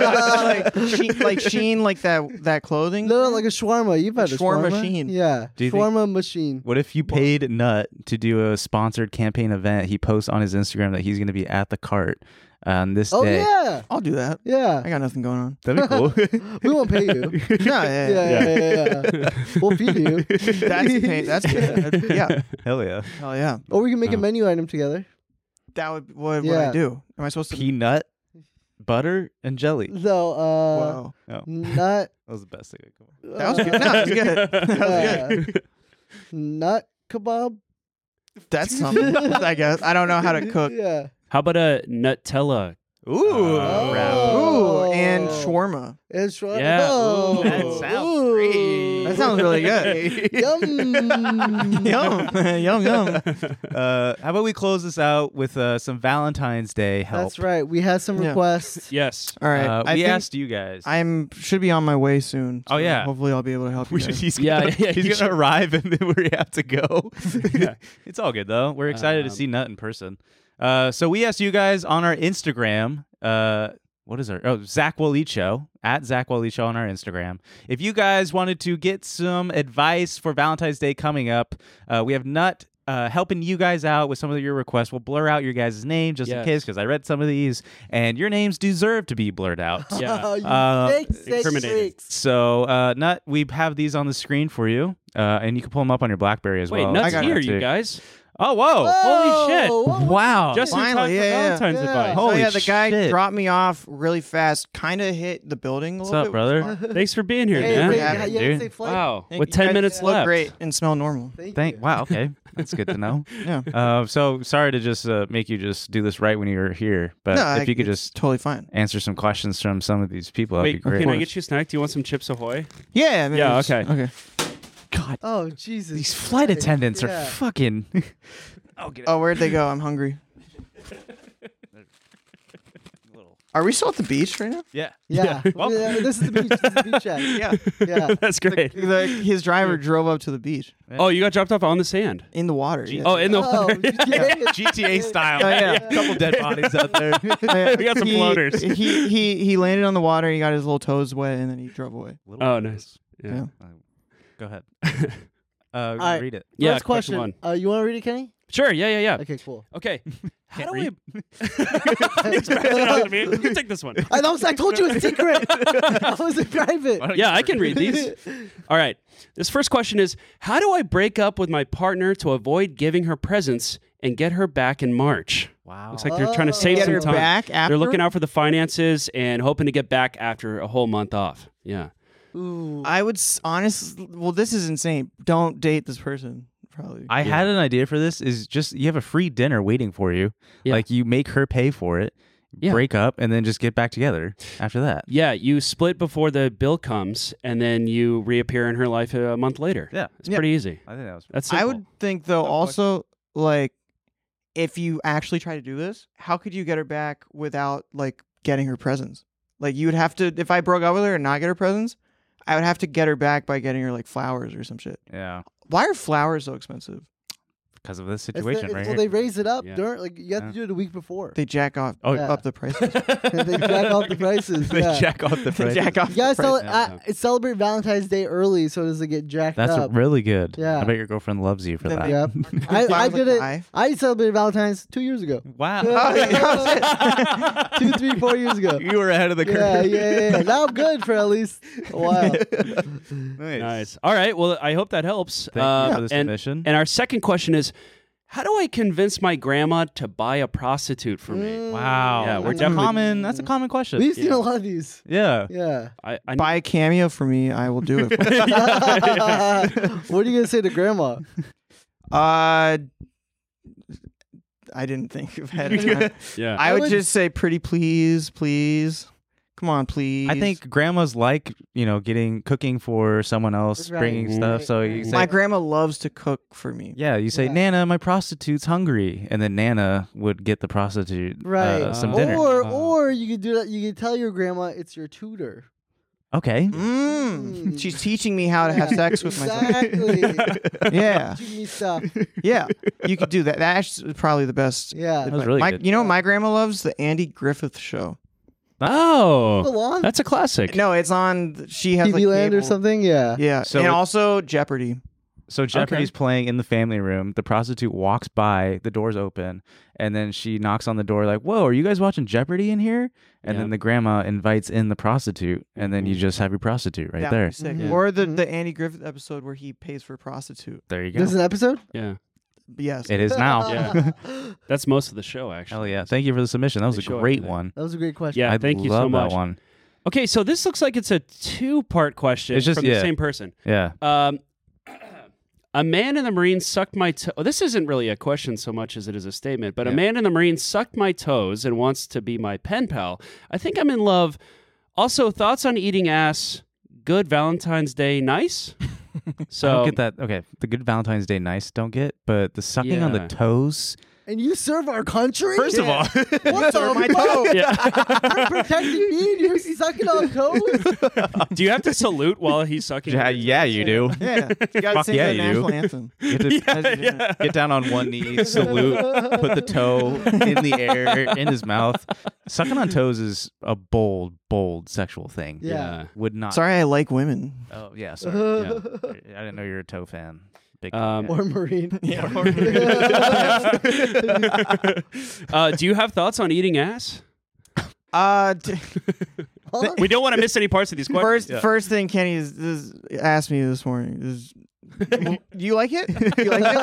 [SPEAKER 4] like, Sheen, like Sheen, like that that clothing.
[SPEAKER 1] No, no, like a shawarma. You've had a
[SPEAKER 4] Shawarma
[SPEAKER 1] shawarma
[SPEAKER 4] machine.
[SPEAKER 1] Yeah,
[SPEAKER 2] Do you think-
[SPEAKER 1] shawarma machine.
[SPEAKER 2] What if you paid Nut to do a sponsored campaign event? He posts on his Instagram that he's going to be at the cart on this
[SPEAKER 1] Oh
[SPEAKER 2] day.
[SPEAKER 1] yeah,
[SPEAKER 4] I'll do that. I
[SPEAKER 1] yeah.
[SPEAKER 4] got nothing going on.
[SPEAKER 2] That'd be cool.
[SPEAKER 1] *laughs* We won't pay you.
[SPEAKER 4] No, *laughs*
[SPEAKER 1] Yeah,
[SPEAKER 4] yeah,
[SPEAKER 1] yeah, yeah.
[SPEAKER 4] *laughs*
[SPEAKER 1] yeah. we'll feed you.
[SPEAKER 4] that's pain. That's pain. yeah,
[SPEAKER 2] Hell yeah.
[SPEAKER 4] hell yeah.
[SPEAKER 1] Or we can make
[SPEAKER 3] Oh.
[SPEAKER 1] a menu item together.
[SPEAKER 4] That would what would
[SPEAKER 1] Yeah.
[SPEAKER 4] I do? Am I supposed to?
[SPEAKER 2] Peanut, butter, and jelly.
[SPEAKER 1] So, uh,
[SPEAKER 4] Wow,
[SPEAKER 2] Oh, that
[SPEAKER 1] nut.
[SPEAKER 2] was the best thing. I could come
[SPEAKER 4] that was good. No, that
[SPEAKER 2] *laughs*
[SPEAKER 4] was good. That was good.
[SPEAKER 1] uh, nut kebab.
[SPEAKER 4] That's something. I guess I don't know how to cook.
[SPEAKER 1] Yeah.
[SPEAKER 3] How about a Nutella?
[SPEAKER 2] up with. Ooh.
[SPEAKER 3] Uh,
[SPEAKER 2] wrap.
[SPEAKER 1] Oh.
[SPEAKER 4] Ooh, and shawarma.
[SPEAKER 1] It's shwa-
[SPEAKER 3] Yeah.
[SPEAKER 1] Oh.
[SPEAKER 3] Ooh. That
[SPEAKER 2] sounds
[SPEAKER 1] Ooh.
[SPEAKER 2] great.
[SPEAKER 4] That sounds really good. *laughs*
[SPEAKER 1] Yum.
[SPEAKER 4] yum, *laughs* yum, yum.
[SPEAKER 2] Uh, how about we close this out with uh, some Valentine's Day help?
[SPEAKER 1] That's right. We had some
[SPEAKER 4] Yeah.
[SPEAKER 1] requests.
[SPEAKER 3] *laughs* Yes.
[SPEAKER 4] All right,
[SPEAKER 2] Uh,
[SPEAKER 4] I
[SPEAKER 2] we
[SPEAKER 4] think
[SPEAKER 2] asked you guys.
[SPEAKER 4] I'm should be on my way soon.
[SPEAKER 2] Oh,
[SPEAKER 4] so
[SPEAKER 2] yeah.
[SPEAKER 4] hopefully I'll be able to help
[SPEAKER 2] *laughs*
[SPEAKER 4] you.
[SPEAKER 2] We
[SPEAKER 4] guys.
[SPEAKER 2] should, he's
[SPEAKER 3] Yeah,
[SPEAKER 2] gonna,
[SPEAKER 3] yeah, you
[SPEAKER 2] he's
[SPEAKER 3] should.
[SPEAKER 2] gonna arrive and *laughs* then we have to
[SPEAKER 3] *laughs*
[SPEAKER 2] go. *laughs* it's all good though. We're excited to
[SPEAKER 3] Um,
[SPEAKER 2] see Nut in person. Uh, so we asked you guys on our Instagram. Uh, what is our oh Zach Waleed Show at Zach Waleed Show on our Instagram. If you guys wanted to get some advice for Valentine's Day coming up, uh, we have Nut. Uh, helping you guys out with some of your requests. We'll blur out your guys' name just in
[SPEAKER 3] Yes.
[SPEAKER 2] case because I read some of these and your names deserve to be blurred out.
[SPEAKER 3] *laughs*
[SPEAKER 1] *laughs* Oh,
[SPEAKER 3] Yeah.
[SPEAKER 1] you
[SPEAKER 2] Uh,
[SPEAKER 1] sick, sick
[SPEAKER 3] incriminating.
[SPEAKER 1] freaks.
[SPEAKER 2] So, uh, Nut, we have these on the screen for you, uh, and you can pull them up on your BlackBerry as
[SPEAKER 3] Wait,
[SPEAKER 2] well.
[SPEAKER 3] Nut's
[SPEAKER 4] got
[SPEAKER 3] here,
[SPEAKER 2] that too.
[SPEAKER 3] you guys.
[SPEAKER 2] Oh, whoa!
[SPEAKER 1] Whoa,
[SPEAKER 3] shit.
[SPEAKER 1] whoa.
[SPEAKER 2] Wow!
[SPEAKER 3] Just in time
[SPEAKER 4] Finally,
[SPEAKER 3] for
[SPEAKER 4] yeah, yeah.
[SPEAKER 3] Valentine's
[SPEAKER 1] Yeah.
[SPEAKER 3] advice.
[SPEAKER 4] So
[SPEAKER 2] Holy
[SPEAKER 4] yeah, the guy
[SPEAKER 2] shit.
[SPEAKER 4] dropped me off really fast, kind of hit the building a
[SPEAKER 2] What's
[SPEAKER 4] little
[SPEAKER 2] up,
[SPEAKER 4] bit.
[SPEAKER 2] brother?
[SPEAKER 3] Thanks for being here,
[SPEAKER 1] Hey,
[SPEAKER 3] man.
[SPEAKER 1] wait,
[SPEAKER 4] Yeah,
[SPEAKER 1] yeah, you had
[SPEAKER 2] dude.
[SPEAKER 1] to say flight.
[SPEAKER 3] Wow.
[SPEAKER 4] Thank
[SPEAKER 3] With
[SPEAKER 4] you.
[SPEAKER 3] 10
[SPEAKER 4] You
[SPEAKER 3] minutes
[SPEAKER 4] guys look
[SPEAKER 3] left.
[SPEAKER 4] great and smell normal.
[SPEAKER 1] Thank,
[SPEAKER 2] Thank.
[SPEAKER 1] you.
[SPEAKER 2] Wow. Okay, that's good to
[SPEAKER 3] *laughs*
[SPEAKER 2] know.
[SPEAKER 4] Yeah.
[SPEAKER 2] Uh, so sorry to just uh, make you just do this right when you're here, but
[SPEAKER 4] No,
[SPEAKER 2] if
[SPEAKER 4] I-
[SPEAKER 2] you could
[SPEAKER 4] it's
[SPEAKER 2] just
[SPEAKER 4] totally fine.
[SPEAKER 2] answer some questions from some of these people, that'd be
[SPEAKER 3] Wait,
[SPEAKER 2] great.
[SPEAKER 3] can I get you a snack? Do you want some Chips Ahoy?
[SPEAKER 4] Yeah. I mean,
[SPEAKER 3] Yeah,
[SPEAKER 4] it's-
[SPEAKER 3] okay.
[SPEAKER 4] Okay.
[SPEAKER 2] God,
[SPEAKER 1] Oh Jesus.
[SPEAKER 2] these flight attendants
[SPEAKER 1] Yeah.
[SPEAKER 2] are fucking.
[SPEAKER 3] *laughs*
[SPEAKER 4] Oh, where'd they go? I'm
[SPEAKER 2] *laughs*
[SPEAKER 4] hungry. Are we still at the beach right now?
[SPEAKER 3] *laughs*
[SPEAKER 2] yeah.
[SPEAKER 1] Yeah.
[SPEAKER 2] *laughs* Well-
[SPEAKER 1] Yeah, This is the beach. This is the beach shack.
[SPEAKER 4] Yeah.
[SPEAKER 2] *laughs*
[SPEAKER 1] Yeah.
[SPEAKER 3] *laughs* That's great.
[SPEAKER 4] the, his driver drove up to the beach
[SPEAKER 3] Oh, you got dropped off on the sand.
[SPEAKER 4] in the water. yeah.
[SPEAKER 3] Oh, in the
[SPEAKER 2] *laughs*
[SPEAKER 1] Oh,
[SPEAKER 3] *laughs*
[SPEAKER 1] yeah.
[SPEAKER 2] GTA style.
[SPEAKER 4] Oh, yeah.
[SPEAKER 2] A couple dead bodies out there.
[SPEAKER 4] *laughs* Yeah.
[SPEAKER 3] We got some
[SPEAKER 4] He-
[SPEAKER 3] floaters.
[SPEAKER 4] He he he landed on the water. He got his little toes wet, and then he drove away.
[SPEAKER 3] *laughs* Oh, nice. Yeah.
[SPEAKER 2] Go ahead. Uh,
[SPEAKER 1] right.
[SPEAKER 3] *laughs*
[SPEAKER 2] Read it.
[SPEAKER 3] Yeah,
[SPEAKER 1] Last
[SPEAKER 3] question
[SPEAKER 1] question.
[SPEAKER 3] one.
[SPEAKER 1] Uh, you want to read it, Kenny?
[SPEAKER 3] Sure. Yeah. Yeah. Yeah.
[SPEAKER 1] Okay, cool.
[SPEAKER 2] *laughs*
[SPEAKER 3] Okay. How do
[SPEAKER 2] read. *laughs*
[SPEAKER 3] we? He's passing it out to me. You take this one.
[SPEAKER 1] I, that was, I told you it's secret. *laughs* I was in private.
[SPEAKER 3] *laughs* Yeah, I can read these. All right. This first question is How do I break up with my partner to avoid giving her presents and get her back in March?
[SPEAKER 2] Wow.
[SPEAKER 3] Looks like they're trying to save
[SPEAKER 4] Get
[SPEAKER 3] some
[SPEAKER 4] her
[SPEAKER 3] time.
[SPEAKER 4] back after?
[SPEAKER 3] They're looking out for the finances and hoping to get back after a whole month off. Yeah.
[SPEAKER 4] I would s- honestly. Well, this is insane. Don't date this person. Probably.
[SPEAKER 2] I had an idea for this. Is just you have a free dinner waiting for you.
[SPEAKER 3] Yeah.
[SPEAKER 2] Like you make her pay for it,
[SPEAKER 3] Yeah.
[SPEAKER 2] break up, and then just get back together after that.
[SPEAKER 3] Yeah, you split before the bill comes and then you reappear in her life a month later.
[SPEAKER 2] Yeah.
[SPEAKER 3] It's
[SPEAKER 2] Yeah.
[SPEAKER 3] pretty easy.
[SPEAKER 2] I think that was.
[SPEAKER 3] That's
[SPEAKER 4] I
[SPEAKER 3] simple.
[SPEAKER 4] would think though. also, like, if you actually try to do this, how could you get her back without like getting her presents? Like, you would have to. If I broke up with her and not get her presents, I would have to get her back by getting her like flowers or some shit.
[SPEAKER 2] Yeah,
[SPEAKER 4] Why are flowers so expensive?
[SPEAKER 2] because of this
[SPEAKER 1] It's the-
[SPEAKER 2] situation
[SPEAKER 1] it's-
[SPEAKER 2] right
[SPEAKER 1] well, they
[SPEAKER 2] here. *laughs*
[SPEAKER 1] raise it up
[SPEAKER 3] Yeah.
[SPEAKER 1] during like you have
[SPEAKER 2] Yeah.
[SPEAKER 1] to do it a week before.
[SPEAKER 4] They jack off
[SPEAKER 2] Oh,
[SPEAKER 1] yeah.
[SPEAKER 4] up
[SPEAKER 2] *laughs*
[SPEAKER 4] the prices.
[SPEAKER 1] *laughs* they jack up the prices.
[SPEAKER 2] They
[SPEAKER 1] yeah. *laughs*
[SPEAKER 2] jack off the
[SPEAKER 4] they
[SPEAKER 2] price.
[SPEAKER 4] jack off.
[SPEAKER 1] You
[SPEAKER 4] the
[SPEAKER 1] gotta cele-
[SPEAKER 4] prices.
[SPEAKER 3] Yeah.
[SPEAKER 1] uh, celebrate Valentine's Day early so it doesn't get jacked
[SPEAKER 2] That's
[SPEAKER 1] up.
[SPEAKER 2] really good.
[SPEAKER 1] Yeah.
[SPEAKER 2] I bet your girlfriend loves you for
[SPEAKER 4] Then
[SPEAKER 2] that.
[SPEAKER 4] they-
[SPEAKER 2] *laughs*
[SPEAKER 1] yep. I, I
[SPEAKER 4] Flowers
[SPEAKER 1] did
[SPEAKER 4] like
[SPEAKER 1] it.
[SPEAKER 4] die.
[SPEAKER 1] I celebrated Valentine's two years ago.
[SPEAKER 2] Oh, *laughs*
[SPEAKER 1] *laughs*
[SPEAKER 2] Wow.
[SPEAKER 1] Two, three, four years ago.
[SPEAKER 2] you were ahead of the curve.
[SPEAKER 1] Yeah, yeah, yeah. yeah. Now I'm good for at least a while.
[SPEAKER 2] *laughs* nice.
[SPEAKER 3] Nice. All right. Well, I hope that helps. Uh,
[SPEAKER 2] Thank you for the
[SPEAKER 3] and,
[SPEAKER 2] submission.
[SPEAKER 3] and our second question is How do I convince my grandma to buy a prostitute for me?
[SPEAKER 4] Mm,
[SPEAKER 2] Wow.
[SPEAKER 3] Yeah, we're
[SPEAKER 2] that's a
[SPEAKER 3] definitely-
[SPEAKER 2] common. That's a common question.
[SPEAKER 1] We've seen a lot of these.
[SPEAKER 2] yeah.
[SPEAKER 1] Yeah.
[SPEAKER 3] I, I
[SPEAKER 4] Buy a cameo for me. I will do
[SPEAKER 2] *laughs*
[SPEAKER 4] it. *laughs*
[SPEAKER 1] what are you gonna say to grandma?
[SPEAKER 4] Uh, I didn't think of ahead
[SPEAKER 2] *laughs*
[SPEAKER 4] of time.
[SPEAKER 3] yeah.
[SPEAKER 4] I would
[SPEAKER 1] would-
[SPEAKER 4] just say, pretty please, please. Come on, please.
[SPEAKER 2] I think grandmas like you know getting cooking for someone else,
[SPEAKER 1] Right,
[SPEAKER 2] bringing
[SPEAKER 1] right,
[SPEAKER 2] stuff. So you
[SPEAKER 1] right.
[SPEAKER 2] say,
[SPEAKER 4] my grandma loves to cook for me.
[SPEAKER 2] yeah, you say,
[SPEAKER 1] Yeah.
[SPEAKER 2] Nana, my prostitute's hungry, and then Nana would get the prostitute
[SPEAKER 1] Right.
[SPEAKER 2] uh, some
[SPEAKER 3] Oh.
[SPEAKER 2] dinner.
[SPEAKER 1] Or
[SPEAKER 3] Wow.
[SPEAKER 1] or you could do that you could tell your grandma it's your tutor.
[SPEAKER 2] Okay,
[SPEAKER 4] Mm.
[SPEAKER 1] Mm.
[SPEAKER 4] She's teaching me how to have sex with myself.
[SPEAKER 1] Exactly.
[SPEAKER 4] *laughs* Yeah,
[SPEAKER 1] Teaching me stuff.
[SPEAKER 4] yeah. You could do that. That's probably the best.
[SPEAKER 1] Yeah.
[SPEAKER 2] That was really
[SPEAKER 4] my,
[SPEAKER 2] good.
[SPEAKER 4] You know, what my grandma loves the Andy Griffith Show.
[SPEAKER 3] oh,
[SPEAKER 1] Belong?
[SPEAKER 3] that's a classic.
[SPEAKER 4] No, it's on. She has
[SPEAKER 1] TV
[SPEAKER 4] like
[SPEAKER 1] Land or
[SPEAKER 4] cable.
[SPEAKER 1] something? Yeah.
[SPEAKER 4] Yeah,
[SPEAKER 2] So
[SPEAKER 4] and
[SPEAKER 2] it-
[SPEAKER 4] also Jeopardy.
[SPEAKER 2] so Jeopardy's playing in the family room. The prostitute walks by, the door's open, and then she knocks on the door like, "Whoa, are you guys watching Jeopardy in here?" And
[SPEAKER 3] Yeah.
[SPEAKER 2] then the grandma invites in the prostitute, and then you just have your prostitute right
[SPEAKER 4] That would
[SPEAKER 2] there.
[SPEAKER 4] be sick.
[SPEAKER 1] Mhm.
[SPEAKER 4] Or the, the Andy Griffith episode where he pays for a prostitute.
[SPEAKER 2] There you go.
[SPEAKER 1] There's an episode?
[SPEAKER 3] Yeah.
[SPEAKER 4] Yes.
[SPEAKER 2] It is
[SPEAKER 1] *laughs*
[SPEAKER 2] now.
[SPEAKER 3] *laughs* Yeah. That's most of the show, actually.
[SPEAKER 2] Hell yeah! Thank you for the submission. That was
[SPEAKER 3] They
[SPEAKER 2] a
[SPEAKER 3] show up
[SPEAKER 2] great
[SPEAKER 3] today.
[SPEAKER 2] one.
[SPEAKER 1] That was a great question.
[SPEAKER 3] Yeah,
[SPEAKER 2] I
[SPEAKER 3] thank you
[SPEAKER 2] love
[SPEAKER 3] so much.
[SPEAKER 2] That one.
[SPEAKER 3] Okay, so this looks like it's a two-part question
[SPEAKER 2] It's just-
[SPEAKER 3] from
[SPEAKER 2] yeah.
[SPEAKER 3] the same person.
[SPEAKER 2] Yeah.
[SPEAKER 3] Um, a man in the Marines sucked my toe. Oh, this isn't really a question so much as it is a statement, but a man in the Marines sucked my toes and wants to be my pen pal. I think I'm in love. Also, thoughts on eating ass? Good Valentine's
[SPEAKER 2] *laughs*
[SPEAKER 3] Day, nice. So
[SPEAKER 2] I don't get that. Okay, the good Valentine's Day nice don't get, but the sucking on the
[SPEAKER 3] Yeah.
[SPEAKER 2] toes.
[SPEAKER 1] And you serve our country? *laughs*
[SPEAKER 2] all,
[SPEAKER 1] What the
[SPEAKER 4] my
[SPEAKER 1] fuck?
[SPEAKER 4] toe.
[SPEAKER 3] Yeah.
[SPEAKER 1] You're protecting me and you're sucking on
[SPEAKER 4] *laughs*
[SPEAKER 1] toes?
[SPEAKER 3] *laughs* Do you have to salute while he's sucking?
[SPEAKER 2] yeah,
[SPEAKER 3] your-
[SPEAKER 2] yeah, you do.
[SPEAKER 4] Yeah, you gotta
[SPEAKER 2] Fuck
[SPEAKER 4] sing
[SPEAKER 2] yeah,
[SPEAKER 4] the
[SPEAKER 2] you do.
[SPEAKER 4] national anthem.
[SPEAKER 2] *laughs* You have
[SPEAKER 3] *laughs*
[SPEAKER 2] to get down on one knee, salute, put the toe in the air in his mouth. Sucking on toes is a bold, bold sexual thing.
[SPEAKER 1] Yeah.
[SPEAKER 2] would not.
[SPEAKER 4] Sorry, I like women.
[SPEAKER 2] Oh yeah, sorry. Yeah. I didn't know you're a toe fan. Big
[SPEAKER 3] Um,
[SPEAKER 2] fan.
[SPEAKER 1] Or Marine. *laughs*
[SPEAKER 4] *laughs*
[SPEAKER 3] Uh, do you have thoughts on eating ass?
[SPEAKER 4] Uh, t-
[SPEAKER 1] Huh?
[SPEAKER 3] We don't want to miss any parts of these questions.
[SPEAKER 4] *laughs* first, first thing Kenny is, is asked me this morning is, "Well, "Do you like it? Do you
[SPEAKER 1] *laughs*
[SPEAKER 4] like it?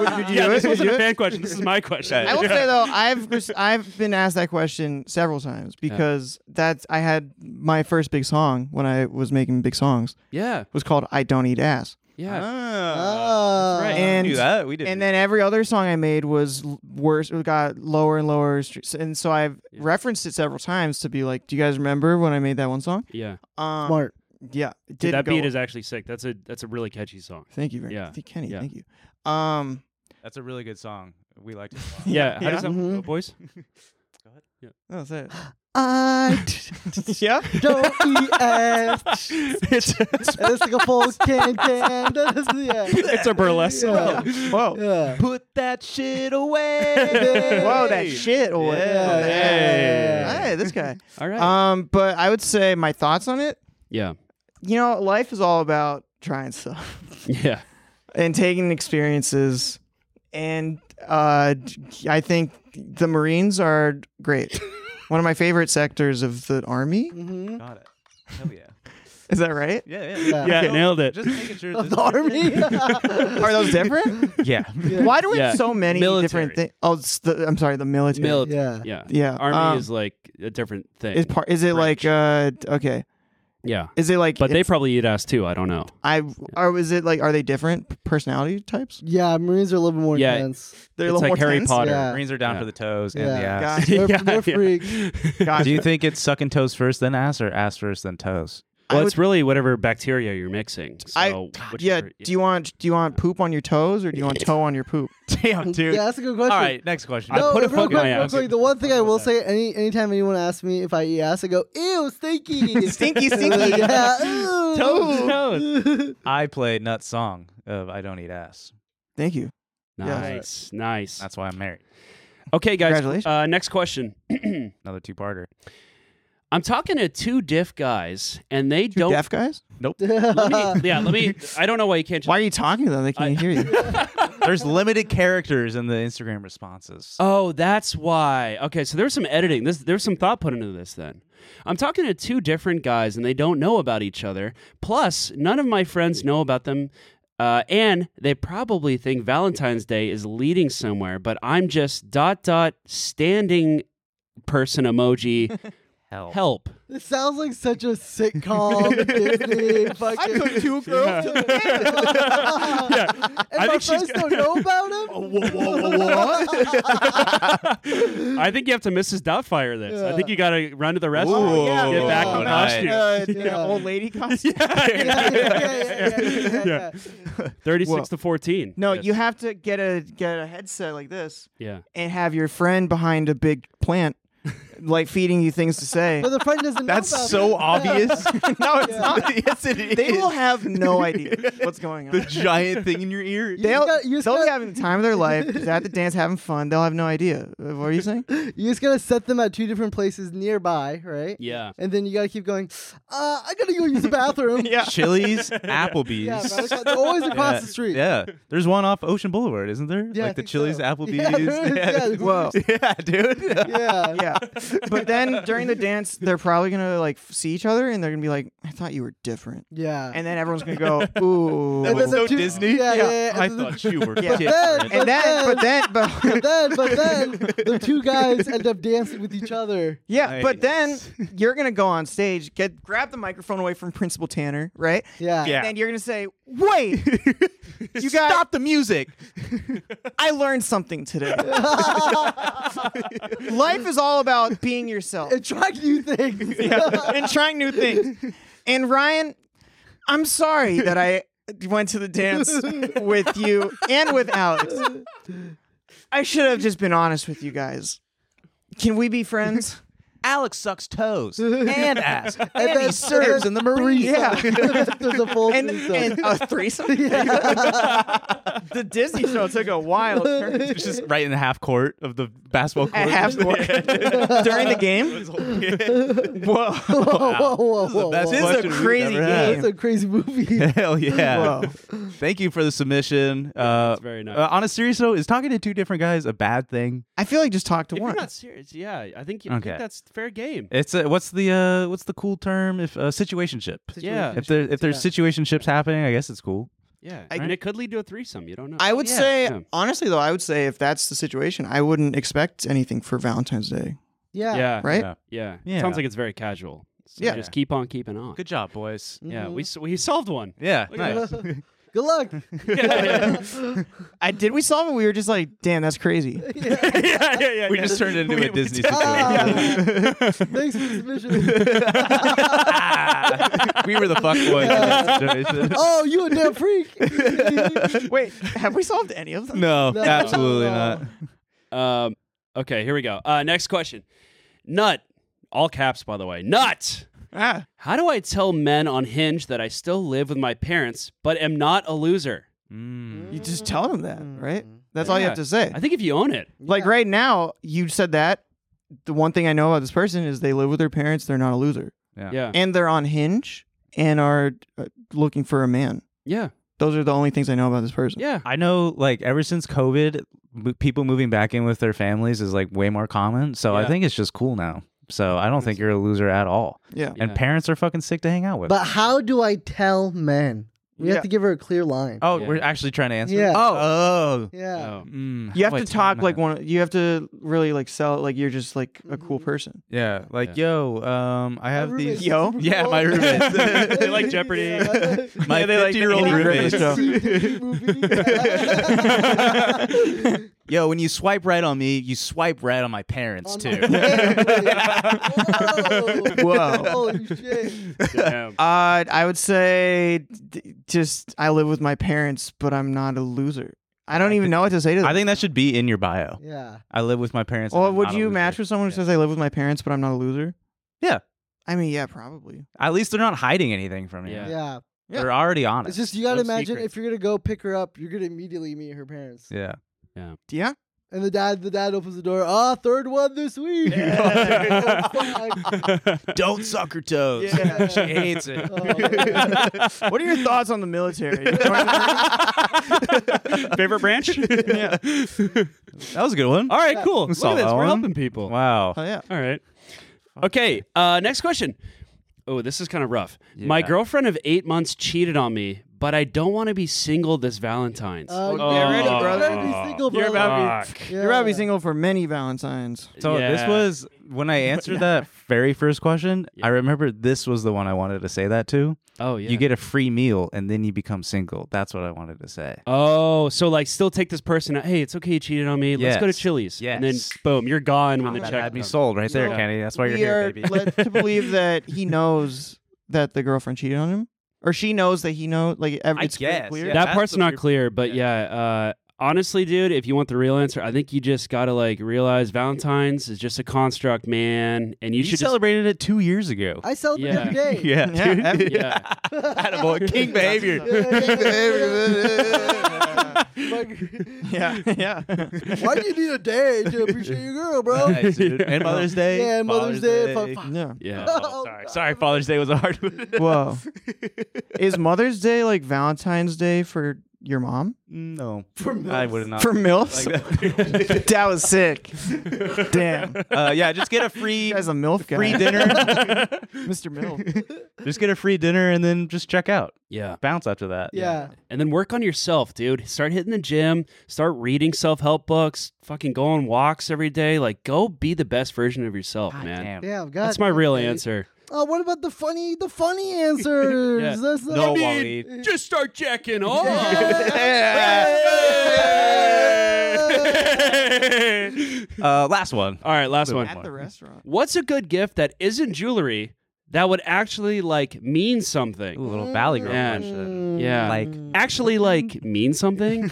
[SPEAKER 4] Would- *laughs* would you
[SPEAKER 3] yeah,
[SPEAKER 4] do
[SPEAKER 3] this
[SPEAKER 4] it? Would you
[SPEAKER 3] wasn't
[SPEAKER 4] do
[SPEAKER 3] a
[SPEAKER 4] it?"
[SPEAKER 3] fan question. This is my question.
[SPEAKER 4] I will say though, *laughs* I've res- I've been asked that question several times because that's I had my first big song when I was making big songs
[SPEAKER 3] Yeah,
[SPEAKER 4] was called "I Don't Eat Ass,"
[SPEAKER 3] yeah.
[SPEAKER 4] Oh.
[SPEAKER 1] Ah.
[SPEAKER 3] right.
[SPEAKER 4] and
[SPEAKER 2] that. We did.
[SPEAKER 4] and then every other song I made was l- worse. It got lower and lower, str- and so I've referenced it several times to be like, "Do you guys remember when I made that one song?"
[SPEAKER 3] Yeah,
[SPEAKER 4] Um,
[SPEAKER 1] Smart.
[SPEAKER 4] Yeah,
[SPEAKER 3] Dude,
[SPEAKER 4] it did
[SPEAKER 3] that
[SPEAKER 4] go-
[SPEAKER 3] beat is actually sick. That's a that's a really catchy song.
[SPEAKER 4] Thank you very
[SPEAKER 3] Yeah,
[SPEAKER 4] much, Kenny.
[SPEAKER 3] yeah.
[SPEAKER 4] Thank you. Um,
[SPEAKER 2] That's a really good song. We liked it.
[SPEAKER 3] *laughs* Yeah, how does that
[SPEAKER 1] Mhm.
[SPEAKER 3] go, boys?
[SPEAKER 4] that's it.
[SPEAKER 1] I *laughs*
[SPEAKER 4] yeah.
[SPEAKER 1] don't eat ass.
[SPEAKER 3] it's, it's
[SPEAKER 1] It's like a full can can. That's the
[SPEAKER 3] a burlesque
[SPEAKER 1] Yeah.
[SPEAKER 4] *laughs*
[SPEAKER 3] song.
[SPEAKER 4] Whoa.
[SPEAKER 1] Yeah.
[SPEAKER 2] Put that shit
[SPEAKER 3] *laughs*
[SPEAKER 2] away.
[SPEAKER 4] Whoa, that shit. Oh,
[SPEAKER 2] Yeah.
[SPEAKER 4] Hey. Hey, this guy.
[SPEAKER 3] All right.
[SPEAKER 4] Um, but I would say my thoughts on it.
[SPEAKER 3] yeah, *laughs*
[SPEAKER 4] You know, life is all about trying stuff
[SPEAKER 3] yeah,
[SPEAKER 4] and taking experiences and uh, I think the Marines are
[SPEAKER 3] *laughs*
[SPEAKER 4] great. One of my favorite sectors of the Army.
[SPEAKER 2] Got it. Hell
[SPEAKER 4] *laughs*
[SPEAKER 2] yeah.
[SPEAKER 4] Is that right?
[SPEAKER 2] Yeah, yeah.
[SPEAKER 3] Mm-hmm. Yeah, nailed it.
[SPEAKER 2] Just making sure
[SPEAKER 1] Of
[SPEAKER 2] this
[SPEAKER 1] the army.
[SPEAKER 4] *laughs* Are those different?
[SPEAKER 3] *laughs*
[SPEAKER 2] Yeah.
[SPEAKER 4] Why do we
[SPEAKER 3] Yeah.
[SPEAKER 4] have so many
[SPEAKER 3] Military.
[SPEAKER 4] different things? Oh, it's the, I'm sorry, the military.
[SPEAKER 3] Military.
[SPEAKER 1] yeah.
[SPEAKER 3] Yeah.
[SPEAKER 4] Yeah,
[SPEAKER 3] Army
[SPEAKER 4] um,
[SPEAKER 3] is like a different thing.
[SPEAKER 4] Is part? Is it like uh? Okay.
[SPEAKER 3] yeah.
[SPEAKER 4] Is it like?
[SPEAKER 3] But they
[SPEAKER 4] it's-
[SPEAKER 3] probably eat ass too. I don't know.
[SPEAKER 4] I or is it like? Are they different personality types?
[SPEAKER 1] *laughs* Yeah, Marines are a little bit more
[SPEAKER 3] Yeah.
[SPEAKER 1] intense.
[SPEAKER 4] They're
[SPEAKER 3] it's
[SPEAKER 4] a little
[SPEAKER 3] like
[SPEAKER 4] more
[SPEAKER 3] Harry
[SPEAKER 4] tense?
[SPEAKER 3] Potter. *laughs*
[SPEAKER 1] Yeah.
[SPEAKER 2] Marines are down
[SPEAKER 3] Yeah.
[SPEAKER 2] for the toes and
[SPEAKER 1] Yeah.
[SPEAKER 2] the ass.
[SPEAKER 3] *laughs*
[SPEAKER 4] Gotcha.
[SPEAKER 1] They're,
[SPEAKER 3] Yeah,
[SPEAKER 1] they're
[SPEAKER 3] yeah.
[SPEAKER 1] freaks.
[SPEAKER 4] Gotcha.
[SPEAKER 2] Do you think it's sucking toes first, then ass, or ass first, then toes?
[SPEAKER 4] I
[SPEAKER 3] *laughs* Well,
[SPEAKER 4] would-
[SPEAKER 3] it's really whatever bacteria you're mixing. So
[SPEAKER 4] I- yeah.
[SPEAKER 3] whichever-
[SPEAKER 4] Do you want do you want poop on your toes or do you
[SPEAKER 3] *laughs*
[SPEAKER 4] want toe on your poop?
[SPEAKER 2] Damn, dude.
[SPEAKER 1] Yeah, that's a good
[SPEAKER 2] All
[SPEAKER 1] question.
[SPEAKER 2] right, next question.
[SPEAKER 1] No,
[SPEAKER 3] I put a
[SPEAKER 1] real
[SPEAKER 3] fuck in
[SPEAKER 1] quick,
[SPEAKER 3] my
[SPEAKER 1] real
[SPEAKER 3] ass.
[SPEAKER 1] quick, the one thing I will say, any anytime anyone asks me if I eat ass, I go, ew, stinky. *laughs*
[SPEAKER 4] Stinky,
[SPEAKER 1] And they're like, yeah, ew.
[SPEAKER 3] Toes, toes.
[SPEAKER 4] *laughs*
[SPEAKER 2] I played Nut Song of I Don't Eat Ass.
[SPEAKER 4] Thank you.
[SPEAKER 3] Nice, nice.
[SPEAKER 2] That's why I'm married.
[SPEAKER 3] Okay, guys.
[SPEAKER 4] Congratulations.
[SPEAKER 3] Uh, next question. *clears throat*
[SPEAKER 2] Another two parter.
[SPEAKER 3] I'm talking to two diff guys, and they
[SPEAKER 4] Two
[SPEAKER 3] don't.
[SPEAKER 4] deaf guys?
[SPEAKER 1] *laughs*
[SPEAKER 3] Let me- yeah, let
[SPEAKER 4] *laughs*
[SPEAKER 3] me. I don't know why you can't. Just,
[SPEAKER 4] Why are you talking to them? They can't
[SPEAKER 3] *laughs*
[SPEAKER 4] hear you.
[SPEAKER 2] There's limited characters in the Instagram responses.
[SPEAKER 3] Oh, that's why. Okay, so there's some editing. This there's some thought put into this then. I'm talking to two different guys and they don't know about each other. Plus, none of my friends know about them. Uh, and they probably think Valentine's Day is leading somewhere, but I'm just dot dot standing person emoji
[SPEAKER 2] Hell.
[SPEAKER 3] help.
[SPEAKER 1] It sounds like such a sitcom. Disney, fucking. I took two girls
[SPEAKER 4] *laughs*
[SPEAKER 1] to the yeah. And my
[SPEAKER 3] I think she's
[SPEAKER 1] friends don't know about him?
[SPEAKER 3] I think you have to Mrs. Doubtfire this. I think you got to run to the restroom, *laughs*
[SPEAKER 2] Ooh,
[SPEAKER 1] Oh, yeah,
[SPEAKER 3] get back
[SPEAKER 1] yeah.
[SPEAKER 3] in
[SPEAKER 2] Nice.
[SPEAKER 3] costume.
[SPEAKER 4] Uh,
[SPEAKER 1] Yeah. *laughs*
[SPEAKER 4] Old lady costume.
[SPEAKER 1] yeah,
[SPEAKER 3] *laughs*
[SPEAKER 1] yeah, yeah, yeah, yeah, yeah.
[SPEAKER 3] 36
[SPEAKER 4] Well,
[SPEAKER 3] to 14.
[SPEAKER 4] No,
[SPEAKER 3] Yes.
[SPEAKER 4] you have to get a get a headset like this
[SPEAKER 3] Yeah.
[SPEAKER 4] and have your friend behind a big plant, like feeding you things to say.
[SPEAKER 1] But the friend doesn't know
[SPEAKER 2] That's
[SPEAKER 1] about it.
[SPEAKER 2] so *laughs* obvious. *laughs*
[SPEAKER 4] no, it's not.
[SPEAKER 2] yes, it is.
[SPEAKER 4] They will
[SPEAKER 1] *laughs*
[SPEAKER 4] have no idea what's going on.
[SPEAKER 2] the giant thing in your ear.
[SPEAKER 1] You
[SPEAKER 4] They'll,
[SPEAKER 1] just gotta- you just
[SPEAKER 4] they'll be
[SPEAKER 1] gotta-
[SPEAKER 4] having the time of their life. They're at the dance, having fun. They'll have no idea. Uh, What are
[SPEAKER 1] *laughs*
[SPEAKER 4] you saying?
[SPEAKER 1] You just gotta set them at two different places nearby, right?
[SPEAKER 3] Yeah.
[SPEAKER 1] And then you gotta keep going. Uh, I gotta go use the bathroom. yeah.
[SPEAKER 2] *laughs* Chili's, Applebee's.
[SPEAKER 1] Yeah, but it's always across the street.
[SPEAKER 2] Yeah, there's one off Ocean Boulevard, isn't there?
[SPEAKER 1] Yeah, I
[SPEAKER 2] like the
[SPEAKER 1] think
[SPEAKER 2] Chili's,
[SPEAKER 1] so.
[SPEAKER 2] Applebee's.
[SPEAKER 1] *laughs* Yeah, there is. Yeah, there's-
[SPEAKER 4] Whoa.
[SPEAKER 2] *laughs* yeah dude.
[SPEAKER 1] Yeah.
[SPEAKER 4] Yeah. But then during the dance, they're probably gonna like f- see each other and they're gonna be like, "I thought you were different,"
[SPEAKER 1] Yeah.
[SPEAKER 4] and then everyone's gonna
[SPEAKER 1] *laughs*
[SPEAKER 4] go, "Ooh."
[SPEAKER 2] That was
[SPEAKER 1] the
[SPEAKER 2] so
[SPEAKER 1] two-
[SPEAKER 2] Disney.
[SPEAKER 1] Yeah, yeah, yeah.
[SPEAKER 2] I
[SPEAKER 1] And then-
[SPEAKER 2] thought
[SPEAKER 1] *laughs*
[SPEAKER 2] you were
[SPEAKER 4] Yeah.
[SPEAKER 1] Then-
[SPEAKER 2] different.
[SPEAKER 4] and then, but then,
[SPEAKER 1] But
[SPEAKER 4] *laughs* but
[SPEAKER 1] then, but then, the two guys end up dancing with each other.
[SPEAKER 4] yeah, but then you're gonna go on stage, get grab the microphone away from Principal Tanner, right?
[SPEAKER 1] Yeah.
[SPEAKER 2] Yeah.
[SPEAKER 4] And then you're gonna say, "Wait, you guys,
[SPEAKER 2] Stop the music.
[SPEAKER 4] I learned something *laughs* today. Life is all about being yourself."
[SPEAKER 1] And try new things.
[SPEAKER 4] and trying new things. And Ryan, I'm sorry that I went to the dance with you and with Alex. I should have just been honest with you guys. Can we be friends?
[SPEAKER 2] Alex sucks toes
[SPEAKER 4] Mm-hmm.
[SPEAKER 2] and *laughs* ass, and,
[SPEAKER 1] then-
[SPEAKER 2] he serves in the Marines.
[SPEAKER 4] Yeah.
[SPEAKER 1] *laughs* There's a full
[SPEAKER 4] And,
[SPEAKER 1] threesome.
[SPEAKER 4] and
[SPEAKER 2] uh,
[SPEAKER 1] *laughs*
[SPEAKER 4] a threesome? the Disney show took a wild turn.
[SPEAKER 2] It's just right in the half court of the basketball court.
[SPEAKER 4] At half
[SPEAKER 2] *laughs*
[SPEAKER 4] court. *laughs* During the game? *laughs* Whoa.
[SPEAKER 1] whoa, whoa, whoa, whoa,
[SPEAKER 2] That's
[SPEAKER 1] whoa.
[SPEAKER 4] is a crazy game.
[SPEAKER 1] That's a crazy movie.
[SPEAKER 2] *laughs* Hell yeah!
[SPEAKER 4] Whoa.
[SPEAKER 2] Thank you for the submission. uh,
[SPEAKER 3] that's very nice.
[SPEAKER 2] uh, on a serious note, is talking to two different guys a bad thing?
[SPEAKER 4] I feel like just talk to
[SPEAKER 3] If
[SPEAKER 4] one.
[SPEAKER 3] you're not serious, yeah, I think, I think
[SPEAKER 2] Okay.
[SPEAKER 3] that's fair game.
[SPEAKER 2] It's a, what's the uh, what's the cool term if uh, situationship?
[SPEAKER 3] Yeah,
[SPEAKER 2] If there if there's situationships happening, I guess it's cool.
[SPEAKER 3] yeah.
[SPEAKER 4] I-
[SPEAKER 3] and it could lead to a threesome. You don't know.
[SPEAKER 4] I would say,
[SPEAKER 3] yeah.
[SPEAKER 4] honestly, though, I would say if that's the situation, I wouldn't expect anything for Valentine's Day,
[SPEAKER 1] Yeah. *laughs*
[SPEAKER 3] yeah,
[SPEAKER 4] right?
[SPEAKER 2] Yeah.
[SPEAKER 3] yeah,
[SPEAKER 2] Yeah.
[SPEAKER 3] Sounds like it's very casual. So
[SPEAKER 4] Yeah.
[SPEAKER 3] just keep on keeping on.
[SPEAKER 2] Good job, boys.
[SPEAKER 3] Yeah,
[SPEAKER 4] Mm-hmm.
[SPEAKER 3] we s- we solved one.
[SPEAKER 2] Yeah, nice.
[SPEAKER 1] Good luck.
[SPEAKER 4] I did we solve it? We were just like, damn, that's crazy.
[SPEAKER 3] yeah, yeah, yeah.
[SPEAKER 2] We just turned it into a Disney *laughs* situation.
[SPEAKER 1] Ah. Thanks for the submission.
[SPEAKER 2] *laughs* we were the fuck boys in that situation.
[SPEAKER 1] *laughs* Oh, you a damn freak.
[SPEAKER 4] Wait, have we solved any of them?
[SPEAKER 2] No,
[SPEAKER 1] No.
[SPEAKER 2] absolutely
[SPEAKER 1] No.
[SPEAKER 2] not.
[SPEAKER 3] Um, okay, here we go. Uh, next question. Nut, all caps, by the way. Nut.
[SPEAKER 4] Ah,
[SPEAKER 3] How do I tell men on Hinge that I still live with my parents but am not a loser?
[SPEAKER 2] Mm.
[SPEAKER 4] you just tell them that, right? That's all you have
[SPEAKER 3] Yeah.
[SPEAKER 4] to say.
[SPEAKER 3] I think if you own it,
[SPEAKER 4] Like right now, you said that. The one thing I know about this person is they live with their parents. They're not a loser,
[SPEAKER 2] Yeah.
[SPEAKER 3] yeah,
[SPEAKER 4] and they're on Hinge and are uh, looking for a man.
[SPEAKER 3] yeah.
[SPEAKER 4] Those are the only things I know about this
[SPEAKER 2] *laughs*
[SPEAKER 4] person.
[SPEAKER 3] Yeah.
[SPEAKER 2] I know, like ever since COVID, m- people moving back in with their families is like way more common. So I
[SPEAKER 3] Yeah.
[SPEAKER 2] think it's just cool now. So I don't think you're a loser at all.
[SPEAKER 4] Yeah.
[SPEAKER 2] And
[SPEAKER 3] Yeah.
[SPEAKER 2] parents are fucking sick to hang out with.
[SPEAKER 1] But how do I tell men? We
[SPEAKER 4] Yeah.
[SPEAKER 1] have to give her a clear line.
[SPEAKER 2] oh,
[SPEAKER 3] Yeah.
[SPEAKER 2] we're actually trying to answer.
[SPEAKER 1] Yeah.
[SPEAKER 2] Oh.
[SPEAKER 1] yeah.
[SPEAKER 3] Oh.
[SPEAKER 2] Mm,
[SPEAKER 4] You have
[SPEAKER 2] how do
[SPEAKER 4] to
[SPEAKER 2] I tell
[SPEAKER 4] talk
[SPEAKER 2] them
[SPEAKER 4] like
[SPEAKER 2] that?
[SPEAKER 4] one. You have to really like sell it like you're just like a cool person.
[SPEAKER 2] Yeah. Like yo, um, I have
[SPEAKER 1] roommate's
[SPEAKER 2] these.
[SPEAKER 4] Yo.
[SPEAKER 1] super
[SPEAKER 2] Yeah, my
[SPEAKER 1] cool.
[SPEAKER 4] *laughs*
[SPEAKER 2] roommates. They
[SPEAKER 3] like Jeopardy.
[SPEAKER 1] *laughs* Yeah.
[SPEAKER 2] *laughs* My
[SPEAKER 4] Yeah, they like
[SPEAKER 2] 50
[SPEAKER 4] the
[SPEAKER 2] year old
[SPEAKER 4] Andy Griffith
[SPEAKER 2] roommates.
[SPEAKER 4] stuff.
[SPEAKER 1] *laughs*
[SPEAKER 2] Yo, when you swipe right on me, you swipe right on my parents too. *laughs*
[SPEAKER 4] *laughs*
[SPEAKER 1] Whoa. Holy shit.
[SPEAKER 3] Damn.
[SPEAKER 4] Uh, I would say d- just I live with my parents, but I'm not a loser. I don't even know what to say to them.
[SPEAKER 2] I
[SPEAKER 4] *laughs*
[SPEAKER 2] think that should be in your bio.
[SPEAKER 1] Yeah.
[SPEAKER 2] I live with my parents. and
[SPEAKER 4] Well,
[SPEAKER 2] I'm
[SPEAKER 4] would
[SPEAKER 2] not a
[SPEAKER 4] you
[SPEAKER 2] loser.
[SPEAKER 4] match with someone who says I live with my parents, but I'm not a loser?
[SPEAKER 2] Yeah.
[SPEAKER 4] I mean, yeah, probably.
[SPEAKER 2] At least they're not hiding anything from you.
[SPEAKER 3] Yeah.
[SPEAKER 1] Yeah.
[SPEAKER 4] Yeah.
[SPEAKER 2] They're already honest.
[SPEAKER 1] It's just you gotta
[SPEAKER 3] No
[SPEAKER 1] imagine
[SPEAKER 3] secret.
[SPEAKER 1] if you're gonna go pick her up, you're gonna immediately meet her parents.
[SPEAKER 2] yeah.
[SPEAKER 4] Yeah.
[SPEAKER 1] And the dad the dad opens the door, ah, third one this week. *laughs* Oh
[SPEAKER 4] *laughs*
[SPEAKER 2] Don't suck her toes.
[SPEAKER 1] Yeah.
[SPEAKER 2] she hates
[SPEAKER 4] *laughs*
[SPEAKER 2] it.
[SPEAKER 1] Oh.
[SPEAKER 4] *laughs* what are your thoughts on the military?
[SPEAKER 2] *laughs*
[SPEAKER 3] *laughs* Favorite branch? yeah.
[SPEAKER 2] That was a good one.
[SPEAKER 3] All right, cool.
[SPEAKER 2] Let's solve
[SPEAKER 3] Look at this.
[SPEAKER 2] that
[SPEAKER 3] We're
[SPEAKER 2] one.
[SPEAKER 3] helping people.
[SPEAKER 2] Wow.
[SPEAKER 4] oh yeah.
[SPEAKER 3] All right. Okay. Uh, next question. Oh, this is kind of rough. My girlfriend of eight months cheated on me, but I don't want to be single this Valentine's. Oh,
[SPEAKER 1] Uh,
[SPEAKER 4] Oh, get rid of
[SPEAKER 1] you're
[SPEAKER 4] brother.
[SPEAKER 1] gonna be single,
[SPEAKER 4] You're
[SPEAKER 1] brother.
[SPEAKER 4] about to
[SPEAKER 3] Fuck.
[SPEAKER 4] be, *laughs* you're about to be single for many Valentines.
[SPEAKER 2] So this
[SPEAKER 3] Yeah.
[SPEAKER 2] was when I answered
[SPEAKER 4] *laughs*
[SPEAKER 2] that very first question. I remember this was the one I wanted to say that to.
[SPEAKER 3] Oh yeah.
[SPEAKER 2] You get a free meal and then you become single. That's what I wanted to say.
[SPEAKER 3] Oh, so like still take this person out. Hey, it's okay you cheated on me. Let's go to
[SPEAKER 2] Yes.
[SPEAKER 3] Chili's. And then
[SPEAKER 2] Yes.
[SPEAKER 3] boom, you're gone when the
[SPEAKER 2] that
[SPEAKER 3] check
[SPEAKER 2] had me
[SPEAKER 3] comes.
[SPEAKER 2] sold right there,
[SPEAKER 3] Yeah.
[SPEAKER 2] Kenny. That's why you're
[SPEAKER 4] we
[SPEAKER 2] here,
[SPEAKER 4] are
[SPEAKER 2] baby.
[SPEAKER 4] led
[SPEAKER 2] *laughs*
[SPEAKER 4] to believe that he knows that the girlfriend cheated on him, or she knows that he knows. Like, ev-
[SPEAKER 2] I
[SPEAKER 4] it's pretty
[SPEAKER 2] guess,
[SPEAKER 4] clear.
[SPEAKER 2] yeah.
[SPEAKER 3] that
[SPEAKER 2] that's
[SPEAKER 3] part's
[SPEAKER 2] the
[SPEAKER 3] not
[SPEAKER 2] weird-
[SPEAKER 3] clear, but yeah. uh, honestly, dude, if you want the real answer, I think you just gotta like realize Valentine's is just a construct, man, and you,
[SPEAKER 2] You,
[SPEAKER 3] should just-
[SPEAKER 2] celebrated it two years ago.
[SPEAKER 1] I celebrate
[SPEAKER 3] Yeah.
[SPEAKER 1] every day.
[SPEAKER 2] *laughs* yeah,
[SPEAKER 4] Yeah,
[SPEAKER 2] dude.
[SPEAKER 4] ev-
[SPEAKER 3] yeah,
[SPEAKER 2] Attaboy. King *laughs* behavior.
[SPEAKER 4] *laughs*
[SPEAKER 1] Like,
[SPEAKER 4] yeah,
[SPEAKER 2] *laughs*
[SPEAKER 4] yeah.
[SPEAKER 1] Why do you need a day to appreciate your girl, bro?
[SPEAKER 2] Nice, dude. And Mother's Day.
[SPEAKER 1] Yeah, and Mother's Day, fuck- fuck.
[SPEAKER 4] yeah.
[SPEAKER 3] yeah.
[SPEAKER 1] Oh,
[SPEAKER 2] sorry.
[SPEAKER 1] God.
[SPEAKER 2] Sorry, Father's Day was a hard one. *laughs*
[SPEAKER 4] Whoa. Is Mother's Day like Valentine's Day for your mom?
[SPEAKER 2] No, I would not.
[SPEAKER 4] For MILFs?
[SPEAKER 2] Uh, that. *laughs*
[SPEAKER 4] that. was sick. Damn.
[SPEAKER 2] uh, yeah, just get a free
[SPEAKER 4] *laughs* You guys a MILF guy.
[SPEAKER 2] free
[SPEAKER 4] *laughs*
[SPEAKER 2] dinner.
[SPEAKER 4] Mr. MILF.
[SPEAKER 2] just get a free dinner and then just check out.
[SPEAKER 3] yeah.
[SPEAKER 2] Bounce after that.
[SPEAKER 1] Yeah.
[SPEAKER 3] And then work on yourself, dude. Start hitting the gym, start reading self help books, fucking go on walks every day. Like, go be the best version of yourself, man.
[SPEAKER 2] Damn.
[SPEAKER 1] Damn, God.
[SPEAKER 3] That's my real
[SPEAKER 1] okay.
[SPEAKER 3] answer.
[SPEAKER 1] Oh, what about the funny, the funny answers?
[SPEAKER 3] Yeah.
[SPEAKER 1] That's not
[SPEAKER 2] No, Waleed.
[SPEAKER 3] Just start
[SPEAKER 2] *laughs*
[SPEAKER 3] checking off.
[SPEAKER 2] *laughs* Uh, last one.
[SPEAKER 3] All right, last one.
[SPEAKER 4] At the restaurant.
[SPEAKER 3] What's a good gift that isn't jewelry that would actually like mean something?
[SPEAKER 2] Ooh, little Valley girl
[SPEAKER 4] Mm.
[SPEAKER 3] Man.
[SPEAKER 2] question.
[SPEAKER 3] Yeah.
[SPEAKER 2] Like,
[SPEAKER 3] actually like mean
[SPEAKER 4] *laughs*
[SPEAKER 3] something?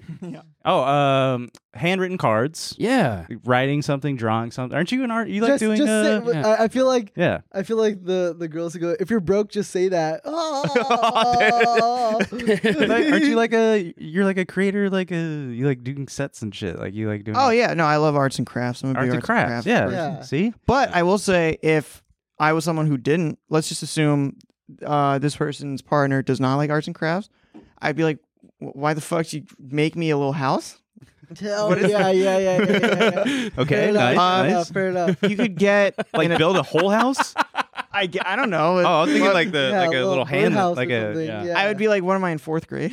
[SPEAKER 2] oh, um, handwritten cards,
[SPEAKER 3] *clears throat* yeah.
[SPEAKER 2] writing something, drawing something. Aren't you an art? You like
[SPEAKER 1] just,
[SPEAKER 2] doing?
[SPEAKER 1] just
[SPEAKER 2] uh,
[SPEAKER 1] say,
[SPEAKER 3] yeah.
[SPEAKER 1] I, I feel like
[SPEAKER 4] *laughs*
[SPEAKER 2] yeah.
[SPEAKER 1] I feel like the the girls who go, if you're broke, just say
[SPEAKER 2] *laughs*
[SPEAKER 1] that. *laughs* Oh,
[SPEAKER 2] Like,
[SPEAKER 1] *laughs*
[SPEAKER 2] aren't you like a? You're like a creator. Like a. You like doing sets and shit. Like you like doing.
[SPEAKER 4] Oh, yeah. No, I love arts and crafts. I'm a big
[SPEAKER 2] Arts and crafts. Yeah.
[SPEAKER 4] person.
[SPEAKER 1] Yeah.
[SPEAKER 4] *laughs*
[SPEAKER 2] See. *laughs*
[SPEAKER 4] But I will say, if I was someone who didn't, let's just assume uh, this person's partner does not like arts and crafts, I'd be like, "Wh- why the fuck did you make me a little house?
[SPEAKER 1] oh yeah, yeah, yeah, yeah, yeah, yeah. Fair
[SPEAKER 2] *laughs* Okay.
[SPEAKER 1] enough, fair
[SPEAKER 2] Nice. nice.
[SPEAKER 1] enough, fair enough.
[SPEAKER 4] You could get
[SPEAKER 2] Like
[SPEAKER 4] an-
[SPEAKER 2] build a whole house.
[SPEAKER 4] *laughs* I, ge- I don't
[SPEAKER 2] Oh,
[SPEAKER 4] know.
[SPEAKER 2] I was thinking
[SPEAKER 4] What-
[SPEAKER 2] like *laughs* the
[SPEAKER 1] Yeah,
[SPEAKER 2] like a little, hand,
[SPEAKER 1] birdhouse
[SPEAKER 2] like
[SPEAKER 1] or
[SPEAKER 2] a.
[SPEAKER 1] something,
[SPEAKER 3] yeah.
[SPEAKER 4] I would be like, what am I in fourth grade?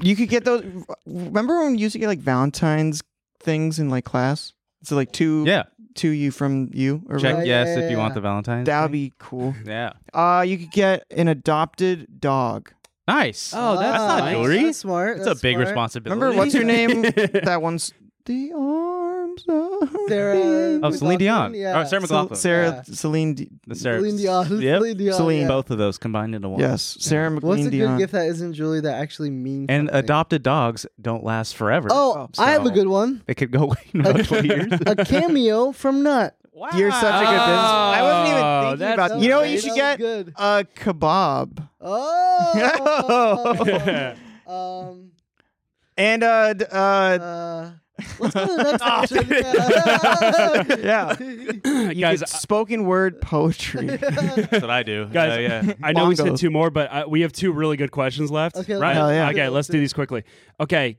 [SPEAKER 4] you could get those. Remember when we used to get like Valentine's things in like class? So like two,
[SPEAKER 2] *laughs* Yeah.
[SPEAKER 4] two you from you or
[SPEAKER 2] Check
[SPEAKER 4] whatever.
[SPEAKER 1] Right.
[SPEAKER 2] yes
[SPEAKER 1] Yeah,
[SPEAKER 2] if you
[SPEAKER 1] yeah,
[SPEAKER 2] want
[SPEAKER 1] yeah.
[SPEAKER 2] the Valentine's.
[SPEAKER 4] That would
[SPEAKER 2] thing.
[SPEAKER 4] be cool.
[SPEAKER 2] Yeah.
[SPEAKER 4] Uh, you could get an adopted dog.
[SPEAKER 2] Nice.
[SPEAKER 3] Oh, that's
[SPEAKER 1] Ah,
[SPEAKER 3] nice.
[SPEAKER 1] That's smart.
[SPEAKER 2] It's a
[SPEAKER 1] that's
[SPEAKER 2] big
[SPEAKER 1] smart.
[SPEAKER 2] responsibility.
[SPEAKER 4] Remember what's
[SPEAKER 1] *laughs*
[SPEAKER 2] *laughs*
[SPEAKER 4] her name? that one's the arms of
[SPEAKER 1] *laughs*
[SPEAKER 4] uh,
[SPEAKER 1] Sarah
[SPEAKER 2] Of Celine Dion.
[SPEAKER 1] McLachlan, yeah.
[SPEAKER 2] Or Sarah
[SPEAKER 4] Cel-
[SPEAKER 2] McLaughlin.
[SPEAKER 4] Sarah
[SPEAKER 1] Yeah.
[SPEAKER 4] Celine. D-
[SPEAKER 2] The Sarah.
[SPEAKER 1] Celine Dion.
[SPEAKER 2] Yep.
[SPEAKER 1] Celine Dion.
[SPEAKER 4] Celine
[SPEAKER 1] yeah.
[SPEAKER 2] Both of those combined into one.
[SPEAKER 4] yes, Sarah
[SPEAKER 1] What's
[SPEAKER 4] McLean
[SPEAKER 1] a
[SPEAKER 4] Dion.
[SPEAKER 1] good gift that isn't jewelry that actually means
[SPEAKER 2] And
[SPEAKER 1] something?
[SPEAKER 2] adopted dogs don't last forever.
[SPEAKER 1] Oh, I have a
[SPEAKER 2] so-
[SPEAKER 1] good one.
[SPEAKER 2] They could go *laughs* away in
[SPEAKER 1] *laughs*
[SPEAKER 2] about 20 years.
[SPEAKER 1] A cameo from Nut.
[SPEAKER 2] Wow.
[SPEAKER 4] You're such a good business. I wasn't
[SPEAKER 3] Oh,
[SPEAKER 4] even thinking
[SPEAKER 3] that's
[SPEAKER 4] about.
[SPEAKER 1] That
[SPEAKER 4] That.
[SPEAKER 1] was
[SPEAKER 4] You know what
[SPEAKER 1] great.
[SPEAKER 4] you should
[SPEAKER 1] That was
[SPEAKER 4] get?
[SPEAKER 1] Good.
[SPEAKER 4] A kebab.
[SPEAKER 1] Oh. um.
[SPEAKER 2] *laughs*
[SPEAKER 4] *laughs* and uh, d- uh,
[SPEAKER 1] Uh, Let's go to the next question. *laughs*
[SPEAKER 4] Yeah. You
[SPEAKER 3] Guys,
[SPEAKER 4] could spoken word poetry.
[SPEAKER 2] That's what I
[SPEAKER 4] *laughs*
[SPEAKER 2] do.
[SPEAKER 3] Guys,
[SPEAKER 2] yeah, yeah.
[SPEAKER 3] I know we said
[SPEAKER 4] Bongos.
[SPEAKER 3] two more, but uh we have two really good questions left.
[SPEAKER 1] Okay,
[SPEAKER 3] right?
[SPEAKER 4] Hell yeah.
[SPEAKER 3] Okay, let's do these quickly. Okay,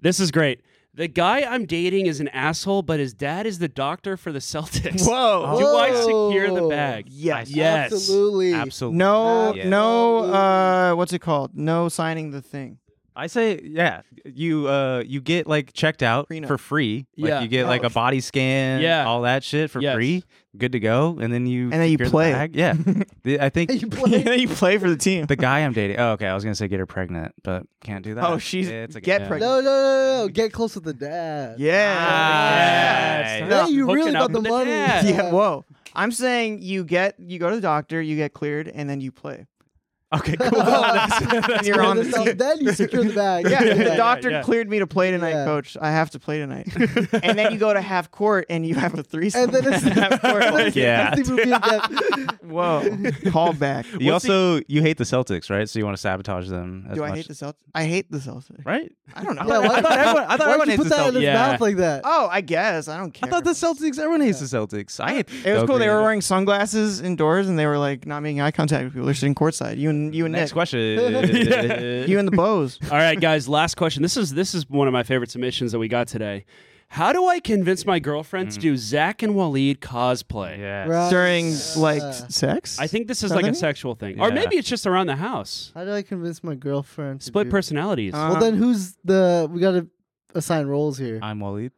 [SPEAKER 3] this is great. The guy I'm dating is an asshole, but his dad is the doctor for the Celtics.
[SPEAKER 4] Whoa.
[SPEAKER 3] Do I
[SPEAKER 1] Whoa.
[SPEAKER 3] secure the bag?
[SPEAKER 4] Yes.
[SPEAKER 3] Yes.
[SPEAKER 1] Absolutely. *laughs*
[SPEAKER 2] Absolutely.
[SPEAKER 4] No,
[SPEAKER 1] Yeah.
[SPEAKER 4] no, uh, what's it called? No signing the thing.
[SPEAKER 2] I say, yeah. You uh, you get like checked out
[SPEAKER 4] Prenup.
[SPEAKER 2] for free. Like
[SPEAKER 3] Yeah.
[SPEAKER 2] you get like a body scan,
[SPEAKER 3] Yeah.
[SPEAKER 2] all that shit for
[SPEAKER 3] Yes.
[SPEAKER 2] free. Good to go, and then you
[SPEAKER 4] then you
[SPEAKER 2] secure the
[SPEAKER 4] play.
[SPEAKER 2] bag.
[SPEAKER 4] *laughs*
[SPEAKER 2] Yeah, The- I think *laughs*
[SPEAKER 1] You *laughs* play.
[SPEAKER 4] you play for the team.
[SPEAKER 2] the guy I'm dating. Oh, okay. I was gonna say get her pregnant, but can't do that.
[SPEAKER 4] Oh, she's
[SPEAKER 2] It's a
[SPEAKER 4] get
[SPEAKER 2] yeah.
[SPEAKER 4] pregnant.
[SPEAKER 1] No, no, no, no, no. Get close with the dad.
[SPEAKER 4] Yeah.
[SPEAKER 2] Yes.
[SPEAKER 1] Now you
[SPEAKER 3] Hooking
[SPEAKER 1] really got
[SPEAKER 3] up
[SPEAKER 1] the
[SPEAKER 3] with the
[SPEAKER 1] money.
[SPEAKER 3] dad.
[SPEAKER 4] Yeah. Whoa. I'm saying you get you go to the doctor, you get cleared, and then you play.
[SPEAKER 2] *laughs*
[SPEAKER 4] *laughs*
[SPEAKER 2] Okay,
[SPEAKER 4] Oh.
[SPEAKER 2] *laughs* cool.
[SPEAKER 4] And you're on the
[SPEAKER 1] then,
[SPEAKER 4] team.
[SPEAKER 1] then you secure the
[SPEAKER 4] *laughs*
[SPEAKER 1] bag.
[SPEAKER 4] Yeah,
[SPEAKER 3] yeah,
[SPEAKER 4] the doctor
[SPEAKER 3] yeah.
[SPEAKER 4] cleared me to play tonight,
[SPEAKER 1] Yeah.
[SPEAKER 4] coach. I have to
[SPEAKER 1] *laughs*
[SPEAKER 4] play tonight. and then you go to half court and you have a threesome.
[SPEAKER 1] *laughs* And then
[SPEAKER 4] *laughs*
[SPEAKER 2] *laughs*
[SPEAKER 1] it's-
[SPEAKER 4] at half court. Like,
[SPEAKER 2] yeah.
[SPEAKER 1] That's the movie
[SPEAKER 2] *laughs*
[SPEAKER 1] again.
[SPEAKER 4] *laughs* Whoa. Call back.
[SPEAKER 2] You also you hate the Celtics, right? So you want to sabotage them. As
[SPEAKER 4] Do I
[SPEAKER 2] much.
[SPEAKER 4] hate the Celtics? I hate the Celtics.
[SPEAKER 2] Right?
[SPEAKER 4] I don't know.
[SPEAKER 1] Yeah, why-
[SPEAKER 2] I thought everyone. I thought
[SPEAKER 1] Why'd
[SPEAKER 2] everyone
[SPEAKER 1] you
[SPEAKER 2] hates
[SPEAKER 1] put
[SPEAKER 2] the
[SPEAKER 1] that in
[SPEAKER 2] Celtics.
[SPEAKER 1] his
[SPEAKER 3] Yeah.
[SPEAKER 1] mouth like that?
[SPEAKER 4] Oh, I guess. I don't care.
[SPEAKER 2] I thought the Celtics. Everyone hates the Celtics. I hate.
[SPEAKER 4] It was cool. They were wearing sunglasses indoors, and they were like not making eye contact with people. They're sitting courtside. You and you and
[SPEAKER 2] Next *laughs*
[SPEAKER 4] Nick.
[SPEAKER 2] question.
[SPEAKER 4] *laughs* You
[SPEAKER 2] *laughs*
[SPEAKER 4] and the
[SPEAKER 1] *laughs*
[SPEAKER 4] bows.
[SPEAKER 3] All right, guys, last question. This is this is one of my favorite submissions that we got today. How do I convince my girlfriend to do Zach and Waleed cosplay?
[SPEAKER 2] yeah.
[SPEAKER 1] Right.
[SPEAKER 4] during like
[SPEAKER 1] Yeah.
[SPEAKER 4] sex.
[SPEAKER 3] I think this is like a
[SPEAKER 4] Doesn't it?
[SPEAKER 3] sexual thing. Or
[SPEAKER 2] Yeah.
[SPEAKER 3] maybe it's just around the house.
[SPEAKER 1] How do I convince my girlfriend? to
[SPEAKER 3] Split
[SPEAKER 1] do-
[SPEAKER 3] personalities.
[SPEAKER 4] Uh,
[SPEAKER 1] Well, then who's the? We gotta assign roles here.
[SPEAKER 2] I'm Waleed.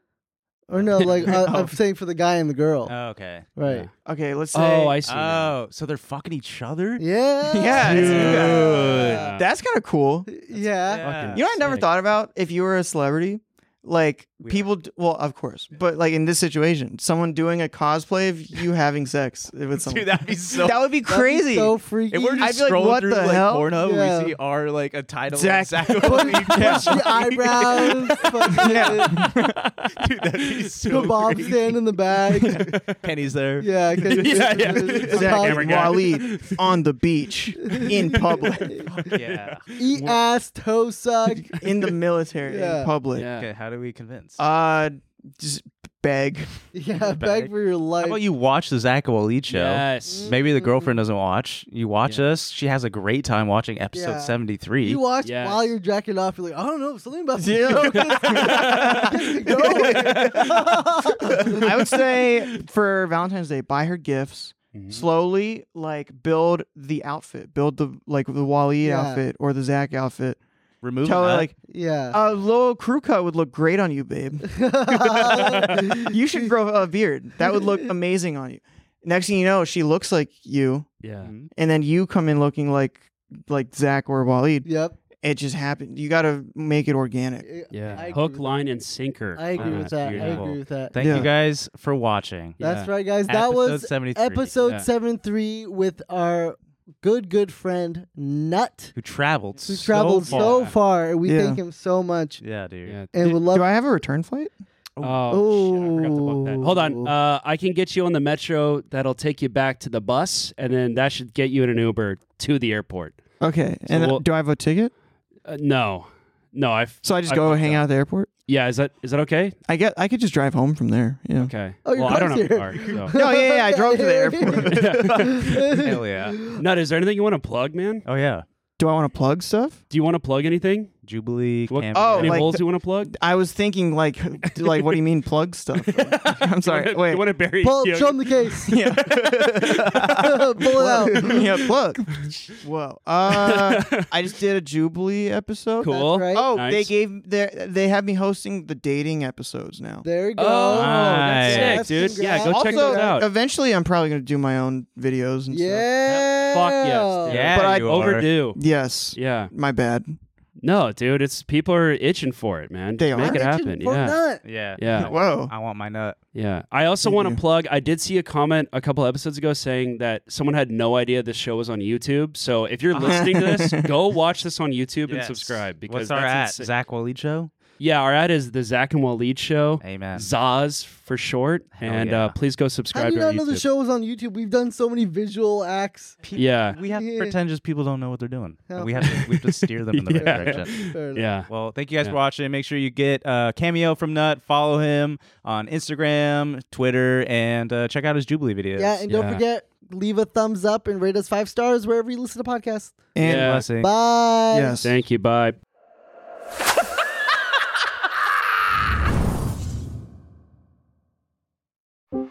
[SPEAKER 1] Or
[SPEAKER 2] *laughs*
[SPEAKER 1] no, like I, I'm saying for the guy and the girl,
[SPEAKER 2] Oh, okay.
[SPEAKER 1] right?
[SPEAKER 4] Okay, let's say.
[SPEAKER 3] oh, I see. now.
[SPEAKER 2] Oh, so they're fucking each other?
[SPEAKER 1] Yeah.
[SPEAKER 4] Yeah, it's-
[SPEAKER 3] Dude.
[SPEAKER 4] That's kind of cool.
[SPEAKER 1] Yeah.
[SPEAKER 2] Yeah.
[SPEAKER 4] You know, what I never
[SPEAKER 3] Sick.
[SPEAKER 4] thought about if you were a celebrity, like people. D- well, of course, but like in this situation, someone doing a cosplay of you having sex with someone.
[SPEAKER 2] Dude, that'd be so.
[SPEAKER 4] That would be
[SPEAKER 1] That'd be
[SPEAKER 4] crazy.
[SPEAKER 1] so freaky.
[SPEAKER 2] *laughs* if we're
[SPEAKER 4] I'd
[SPEAKER 2] just
[SPEAKER 4] be like,
[SPEAKER 2] scrolling
[SPEAKER 4] what
[SPEAKER 2] through
[SPEAKER 4] the
[SPEAKER 2] like
[SPEAKER 4] hell?
[SPEAKER 2] Pornhub,
[SPEAKER 1] Yeah.
[SPEAKER 2] we see our like a title.
[SPEAKER 4] Zach-
[SPEAKER 2] Zach *laughs*
[SPEAKER 4] *laughs*
[SPEAKER 1] Push-
[SPEAKER 2] Waleed.
[SPEAKER 1] Bushy
[SPEAKER 2] *laughs*
[SPEAKER 1] eyebrows, fucking
[SPEAKER 2] Dude, that'd
[SPEAKER 4] *laughs*
[SPEAKER 2] be so.
[SPEAKER 1] kebab stand in the
[SPEAKER 2] *laughs*
[SPEAKER 1] bag.
[SPEAKER 2] Penny's there. *laughs*
[SPEAKER 1] Yeah, okay.
[SPEAKER 2] Yeah, yeah.
[SPEAKER 4] Zach
[SPEAKER 1] Cosby.
[SPEAKER 4] and Waleed on the beach in
[SPEAKER 1] *laughs*
[SPEAKER 4] public,
[SPEAKER 2] Yeah.
[SPEAKER 1] Eat ass, toe suck.
[SPEAKER 4] in the military,
[SPEAKER 1] Yeah.
[SPEAKER 4] in public.
[SPEAKER 3] Yeah.
[SPEAKER 2] Okay, how do we convince?
[SPEAKER 4] Uh, just beg.
[SPEAKER 1] Yeah, beg for your life.
[SPEAKER 2] How about you watch the Zach and Waleed show?
[SPEAKER 3] Yes.
[SPEAKER 2] Maybe the girlfriend doesn't watch. You watch us. She has a great time watching episode
[SPEAKER 1] Yeah.
[SPEAKER 2] 73.
[SPEAKER 1] You watch
[SPEAKER 3] Yes.
[SPEAKER 1] while you're jacking off. You're like, I don't know, something about *laughs*
[SPEAKER 4] *laughs* *laughs* I would say for Valentine's Day, buy her gifts.
[SPEAKER 1] Mm-hmm.
[SPEAKER 3] Mm-hmm.
[SPEAKER 4] Slowly, like build the outfit, build the like the Wally
[SPEAKER 1] Yeah.
[SPEAKER 4] outfit or the Zach outfit.
[SPEAKER 2] Remove
[SPEAKER 4] Tell her
[SPEAKER 2] that.
[SPEAKER 4] like
[SPEAKER 1] *laughs*
[SPEAKER 4] *laughs*
[SPEAKER 1] yeah.
[SPEAKER 4] a little crew cut would look great on you, babe. Uh,
[SPEAKER 1] *laughs*
[SPEAKER 4] you should grow a beard. That would look amazing on you. Next thing you know, she looks like you,
[SPEAKER 3] Yeah.
[SPEAKER 4] and then you come in looking like like Zach or Wally.
[SPEAKER 1] yep.
[SPEAKER 4] It just happened. You got to make it organic.
[SPEAKER 3] Yeah.
[SPEAKER 1] I agree
[SPEAKER 3] Hook,
[SPEAKER 1] with-
[SPEAKER 3] line, and sinker.
[SPEAKER 1] I agree
[SPEAKER 3] Ah,
[SPEAKER 1] with that. I
[SPEAKER 3] beautiful.
[SPEAKER 1] agree with that.
[SPEAKER 2] Thank
[SPEAKER 4] Yeah.
[SPEAKER 2] you guys for watching.
[SPEAKER 1] That's right, guys. That was
[SPEAKER 2] 73.
[SPEAKER 1] episode
[SPEAKER 2] Yeah.
[SPEAKER 1] 73 with our good, good friend, Nut,
[SPEAKER 2] Who traveled?
[SPEAKER 1] who
[SPEAKER 2] so
[SPEAKER 1] traveled so,
[SPEAKER 2] far.
[SPEAKER 1] far. We
[SPEAKER 4] Yeah.
[SPEAKER 1] thank him so much.
[SPEAKER 2] Yeah, dude.
[SPEAKER 3] Yeah.
[SPEAKER 1] And would love
[SPEAKER 4] Do I have a return flight?
[SPEAKER 3] Oh, shit, I forgot to book that. Hold on.
[SPEAKER 1] Ooh.
[SPEAKER 3] Uh, I can get you on the metro. That'll take you back to the bus, and then that should get you in an Uber to the airport.
[SPEAKER 4] Okay. and
[SPEAKER 3] we'll-
[SPEAKER 4] do I have a ticket?
[SPEAKER 3] Uh, no, no. I
[SPEAKER 4] So I just go hang out at the airport.
[SPEAKER 3] Yeah. Is that is that
[SPEAKER 4] *laughs*
[SPEAKER 3] okay?
[SPEAKER 4] I get. I could just drive home from there. Yeah.
[SPEAKER 3] Okay.
[SPEAKER 1] Oh, your
[SPEAKER 3] well, I don't
[SPEAKER 1] car's
[SPEAKER 3] have a car.
[SPEAKER 1] *laughs*
[SPEAKER 3] So.
[SPEAKER 4] *laughs* No, Oh, yeah, yeah. I drove *laughs* to the airport.
[SPEAKER 2] Hell yeah.
[SPEAKER 1] *laughs*
[SPEAKER 3] Nut, is there anything you want to plug, man?
[SPEAKER 2] Oh yeah.
[SPEAKER 4] Do I want to plug stuff?
[SPEAKER 3] Do you want to plug anything?
[SPEAKER 2] Jubilee.
[SPEAKER 3] What-
[SPEAKER 2] Camp-
[SPEAKER 4] Oh,
[SPEAKER 3] Any
[SPEAKER 4] like
[SPEAKER 3] holes
[SPEAKER 4] the-
[SPEAKER 3] you want to plug?
[SPEAKER 4] I was thinking like, like, what do you mean plug *laughs* stuff? I'm sorry.
[SPEAKER 3] You
[SPEAKER 4] *laughs* Wait.
[SPEAKER 3] want to *laughs* bury?
[SPEAKER 1] Pull,
[SPEAKER 3] you know,
[SPEAKER 1] show him the case.
[SPEAKER 3] *laughs*
[SPEAKER 4] Yeah.
[SPEAKER 1] *laughs* Pull it *laughs* out.
[SPEAKER 4] yeah. Plug. Whoa.
[SPEAKER 3] *laughs*
[SPEAKER 4] Uh, I just did a Jubilee episode.
[SPEAKER 3] cool. *laughs*
[SPEAKER 1] That's right.
[SPEAKER 4] Oh,
[SPEAKER 3] Nice.
[SPEAKER 4] they gave their. They have me hosting the dating episodes now.
[SPEAKER 1] There you go.
[SPEAKER 3] Oh,
[SPEAKER 2] Nice.
[SPEAKER 3] that's sick, dude. Yeah, go
[SPEAKER 1] Congrats.
[SPEAKER 3] check
[SPEAKER 4] Also,
[SPEAKER 3] those out.
[SPEAKER 4] Eventually, I'm probably gonna do my own videos and stuff.
[SPEAKER 1] Yeah.
[SPEAKER 3] Fuck yes. dude.
[SPEAKER 2] Yeah,
[SPEAKER 4] But I-
[SPEAKER 2] you are.
[SPEAKER 3] Overdue.
[SPEAKER 4] Yes.
[SPEAKER 3] Yeah.
[SPEAKER 4] My bad.
[SPEAKER 3] No, dude. It's people are itching for it, man.
[SPEAKER 4] They
[SPEAKER 3] Make
[SPEAKER 4] are.
[SPEAKER 3] it
[SPEAKER 1] Bitchin'
[SPEAKER 3] happen.
[SPEAKER 1] for
[SPEAKER 3] Yeah.
[SPEAKER 1] nut.
[SPEAKER 2] Yeah.
[SPEAKER 3] Yeah. Uh,
[SPEAKER 4] Whoa.
[SPEAKER 2] I want my nut.
[SPEAKER 3] Yeah. I also want to plug I did see a comment a couple episodes ago saying that someone had no idea this show was on YouTube. So
[SPEAKER 2] *laughs*
[SPEAKER 3] if you're listening to this, go watch this on YouTube and
[SPEAKER 2] Yes.
[SPEAKER 3] subscribe
[SPEAKER 2] What's
[SPEAKER 3] because
[SPEAKER 2] our
[SPEAKER 3] that's
[SPEAKER 2] at?
[SPEAKER 3] insa-
[SPEAKER 2] Zach Waleed show.
[SPEAKER 3] Yeah, our ad is the Zach and Waleed Show.
[SPEAKER 2] Amen.
[SPEAKER 3] Zaz for short. and
[SPEAKER 2] yeah.
[SPEAKER 3] uh, please go
[SPEAKER 1] How
[SPEAKER 3] subscribe
[SPEAKER 1] do you
[SPEAKER 3] to our
[SPEAKER 1] not know the
[SPEAKER 3] YouTube.
[SPEAKER 1] show was on YouTube? We've done so many visual acts.
[SPEAKER 3] Yeah.
[SPEAKER 2] We have to
[SPEAKER 1] Yeah.
[SPEAKER 2] pretend just people don't know what
[SPEAKER 1] *laughs*
[SPEAKER 2] they're doing.
[SPEAKER 1] Yeah.
[SPEAKER 2] We have to we have to steer them
[SPEAKER 1] *laughs*
[SPEAKER 2] in the
[SPEAKER 3] Yeah.
[SPEAKER 2] right direction.
[SPEAKER 1] Fair enough.
[SPEAKER 3] Yeah.
[SPEAKER 2] Well, thank you guys for watching. Make sure you get uh, cameo from Nut. Follow him on Instagram, Twitter, and uh, check out his Jubilee videos.
[SPEAKER 1] Yeah, and don't
[SPEAKER 3] Yeah.
[SPEAKER 1] forget, leave a thumbs up and rate us five stars wherever you listen to podcasts.
[SPEAKER 4] And
[SPEAKER 3] Yeah.
[SPEAKER 2] Blessing.
[SPEAKER 1] Bye.
[SPEAKER 4] yes.
[SPEAKER 3] Thank you. Bye.